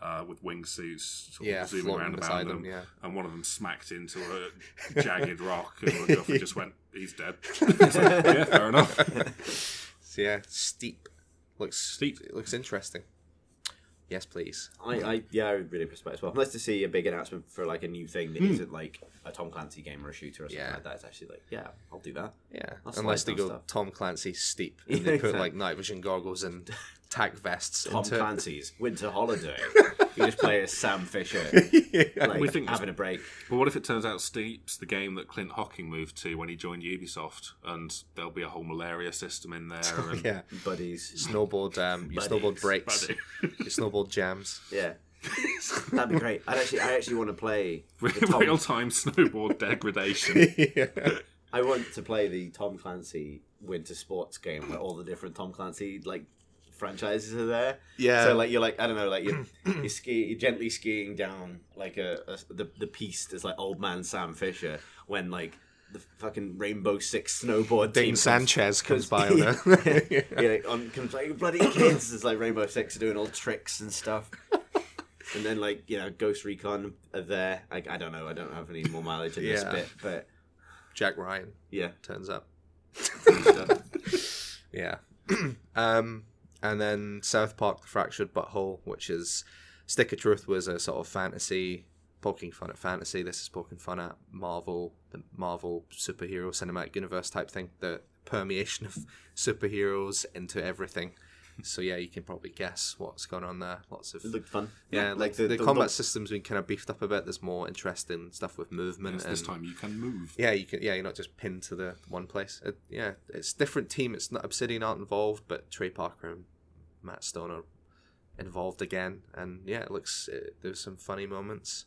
[SPEAKER 1] uh, with wingsuits sort of
[SPEAKER 2] Yeah,
[SPEAKER 1] zooming
[SPEAKER 2] floating
[SPEAKER 1] around about
[SPEAKER 2] beside
[SPEAKER 1] them,
[SPEAKER 2] them, yeah.
[SPEAKER 1] and one of them smacked into a jagged rock, and my girlfriend just went, "He's dead." It's like, yeah, fair enough.
[SPEAKER 2] So yeah, steep looks steep.
[SPEAKER 1] Steep.
[SPEAKER 2] It looks interesting. Yes, please.
[SPEAKER 3] I, I yeah, I would really respect it as well. Nice to see a big announcement for like a new thing that not like a Tom Clancy game or a shooter or something
[SPEAKER 2] Hmm. Yeah.
[SPEAKER 3] like that. It's actually like, yeah, I'll do that.
[SPEAKER 2] Yeah,
[SPEAKER 3] I'll
[SPEAKER 2] unless they
[SPEAKER 3] slide
[SPEAKER 2] go
[SPEAKER 3] down stuff.
[SPEAKER 2] Tom Clancy steep
[SPEAKER 3] Yeah,
[SPEAKER 2] and they put
[SPEAKER 3] exactly.
[SPEAKER 2] like night vision goggles and tack vests
[SPEAKER 3] Tom
[SPEAKER 2] into it.
[SPEAKER 3] Clancy's Winter Holiday. you just play as Sam Fisher, like
[SPEAKER 1] We think-
[SPEAKER 3] having a break.
[SPEAKER 1] But what if it turns out Steep's the game that Clint Hocking moved to when he joined Ubisoft, and there'll be a whole malaria system in there? and
[SPEAKER 2] Yeah,
[SPEAKER 3] buddies.
[SPEAKER 2] snowboard. Um, your
[SPEAKER 3] Buddies,
[SPEAKER 2] snowboard breaks.
[SPEAKER 1] buddy.
[SPEAKER 2] Your snowboard jams.
[SPEAKER 3] Yeah, that'd be great. I actually, I actually want to play the Tom.
[SPEAKER 1] Real time snowboard degradation.
[SPEAKER 3] I want to play the Tom Clancy Winter Sports game where all the different Tom Clancy like franchises are there.
[SPEAKER 2] Yeah.
[SPEAKER 3] So like you're like I don't know like you're, you're ski you're gently skiing down like a, a the the piece is like old man Sam Fisher when like the fucking Rainbow Six snowboard
[SPEAKER 2] Dean
[SPEAKER 3] team
[SPEAKER 2] Sanchez comes by on
[SPEAKER 3] yeah.
[SPEAKER 2] a
[SPEAKER 3] yeah, like, on comes like bloody kids. It's like Rainbow Six are doing all tricks and stuff. And then like you know, Ghost Recon are there. Like I don't know, I don't have any more mileage in this
[SPEAKER 2] Yeah.
[SPEAKER 3] bit, but
[SPEAKER 2] Jack Ryan
[SPEAKER 3] yeah,
[SPEAKER 2] turns up.
[SPEAKER 3] stuff.
[SPEAKER 2] Yeah. um, and then South Park: The Fractured Butthole, which is Stick of Truth was a sort of fantasy poking fun at fantasy. This is poking fun at Marvel, the Marvel superhero cinematic universe type thing. The permeation of superheroes into everything. so yeah, you can probably guess what's going on there. Lots of
[SPEAKER 3] It looked fun.
[SPEAKER 2] yeah, like the, combat system's been kind of beefed up a bit. There's more interesting stuff with movement
[SPEAKER 1] Yes,
[SPEAKER 2] and
[SPEAKER 1] this time you can move.
[SPEAKER 2] yeah, you can yeah, you're not just pinned to the one place. It, yeah, it's different team. It's not Obsidian aren't involved, but Trey Parker and Matt Stone are involved again. And yeah, it looks it, there's some funny moments.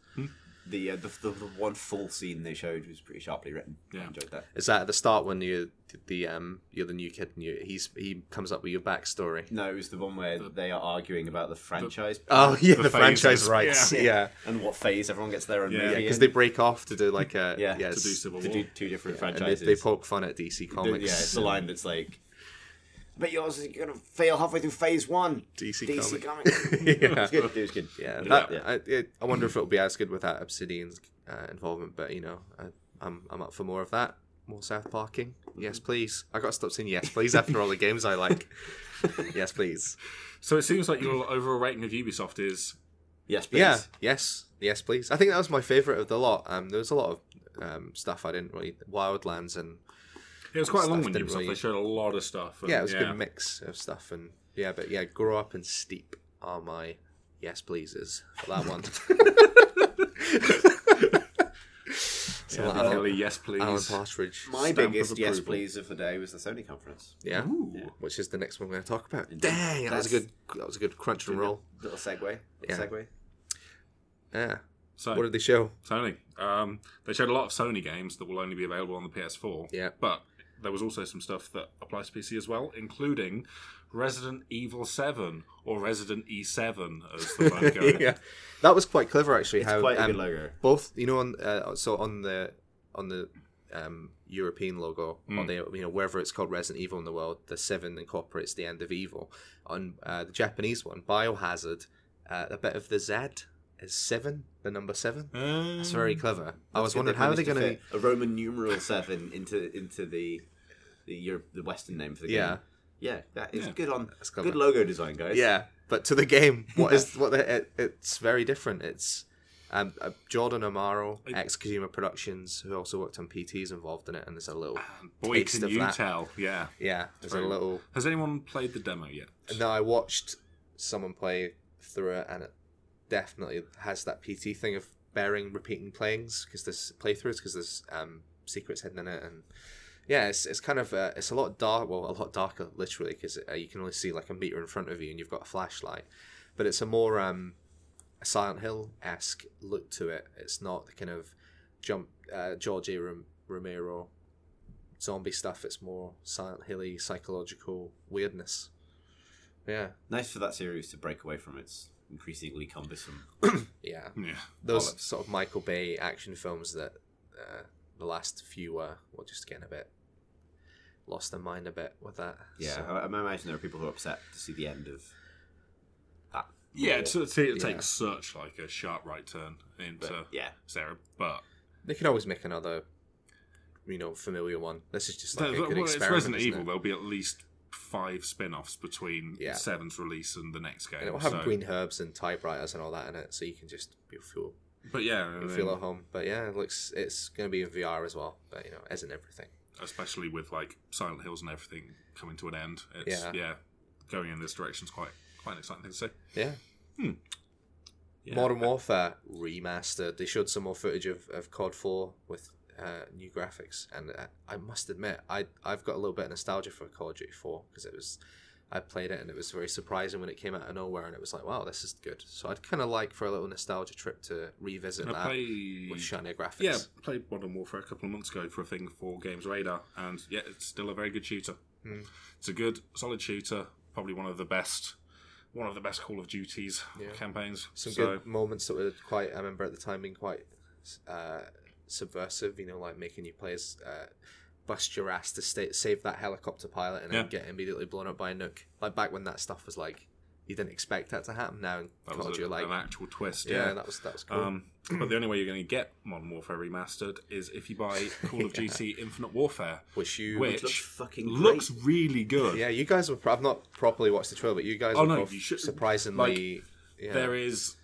[SPEAKER 3] The, uh, the, the the one full scene they showed was pretty sharply written. I
[SPEAKER 1] Yeah.
[SPEAKER 3] enjoyed that.
[SPEAKER 2] Is that at the start when you the um you're the new kid and you he's he comes up with your backstory?
[SPEAKER 3] No, it was the one where they are arguing about the franchise
[SPEAKER 2] Oh yeah, the,
[SPEAKER 1] The
[SPEAKER 2] franchise
[SPEAKER 1] phases,
[SPEAKER 2] rights.
[SPEAKER 1] yeah.
[SPEAKER 2] Yeah,
[SPEAKER 3] and what phase everyone gets their own
[SPEAKER 1] Yeah.
[SPEAKER 3] movie.
[SPEAKER 2] yeah, because
[SPEAKER 3] in.
[SPEAKER 2] they break off to do like a yeah,
[SPEAKER 3] Yeah, to
[SPEAKER 2] it's-
[SPEAKER 1] To do Civil
[SPEAKER 3] to
[SPEAKER 1] War.
[SPEAKER 3] do two different
[SPEAKER 2] and they,
[SPEAKER 3] franchises.
[SPEAKER 2] they poke fun at DC
[SPEAKER 3] The-
[SPEAKER 2] Comics.
[SPEAKER 3] Yeah, it's the line that's like, "But yours is gonna fail halfway through phase one."
[SPEAKER 2] DC
[SPEAKER 3] DC
[SPEAKER 2] comic.
[SPEAKER 3] Comics.
[SPEAKER 2] yeah.
[SPEAKER 3] It's good. It was good.
[SPEAKER 2] Yeah,
[SPEAKER 1] Yeah.
[SPEAKER 2] that,
[SPEAKER 3] Yeah.
[SPEAKER 2] I, it, I wonder if it'll be as good without Obsidian's uh, involvement, but you know, I, I'm I'm up for more of that. More South Parking. Yes, please. I got to stop saying yes, please after all the games I like. yes, please.
[SPEAKER 1] So it seems like your overall rating of Ubisoft is
[SPEAKER 3] Yes, please.
[SPEAKER 2] Yeah, yes, yes, please. I think that was my favorite of the lot. Um, there was a lot of um, stuff I didn't really Wildlands and
[SPEAKER 1] it was quite a long one.
[SPEAKER 2] Stuff didn't
[SPEAKER 1] Ubisoft
[SPEAKER 2] really-
[SPEAKER 1] they showed a lot of stuff. and-
[SPEAKER 2] yeah, it was a good mix of stuff and yeah, but yeah, grow up and steep are my yes pleases for that one. so
[SPEAKER 1] Yeah,
[SPEAKER 2] Alan-
[SPEAKER 1] definitely, yes, please.
[SPEAKER 2] Alan Partridge.
[SPEAKER 3] My
[SPEAKER 1] Stamp of
[SPEAKER 3] biggest yes
[SPEAKER 1] approval.
[SPEAKER 3] please of the day was the Sony conference.
[SPEAKER 2] Yeah.
[SPEAKER 1] Ooh.
[SPEAKER 2] Which is the next one we're going to talk about.
[SPEAKER 3] Indeed.
[SPEAKER 2] Dang, that was a good.
[SPEAKER 3] That's-
[SPEAKER 2] That was a good crunch and roll.
[SPEAKER 3] Little segue. Little
[SPEAKER 2] Yeah.
[SPEAKER 3] segue.
[SPEAKER 2] Yeah.
[SPEAKER 1] So
[SPEAKER 2] What did they show?
[SPEAKER 1] Sony. Um, they showed a lot of Sony games that will only be available on the PS4.
[SPEAKER 2] Yeah.
[SPEAKER 1] But there was also some stuff that applies to PC as well, including Resident Evil 7 or Resident E7 as the one going.
[SPEAKER 2] yeah. That was quite clever, actually.
[SPEAKER 3] It's
[SPEAKER 2] how
[SPEAKER 3] quite a
[SPEAKER 2] um,
[SPEAKER 3] good logo.
[SPEAKER 2] both you know on uh, so on the on the um, European logo or
[SPEAKER 1] Mm.
[SPEAKER 2] the you know wherever it's called Resident Evil in the world, the seven incorporates the end of evil. On uh, the Japanese one, Biohazard, uh, a bit of the Z is seven, the number seven.
[SPEAKER 1] Um,
[SPEAKER 2] Mm. That's very clever. I was
[SPEAKER 3] It's good
[SPEAKER 2] wondering how are they
[SPEAKER 3] managed
[SPEAKER 2] going to
[SPEAKER 3] fit a Roman numeral seven into into the the Europe, the Western name for the
[SPEAKER 2] yeah
[SPEAKER 3] game. Yeah, that is
[SPEAKER 1] Yeah.
[SPEAKER 3] good on
[SPEAKER 2] That's clever.
[SPEAKER 3] good logo design, guys.
[SPEAKER 2] Yeah, but to the game, what is what? The, it, it's very different. It's um, uh, Jordan Amaro, ex Kojima Productions, who also worked on PT, is involved in it, and there's a little
[SPEAKER 1] Boy,
[SPEAKER 2] taste
[SPEAKER 1] can
[SPEAKER 2] of
[SPEAKER 1] you
[SPEAKER 2] that.
[SPEAKER 1] tell. Yeah.
[SPEAKER 2] yeah, there's a
[SPEAKER 1] very-
[SPEAKER 2] little.
[SPEAKER 1] Has anyone played the demo yet?
[SPEAKER 2] No, I watched someone play through it, and it definitely has that PT thing of bearing repeating playings because there's playthroughs because there's um, secrets hidden in it, and yeah, it's, it's kind of uh, it's a lot dark. Well, a lot darker, literally, because uh, you can only see like a meter in front of you, and you've got a flashlight. But it's a more um, a Silent Hill esque look to it. It's not the kind of jump uh, George A. Rom- Romero zombie stuff. It's more Silent Hilly psychological weirdness. Yeah,
[SPEAKER 3] Nice for that series to break away from its increasingly cumbersome.
[SPEAKER 2] yeah.
[SPEAKER 1] Yeah.
[SPEAKER 2] Those
[SPEAKER 3] Bollocks.
[SPEAKER 2] sort of Michael Bay action films that uh, the last few were, were just getting a bit lost their mind a bit with that.
[SPEAKER 3] Yeah,
[SPEAKER 2] So-
[SPEAKER 3] I, I imagine there are people who are upset to see the end of that.
[SPEAKER 1] Yeah,
[SPEAKER 3] lore,
[SPEAKER 1] to, to, it
[SPEAKER 2] Yeah.
[SPEAKER 1] takes such like a sharp right turn into
[SPEAKER 3] but yeah,
[SPEAKER 1] Sarah, but
[SPEAKER 2] they can always make another, you know, familiar one. This is just like a
[SPEAKER 1] Well,
[SPEAKER 2] good
[SPEAKER 1] it's
[SPEAKER 2] experiment.
[SPEAKER 1] Resident
[SPEAKER 2] isn't
[SPEAKER 1] Evil.
[SPEAKER 2] it?
[SPEAKER 1] There'll be at least five spin-offs between
[SPEAKER 2] Yeah.
[SPEAKER 1] Seven's release and the next game.
[SPEAKER 2] And it will have
[SPEAKER 1] so-
[SPEAKER 2] green herbs and typewriters and all that in it, so you can just you'll feel
[SPEAKER 1] But yeah, I
[SPEAKER 2] you'll
[SPEAKER 1] mean,
[SPEAKER 2] feel at home. But yeah, it looks it's going to be in VR as well. But you know, it isn't everything.
[SPEAKER 1] especially with like Silent Hills and everything coming to an end. It's,
[SPEAKER 2] Yeah.
[SPEAKER 1] yeah. going in this direction is quite quite an exciting thing to see.
[SPEAKER 2] Yeah.
[SPEAKER 1] Yeah.
[SPEAKER 2] Modern Warfare remastered. They showed some more footage of, of COD 4 with uh, new graphics, and uh, I must admit, I I've got a little bit of nostalgia for Call of Duty 4 because it was I played it and it was very surprising when it came out of nowhere, and it was like, wow, this is good. So I'd kind of like for a little nostalgia trip to revisit
[SPEAKER 1] I
[SPEAKER 2] that
[SPEAKER 1] played,
[SPEAKER 2] with shinier graphics.
[SPEAKER 1] yeah, played Modern Warfare a couple of months ago for a thing for Games Radar, and yeah, it's still a very good shooter.
[SPEAKER 2] Hmm.
[SPEAKER 1] It's a good, solid shooter. Probably one of the best, one of the best Call of Duties
[SPEAKER 2] Yeah.
[SPEAKER 1] campaigns.
[SPEAKER 2] some
[SPEAKER 1] so,
[SPEAKER 2] good moments that were quite. I remember at the time being quite uh, subversive. You know, like making you players uh, bust your ass to sta save that helicopter pilot and then
[SPEAKER 1] Yeah.
[SPEAKER 2] get immediately blown up by a nuke. Like back when that stuff was like you didn't expect that to happen. Now in
[SPEAKER 1] That
[SPEAKER 2] COD,
[SPEAKER 1] was a,
[SPEAKER 2] you're like,
[SPEAKER 1] an actual twist.
[SPEAKER 2] yeah,
[SPEAKER 1] yeah.
[SPEAKER 2] that was that was cool.
[SPEAKER 1] Um, but the only way you're going to get Modern Warfare remastered is if you buy Call of Duty Infinite Warfare,
[SPEAKER 2] Which you,
[SPEAKER 1] which
[SPEAKER 3] looks fucking
[SPEAKER 1] looks
[SPEAKER 3] great.
[SPEAKER 1] really good.
[SPEAKER 2] yeah, you guys were. Pro- I've not properly watched the trailer, but you guys
[SPEAKER 1] Oh,
[SPEAKER 2] were
[SPEAKER 1] no,
[SPEAKER 2] both
[SPEAKER 1] you should-
[SPEAKER 2] surprisingly. yeah.
[SPEAKER 1] There is.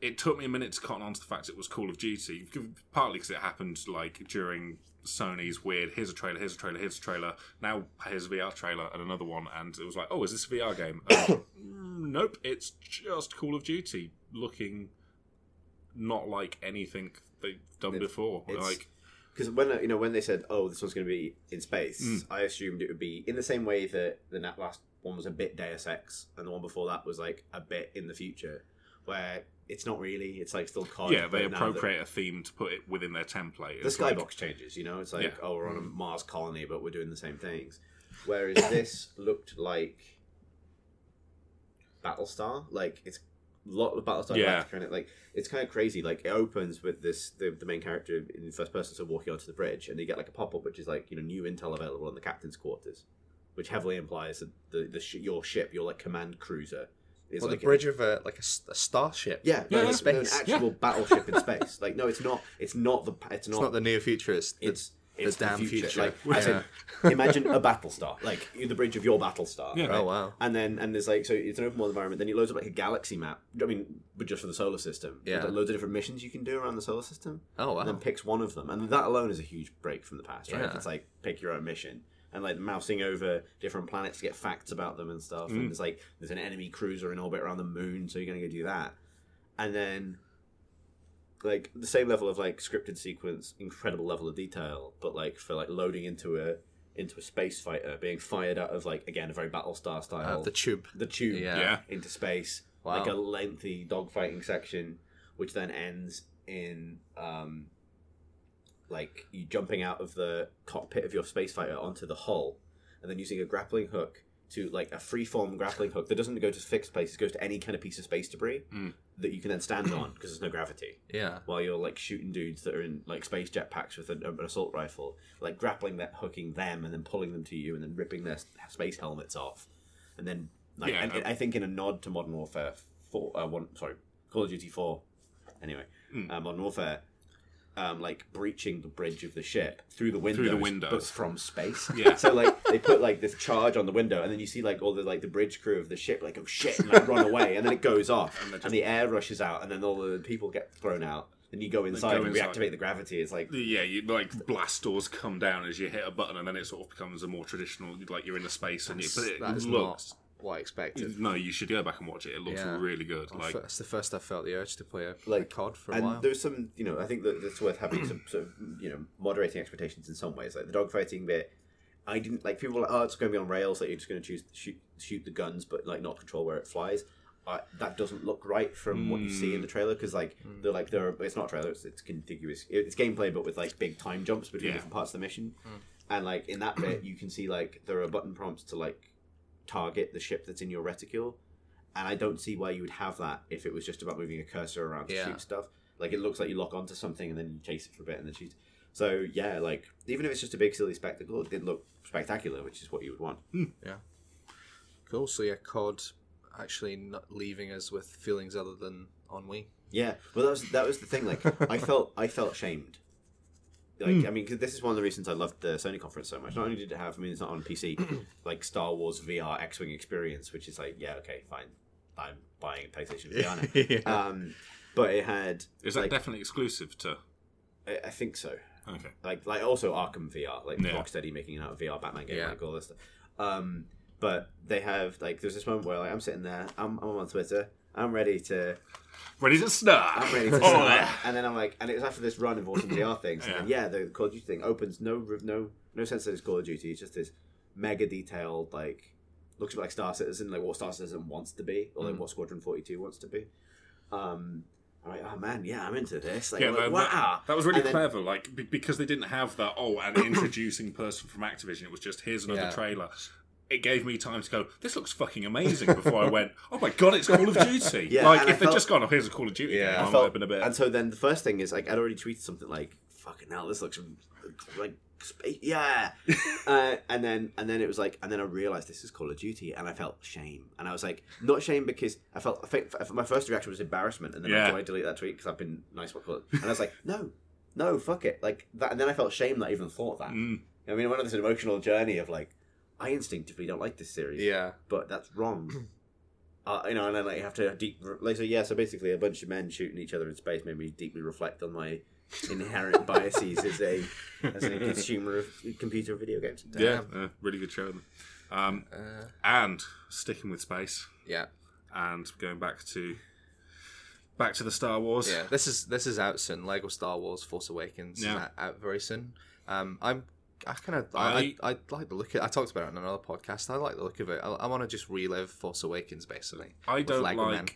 [SPEAKER 1] It took me a minute to cotton on to the fact it was Call of Duty, partly because it happened like during Sony's weird. Here's a trailer. Here's a trailer. Here's a trailer. Now here's a VR trailer and another one. And it was like, oh, is this a VR game? Um, nope, it's just Call of Duty looking not like anything they've done before.
[SPEAKER 3] it's-
[SPEAKER 1] Like,
[SPEAKER 3] Because when uh, you know when they said, "Oh, this one's going to be in space,"
[SPEAKER 1] Hmm.
[SPEAKER 3] I assumed it would be in the same way that the na- last one was a bit Deus Ex, and the one before that was like a bit in the future, where it's not really. It's like still COD.
[SPEAKER 1] yeah, they
[SPEAKER 3] but now the-
[SPEAKER 1] appropriate a theme to put it within their template.
[SPEAKER 3] The
[SPEAKER 1] It's like-
[SPEAKER 3] skybox changes. You know, it's like,
[SPEAKER 1] Yeah.
[SPEAKER 3] "Oh, we're on
[SPEAKER 2] Mm.
[SPEAKER 3] a Mars colony, but we're doing the same things." Whereas this looked like Battlestar. Like it's a lot of Battlestar
[SPEAKER 1] Yeah.
[SPEAKER 3] Galactica in it. Like it's kind of crazy. Like it opens with this the, the main character in first person, so walking onto the bridge, and they get like a pop up, which is like you know new intel available in the captain's quarters, which heavily implies that the, the sh- your ship, your like command cruiser, is
[SPEAKER 2] Well,
[SPEAKER 3] like
[SPEAKER 2] the bridge of a like a, s- a starship.
[SPEAKER 3] yeah, no,
[SPEAKER 1] Yeah,
[SPEAKER 3] it's an
[SPEAKER 2] space.
[SPEAKER 3] actual battleship in space. Like no, it's not. It's not the. It's
[SPEAKER 2] It's
[SPEAKER 3] not.
[SPEAKER 2] not the near future. It's the,
[SPEAKER 3] it's
[SPEAKER 2] the
[SPEAKER 3] it's
[SPEAKER 2] damn
[SPEAKER 3] the future.
[SPEAKER 2] future.
[SPEAKER 3] Like as in, imagine a battle star, like the bridge of your battle star.
[SPEAKER 1] Yeah.
[SPEAKER 2] oh wow.
[SPEAKER 3] And then and there's like so it's an open world environment. Then it loads up like a galaxy map. I mean, but just for the solar system.
[SPEAKER 2] Yeah.
[SPEAKER 3] There's, like, loads of different missions you can do around the solar system.
[SPEAKER 2] Oh
[SPEAKER 3] And then
[SPEAKER 2] wow.
[SPEAKER 3] picks one of them, and that alone is a huge break from the past, right?
[SPEAKER 2] Yeah.
[SPEAKER 3] It's like pick your own mission, and like mousing over different planets to get facts about them and stuff.
[SPEAKER 2] Mm.
[SPEAKER 3] And there's like there's an enemy cruiser in orbit around the moon, so you're gonna go do that, and then like the same level of like scripted sequence, incredible level of detail, but like for like loading into a into a space fighter, being fired out of like again a very Battlestar style
[SPEAKER 2] Uh, the tube.
[SPEAKER 3] the tube
[SPEAKER 2] Yeah.
[SPEAKER 1] yeah.
[SPEAKER 3] into space,
[SPEAKER 2] Wow.
[SPEAKER 3] like a lengthy dogfighting section, which then ends in um, like you jumping out of the cockpit of your space fighter onto the hull, and then using a grappling hook to like a freeform grappling hook that doesn't go to fixed places, goes to any kind of piece of space debris
[SPEAKER 1] Mm.
[SPEAKER 3] that you can then stand on because there's no gravity
[SPEAKER 2] Yeah.
[SPEAKER 3] while you're like shooting dudes that are in like space jetpacks with an, an assault rifle, like grappling that, hooking them, and then pulling them to you, and then ripping their s- space helmets off, and then like
[SPEAKER 1] Yeah,
[SPEAKER 3] and,
[SPEAKER 1] I-
[SPEAKER 3] I think in a nod to Modern Warfare Four, uh, one sorry, Call of Duty Four, anyway,
[SPEAKER 1] Mm.
[SPEAKER 3] uh, Modern Warfare. Um, like breaching the bridge of the ship through the window,
[SPEAKER 1] the
[SPEAKER 3] but
[SPEAKER 1] windows.
[SPEAKER 3] from space.
[SPEAKER 1] Yeah.
[SPEAKER 3] So like they put like this charge on the window, and then you see like all the like the bridge crew of the ship like oh shit, and, like run away, and then it goes off, and, the air rushes out, and then all the people get thrown out. Then you go inside
[SPEAKER 1] go
[SPEAKER 3] and
[SPEAKER 1] inside.
[SPEAKER 3] reactivate the gravity. It's like
[SPEAKER 1] Yeah, you like blast doors come down as you hit a button, and then it sort of becomes a more traditional. Like you're in a space, and you, but it
[SPEAKER 2] that is
[SPEAKER 1] looks.
[SPEAKER 2] not what I expected.
[SPEAKER 1] No, you should go back and watch it. It looks
[SPEAKER 2] Yeah.
[SPEAKER 1] really good.
[SPEAKER 2] Well,
[SPEAKER 1] Like,
[SPEAKER 2] f- that's the first I felt the urge to play a, like,
[SPEAKER 3] Like,
[SPEAKER 2] COD for a
[SPEAKER 3] and
[SPEAKER 2] while.
[SPEAKER 3] there's some you know i think that that's worth having some sort of you know moderating expectations in some ways like the dogfighting bit i didn't like people were like oh it's going to be on rails like you're just going to choose shoot, shoot the guns but like not control where it flies uh, that doesn't look right from what you see in the
[SPEAKER 2] Mm.
[SPEAKER 3] trailer because like they're like they're it's not a trailer it's, it's contiguous it's gameplay but with like big time jumps between
[SPEAKER 1] Yeah.
[SPEAKER 3] different parts of the mission
[SPEAKER 2] Mm.
[SPEAKER 3] and like in that bit you can see like there are button prompts to like target the ship that's in your reticule and I don't see why you would have that if it was just about moving a cursor around to
[SPEAKER 2] Yeah.
[SPEAKER 3] shoot stuff. Like it looks like you lock onto something and then you chase it for a bit and then shoot. So yeah, like even if it's just a big silly spectacle, it did look spectacular, which is what you would want.
[SPEAKER 2] cool. So yeah, COD actually not leaving us with feelings other than ennui.
[SPEAKER 3] Yeah, well that was that was the thing. Like I felt I felt shamed. Like I mean, 'cause this is one of the reasons I loved the Sony conference so much. Not only did it have, I mean, it's not on PC, like Star Wars VR X-wing experience, which is like, yeah, okay, fine, I'm buying a PlayStation VR.
[SPEAKER 2] Uh,
[SPEAKER 3] now. um, but it had,
[SPEAKER 1] is that
[SPEAKER 3] like-
[SPEAKER 1] definitely exclusive to?
[SPEAKER 3] I, I think so.
[SPEAKER 1] Okay,
[SPEAKER 3] like like also Arkham VR, like
[SPEAKER 1] Yeah.
[SPEAKER 3] Rocksteady making an out VR Batman game,
[SPEAKER 2] Yeah.
[SPEAKER 3] like all this stuff. Um, but they have like there's this moment where like I'm sitting there, I'm, I'm on Twitter, I'm ready to,
[SPEAKER 1] ready to start.
[SPEAKER 3] I'm ready to,
[SPEAKER 1] Oh,
[SPEAKER 3] start.
[SPEAKER 1] yeah.
[SPEAKER 3] and then I'm like, and it was after this run of awesome VR things, and then, yeah, the Call of Duty thing opens no re- no no sense that it's Call of Duty, it's just this mega detailed like looks a bit like Star Citizen, like what Star Citizen wants to be, or like
[SPEAKER 1] Mm.
[SPEAKER 3] what Squadron Forty Two wants to be. Um, I'm like, oh man, yeah, I'm into this. Like,
[SPEAKER 1] Yeah,
[SPEAKER 3] I'm
[SPEAKER 1] that,
[SPEAKER 3] like,
[SPEAKER 1] that-
[SPEAKER 3] wow,
[SPEAKER 1] that, was really
[SPEAKER 3] And then-
[SPEAKER 1] clever. Like be- because they didn't have that. Oh, an introducing person from Activision. It was just here's another
[SPEAKER 2] Yeah.
[SPEAKER 1] trailer. It gave me time to go. This looks fucking amazing. Before I went, oh my god, it's Call of Duty.
[SPEAKER 3] Yeah,
[SPEAKER 1] like
[SPEAKER 3] and I
[SPEAKER 1] if they'd
[SPEAKER 3] felt-
[SPEAKER 1] just gone, oh, here's a Call of Duty.
[SPEAKER 2] Yeah,
[SPEAKER 1] game,
[SPEAKER 2] I
[SPEAKER 1] I, might
[SPEAKER 3] felt-
[SPEAKER 1] have been a bit.
[SPEAKER 3] And so then the first thing is like I'd already tweeted something like "fucking hell, this looks like space, yeah." uh, and then and then it was like and then I realized this is Call of Duty, and I felt shame, and I was like not shame because I felt I think f- my first reaction was embarrassment, and then
[SPEAKER 1] Yeah.
[SPEAKER 3] like, do I delete that tweet because I've been nice about Call of And I was like no, no, fuck it, like that, and then I felt shame that I even thought that.
[SPEAKER 1] Mm.
[SPEAKER 3] I mean, I went on this emotional journey of like I instinctively don't like this series
[SPEAKER 2] Yeah.
[SPEAKER 3] but that's wrong. uh, you know, and then like you have to deep like so yeah. So basically, a bunch of men shooting each other in space made me deeply reflect on my inherent biases as a as a consumer of computer video games.
[SPEAKER 1] Yeah, uh, really good show. Um, and sticking with space
[SPEAKER 2] uh, Yeah,
[SPEAKER 1] and going back to back to the Star Wars.
[SPEAKER 2] yeah. This is this is out soon. Lego Star Wars Force Awakens
[SPEAKER 1] Yeah.
[SPEAKER 2] is out, out very soon. Um, I'm I kind of
[SPEAKER 1] I-
[SPEAKER 2] I, I, I like the look. Of, I talked about it on another podcast. I like the look of it. I, I want to just relive Force Awakens basically.
[SPEAKER 1] I
[SPEAKER 2] with
[SPEAKER 1] don't
[SPEAKER 2] Lego
[SPEAKER 1] like
[SPEAKER 2] Men.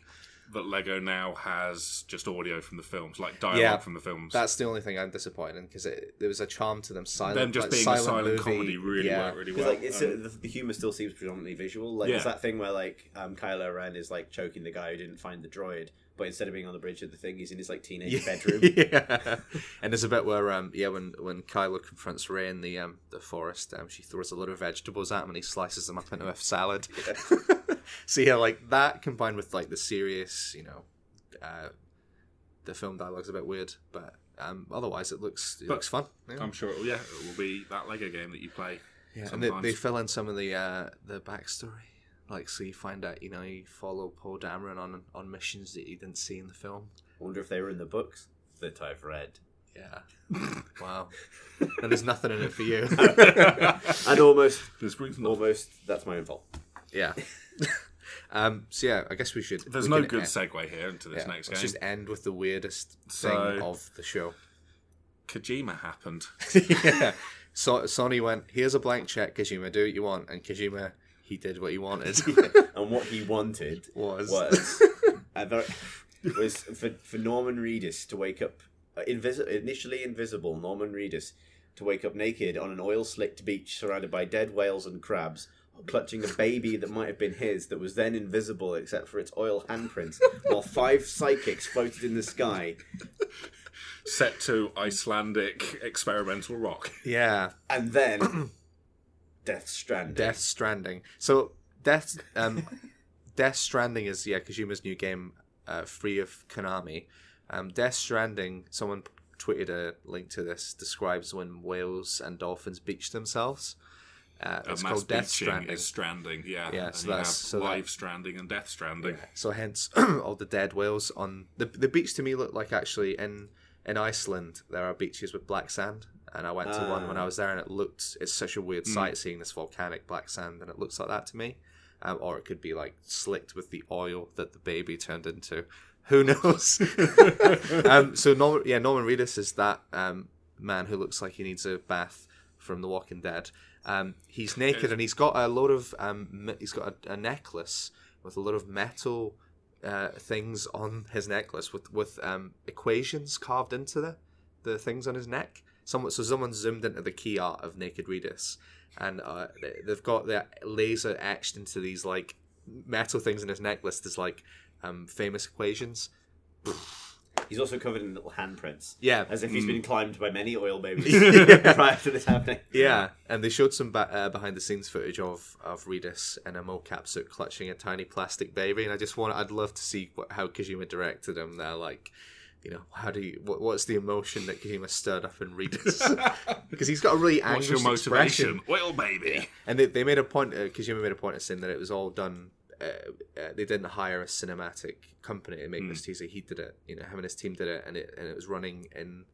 [SPEAKER 1] that Lego now has just audio from the films, like dialogue
[SPEAKER 2] Yeah,
[SPEAKER 1] from the films.
[SPEAKER 2] That's the only thing I'm disappointed in because there was a charm to them. Silent,
[SPEAKER 1] Them just
[SPEAKER 2] like,
[SPEAKER 1] being
[SPEAKER 2] silent
[SPEAKER 1] a silent
[SPEAKER 2] movie.
[SPEAKER 1] comedy really
[SPEAKER 2] yeah.
[SPEAKER 1] worked really
[SPEAKER 3] Because
[SPEAKER 1] well.
[SPEAKER 3] like it's
[SPEAKER 1] Um,
[SPEAKER 3] the, the humor still seems predominantly visual. Like
[SPEAKER 1] Yeah.
[SPEAKER 3] it's that thing where like um, Kylo Ren is like choking the guy who didn't find the droid, but instead of being on the bridge of the thing, he's in his like teenage bedroom.
[SPEAKER 2] yeah. And there's a bit where um yeah when when Kylo confronts Ray in the um the forest um she throws a lot of vegetables at him and he slices them up into a salad. so yeah, like that combined with like the serious you know, uh, the film dialogue's a bit weird, but um otherwise it looks it
[SPEAKER 1] But-
[SPEAKER 2] looks fun. yeah.
[SPEAKER 1] I'm sure, it will, yeah, it will be that Lego game that you play.
[SPEAKER 2] Yeah, and they,
[SPEAKER 1] sometimes.
[SPEAKER 2] they fill in some of the uh, the backstory, like so you find out you know you follow Paul Dameron on on missions that you didn't see in the film.
[SPEAKER 3] I wonder if they were in the books that I've read.
[SPEAKER 2] Yeah, wow. And there's nothing in it for you.
[SPEAKER 3] And almost,
[SPEAKER 1] There's brings no-
[SPEAKER 3] almost, that's my own fault.
[SPEAKER 2] yeah. Um, so yeah, I guess we should.
[SPEAKER 1] There's
[SPEAKER 2] we
[SPEAKER 1] no
[SPEAKER 2] can
[SPEAKER 1] good
[SPEAKER 2] e-
[SPEAKER 1] segue here into this
[SPEAKER 2] yeah,
[SPEAKER 1] next game.
[SPEAKER 2] Let's just end with the weirdest
[SPEAKER 1] So-
[SPEAKER 2] thing of the show.
[SPEAKER 1] Kojima happened.
[SPEAKER 2] yeah. So Sony went, here's a blank check, Kojima, do what you want, and Kojima he did what he wanted.
[SPEAKER 3] And what he wanted
[SPEAKER 2] Was.
[SPEAKER 3] was, a very, was for, for Norman Reedus to wake up, uh, invisi- initially invisible Norman Reedus, to wake up naked on an oil slicked beach surrounded by dead whales and crabs, clutching a baby that might have been his that was then invisible except for its oil handprints, while five psychics floated in the sky
[SPEAKER 1] Set to Icelandic experimental rock.
[SPEAKER 2] yeah.
[SPEAKER 3] and then Death Stranding.
[SPEAKER 2] Death Stranding. So Death um, Death Stranding is yeah Kojima's new game, uh, free of Konami. Um, Death Stranding. Someone tweeted a link to this. Describes when whales and dolphins beach themselves. Uh,
[SPEAKER 1] A
[SPEAKER 2] it's
[SPEAKER 1] mass
[SPEAKER 2] called Death
[SPEAKER 1] beaching
[SPEAKER 2] Stranding.
[SPEAKER 1] is stranding, yeah.
[SPEAKER 2] Yeah,
[SPEAKER 1] and
[SPEAKER 2] so
[SPEAKER 1] you
[SPEAKER 2] that's-
[SPEAKER 1] have
[SPEAKER 2] so that-
[SPEAKER 1] live stranding and death stranding.
[SPEAKER 2] So hence all the dead whales on the the beach to me looked like actually in in Iceland there are beaches with black sand and I went to one when I was there and it looked it's such a weird sight seeing this volcanic black sand and it looks like that to me. Um, or it could be like slicked with the oil that the baby turned into. Who knows? um, so Norman, yeah, Norman Reedus is that um, man who looks like he needs a bath from The Walking Dead. Um, he's naked and he's got a lot of um, me- he's got a, a necklace with a lot of metal uh, things on his necklace with with um, equations carved into the the things on his neck. Someone so someone zoomed into the key art of Naked Reedus, and uh, they- they've got their laser etched into these like metal things in his necklace. There's like um, famous equations.
[SPEAKER 3] He's also covered in little handprints.
[SPEAKER 2] Yeah. Mm.
[SPEAKER 3] As if he's been climbed by many oil babies prior to this happening.
[SPEAKER 2] Yeah, and they showed some ba- uh, behind the scenes footage of of Reedus in a mocap suit clutching a tiny plastic baby, and I just want I'd love to see what, how Kojima directed him there, like. You know, how do you? What, what's the emotion that Kojima stirred up in Reedus? Because he's got a really
[SPEAKER 1] What's your
[SPEAKER 2] anguished
[SPEAKER 1] motivation?
[SPEAKER 2] expression,
[SPEAKER 1] Well, baby.
[SPEAKER 2] and they, they made a point. Uh, Kojima made a point of saying that it was all done. Uh, uh, they didn't hire a cinematic company to make this teaser. He did it. You know, him and his team did it, and it and it was running in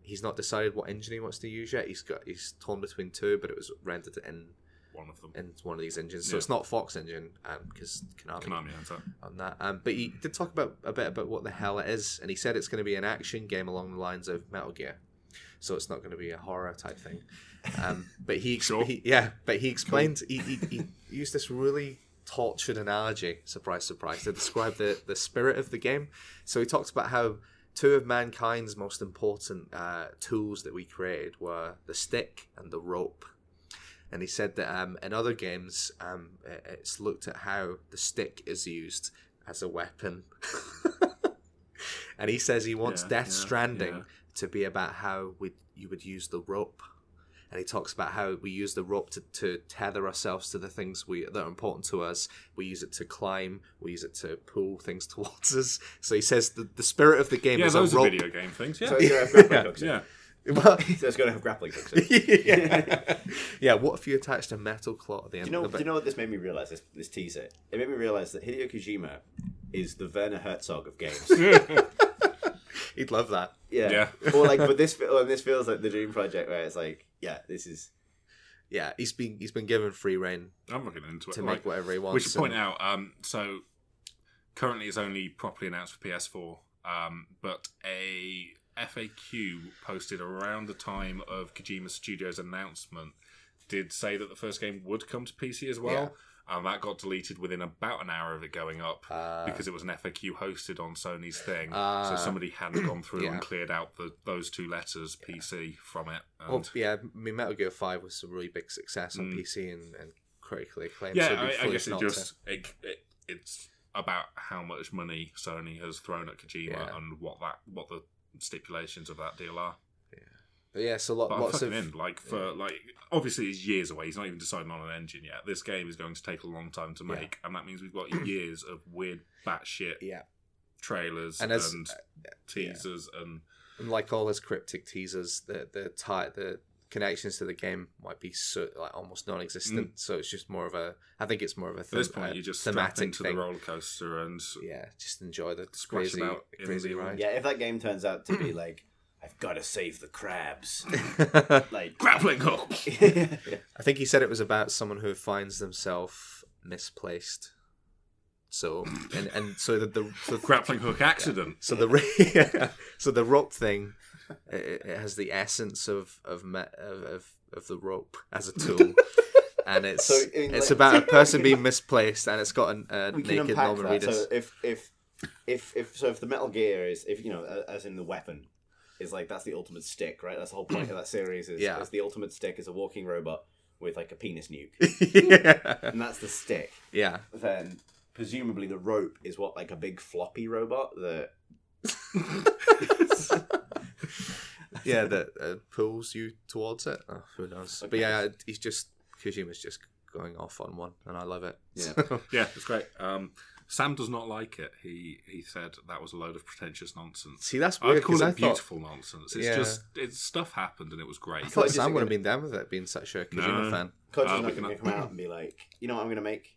[SPEAKER 2] he's not decided what engine he wants to use yet. He's got he's torn between two, but it was rendered in
[SPEAKER 1] One of them.
[SPEAKER 2] in one of these engines, so
[SPEAKER 1] Yeah.
[SPEAKER 2] it's not Fox engine because Konami,
[SPEAKER 1] Konami owns that.
[SPEAKER 2] on that. Um, but he did talk about a bit about what the hell it is, and he said it's going to be an action game along the lines of Metal Gear. So it's not going to be a horror type thing, um, but he, ex-
[SPEAKER 1] Sure.
[SPEAKER 2] he- yeah, but he explained he, he, he used this really tortured analogy, surprise, surprise, to describe the the spirit of the game. So he talked about how two of mankind's most important uh, tools that we created were the stick and the rope. And he said that um, in other games, um, i- it's looked at how the stick is used as a weapon. and he says he wants
[SPEAKER 1] Yeah,
[SPEAKER 2] Death
[SPEAKER 1] yeah,
[SPEAKER 2] Stranding
[SPEAKER 1] yeah.
[SPEAKER 2] to be about how we you would use the rope. And he talks about how we use the rope to, to tether ourselves to the things we that are important to us. We use it to climb. We use it to pull things towards us. So he says the, the spirit of the game
[SPEAKER 1] Yeah,
[SPEAKER 2] is a
[SPEAKER 1] those are
[SPEAKER 2] rope.
[SPEAKER 1] video game things. Yeah.
[SPEAKER 3] So it's going to have grappling
[SPEAKER 2] Yeah.
[SPEAKER 3] hooks in it.
[SPEAKER 1] yeah.
[SPEAKER 2] Well,
[SPEAKER 3] So it's going to have grappling hooks in it.
[SPEAKER 2] yeah. yeah. What if you attached a metal clot at the end?
[SPEAKER 3] Do you know,
[SPEAKER 2] of
[SPEAKER 3] do
[SPEAKER 2] the
[SPEAKER 3] you know what this made me realize? This, this teaser. It made me realize that Hideo Kojima is the Werner Herzog of games.
[SPEAKER 2] He'd love that.
[SPEAKER 1] Yeah.
[SPEAKER 3] yeah. or like, but this well, this feels like the dream project where it's like, yeah, this is
[SPEAKER 2] Yeah, he's been he's been given free reign
[SPEAKER 1] I'm looking into it.
[SPEAKER 2] to
[SPEAKER 1] Like,
[SPEAKER 2] make whatever he wants.
[SPEAKER 1] we should point
[SPEAKER 2] and-
[SPEAKER 1] out. Um, so currently, it's only properly announced for PS4, um, but a FAQ posted around the time of Kojima Studios' announcement did say that the first game would come to PC as well, and that got deleted within about an hour of it going up.
[SPEAKER 2] Uh,
[SPEAKER 1] because it was an FAQ hosted on Sony's thing,
[SPEAKER 2] Ah.
[SPEAKER 1] so somebody hadn't gone through
[SPEAKER 2] Yeah.
[SPEAKER 1] and cleared out the, those two letters PC from it. And Mm.
[SPEAKER 2] well, oh, yeah, I mean, Metal Gear Five was a really big success on PC and, and critically acclaimed. so
[SPEAKER 1] yeah,
[SPEAKER 2] it'd be
[SPEAKER 1] I, I
[SPEAKER 2] foolish
[SPEAKER 1] guess it
[SPEAKER 2] not to-
[SPEAKER 1] just it, it, it's about how much money Sony has thrown at Kojima
[SPEAKER 2] Yeah.
[SPEAKER 1] and what that what the stipulations of that deal are.
[SPEAKER 2] But yeah, so lot,
[SPEAKER 1] But
[SPEAKER 2] lots
[SPEAKER 1] I'm
[SPEAKER 2] of
[SPEAKER 1] fucking in. Like for like, obviously he's years away. He's not even deciding on an engine yet. This game is going to take a long time to
[SPEAKER 2] Yeah.
[SPEAKER 1] make, and that means we've got years of weird batshit
[SPEAKER 2] yeah,
[SPEAKER 1] trailers
[SPEAKER 2] And
[SPEAKER 1] and,
[SPEAKER 2] as- uh,
[SPEAKER 1] teasers and
[SPEAKER 2] and like all his cryptic teasers, the the tie, the connections to the game might be so like almost non-existent. So it's just more of a. I think it's more of
[SPEAKER 1] Mm.
[SPEAKER 2] a.
[SPEAKER 1] at
[SPEAKER 2] them-
[SPEAKER 1] this point
[SPEAKER 2] a
[SPEAKER 1] you just strap
[SPEAKER 2] thematic
[SPEAKER 1] into
[SPEAKER 2] thing.
[SPEAKER 1] the roller coaster and
[SPEAKER 2] Yeah, just enjoy the
[SPEAKER 1] Splash
[SPEAKER 2] crazy,
[SPEAKER 1] about in
[SPEAKER 2] crazy
[SPEAKER 1] the-
[SPEAKER 2] ride.
[SPEAKER 3] yeah. If that game turns out to be like, I've got to save the crabs, like.
[SPEAKER 1] grappling hook.
[SPEAKER 2] I think he said it was about someone who finds themselves misplaced. So and and so the the so,
[SPEAKER 1] grappling hook accident.
[SPEAKER 2] so the re- so the rope thing it, it has the essence of of, me, of of of the rope as a tool. And it's
[SPEAKER 3] So, I mean,
[SPEAKER 2] it's
[SPEAKER 3] like-
[SPEAKER 2] about a person being misplaced, and it's got an, a
[SPEAKER 3] we can
[SPEAKER 2] naked
[SPEAKER 3] unpack
[SPEAKER 2] Norman
[SPEAKER 3] that.
[SPEAKER 2] Reedus.
[SPEAKER 3] So if if if if so, if the Metal Gear is if you know a- as in the weapon is like that's the ultimate stick, right? That's the whole point of that series. Is,
[SPEAKER 2] Yeah.
[SPEAKER 3] is the ultimate stick is a walking robot with like a penis nuke,
[SPEAKER 2] yeah.
[SPEAKER 3] and that's the stick.
[SPEAKER 2] yeah,
[SPEAKER 3] Then presumably the rope is what like a big floppy robot that
[SPEAKER 2] yeah, that uh, pulls you towards it. Oh, who knows? But
[SPEAKER 3] Okay.
[SPEAKER 2] yeah, he's just Kojima's just going off on one, and I love it.
[SPEAKER 3] Yeah.
[SPEAKER 1] Yeah, it's great. Um, Sam does not like it. He he said that was a load of pretentious nonsense.
[SPEAKER 2] See, that's
[SPEAKER 1] I
[SPEAKER 2] weird
[SPEAKER 1] would call
[SPEAKER 2] because
[SPEAKER 1] it
[SPEAKER 2] I, thought
[SPEAKER 1] beautiful nonsense. It's
[SPEAKER 2] Yeah.
[SPEAKER 1] just it's stuff happened and it was great.
[SPEAKER 2] I thought
[SPEAKER 3] Just
[SPEAKER 2] Sam would have
[SPEAKER 3] again-
[SPEAKER 2] been down with it, being such a Kojima
[SPEAKER 1] No.
[SPEAKER 2] fan.
[SPEAKER 3] Kojima's
[SPEAKER 1] Uh, we
[SPEAKER 3] not
[SPEAKER 1] can-
[SPEAKER 3] going to come out and be like, you know what, I'm going to make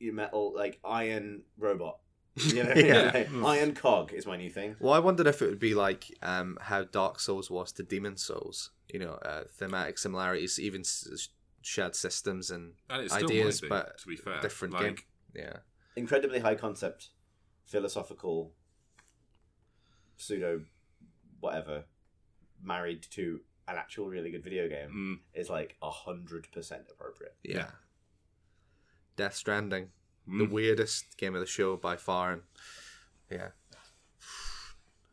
[SPEAKER 3] you metal like iron robot. You know,
[SPEAKER 2] Yeah.
[SPEAKER 3] like, iron cog is my new thing.
[SPEAKER 2] Well, I wondered if it would be like um, how Dark Souls was to Demon Souls. You know, uh, thematic similarities, even s- s- shared systems, and
[SPEAKER 1] and it still
[SPEAKER 2] ideas,
[SPEAKER 1] might be,
[SPEAKER 2] but
[SPEAKER 1] to be fair,
[SPEAKER 2] different
[SPEAKER 1] like,
[SPEAKER 2] game. yeah,
[SPEAKER 3] incredibly high concept, philosophical, pseudo, whatever, married to an actual really good video game
[SPEAKER 1] mm,
[SPEAKER 3] is like hundred percent appropriate.
[SPEAKER 2] yeah.
[SPEAKER 1] Yeah.
[SPEAKER 2] Death Stranding, the
[SPEAKER 1] mm.
[SPEAKER 2] weirdest game of the show by far, and yeah,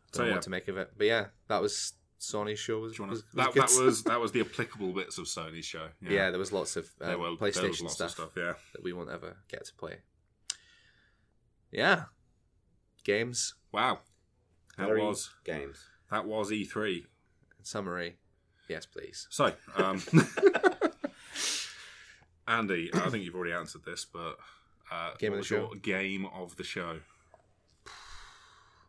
[SPEAKER 2] don't
[SPEAKER 1] So,
[SPEAKER 2] know
[SPEAKER 1] yeah.
[SPEAKER 2] what to make of it. But yeah, that was Sony's show. Was,
[SPEAKER 1] Do you wanna-
[SPEAKER 2] was, was
[SPEAKER 1] that,
[SPEAKER 2] good.
[SPEAKER 1] that was that was the applicable bits of Sony's show.
[SPEAKER 2] yeah. there was lots of um,
[SPEAKER 1] there were
[SPEAKER 2] PlayStation
[SPEAKER 1] there was lots
[SPEAKER 2] stuff.
[SPEAKER 1] of stuff. Yeah,
[SPEAKER 2] that we won't ever get to play. Yeah. Games
[SPEAKER 1] wow. That
[SPEAKER 3] Very
[SPEAKER 1] was
[SPEAKER 3] games.
[SPEAKER 1] that was E three.
[SPEAKER 2] in summary. Yes, please.
[SPEAKER 1] So, um, Andy, I think you've already answered this, but uh,
[SPEAKER 2] Game
[SPEAKER 1] what
[SPEAKER 2] of the
[SPEAKER 1] was
[SPEAKER 2] show.
[SPEAKER 1] your game of the show.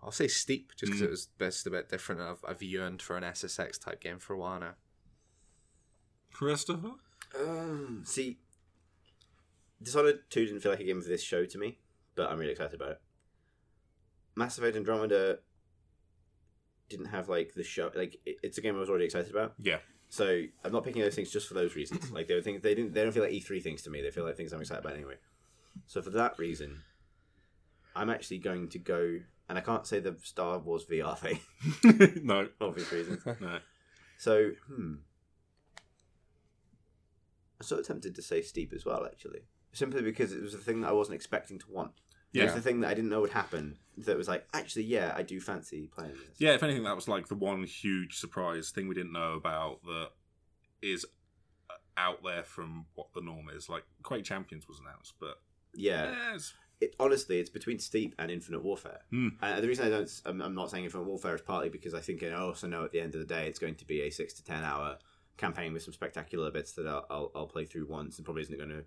[SPEAKER 2] I'll say steep just because
[SPEAKER 1] Mm.
[SPEAKER 2] it was best a bit different. and I've, I've yearned for an SSX type game for a while now.
[SPEAKER 1] Christopher?
[SPEAKER 3] Um, see, Dishonored Two didn't feel like a game for this show to me, but I'm really excited about it. Mass Effect Andromeda didn't have like the show. Like it- it's a game I was already excited about.
[SPEAKER 1] Yeah.
[SPEAKER 3] So I'm not picking those things just for those reasons. Like they were things they didn't they don't feel like E3 things to me. They feel like things I'm excited about anyway. So for that reason, I'm actually going to go and I can't say the Star Wars VR thing
[SPEAKER 1] no,
[SPEAKER 3] for obvious reasons.
[SPEAKER 1] no.
[SPEAKER 3] So hmm, I'm sort of tempted to say steep as well, actually, simply because it was a thing that I wasn't expecting to want. It was
[SPEAKER 1] Yeah.
[SPEAKER 3] the thing that I didn't know would happen. That was like, actually, yeah, I do fancy playing this.
[SPEAKER 1] Yeah, if anything, that was like the one huge surprise thing we didn't know about that is uh, out there from what the norm is. Like, Quake Champions was announced, but
[SPEAKER 3] Yeah.
[SPEAKER 1] eh, it's-
[SPEAKER 3] it, honestly, it's between Steep and Infinite Warfare.
[SPEAKER 1] Hmm.
[SPEAKER 3] And the reason I don't, I'm, I'm not saying Infinite Warfare is partly because I think I also know oh, at the end of the day it's going to be a six to ten hour campaign with some spectacular bits that I'll, I'll, I'll play through once and probably isn't going to.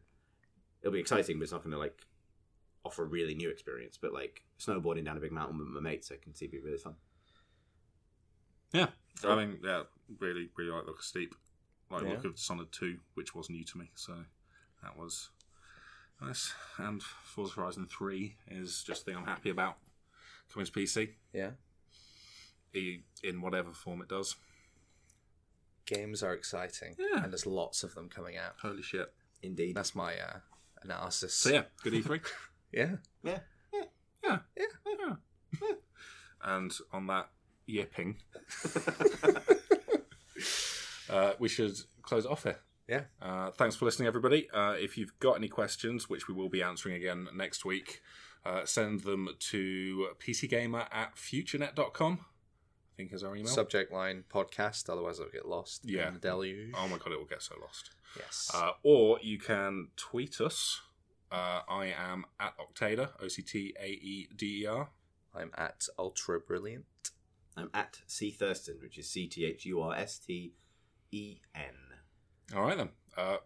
[SPEAKER 3] It'll be exciting, but it's not going to like offer a really new experience. But like snowboarding down a big mountain with my mates, I can see be really fun.
[SPEAKER 1] yeah. I mean, yeah, really, really like the look of Steep. Like, the
[SPEAKER 2] Yeah.
[SPEAKER 1] look of Dishonored 2, which was new to me, so that was nice. And Forza Horizon 3 is just the thing I'm happy about coming to PC.
[SPEAKER 2] Yeah.
[SPEAKER 1] e- in whatever form it does.
[SPEAKER 2] Games are exciting,
[SPEAKER 1] Yeah.
[SPEAKER 2] and there's lots of them coming out.
[SPEAKER 1] Holy shit!
[SPEAKER 3] Indeed.
[SPEAKER 2] That's my uh, analysis.
[SPEAKER 1] So yeah, good E E3.
[SPEAKER 2] yeah.
[SPEAKER 3] Yeah.
[SPEAKER 1] yeah.
[SPEAKER 2] Yeah.
[SPEAKER 1] yeah. and on that yipping, uh, we should close it off here.
[SPEAKER 2] Yeah.
[SPEAKER 1] Uh, thanks for listening, everybody. Uh, if you've got any questions, which we will be answering again next week, uh, send them to pcgamer at futurenet.com, I think is our email.
[SPEAKER 2] Subject line podcast, otherwise I'll get lost.
[SPEAKER 1] Yeah.
[SPEAKER 2] In the deluge.
[SPEAKER 1] oh my god, it will get so lost.
[SPEAKER 2] yes.
[SPEAKER 1] Uh, or you can tweet us. Uh, I am at Octader, O C T A E D E R.
[SPEAKER 2] I'm at ultra brilliant.
[SPEAKER 3] I'm at C Thurston, which is C T H U R S T E N.
[SPEAKER 1] All right then. Uh,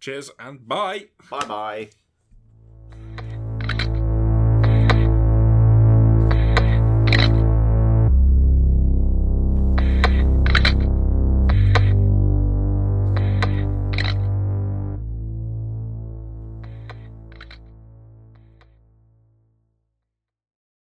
[SPEAKER 1] cheers and bye.
[SPEAKER 3] Bye bye.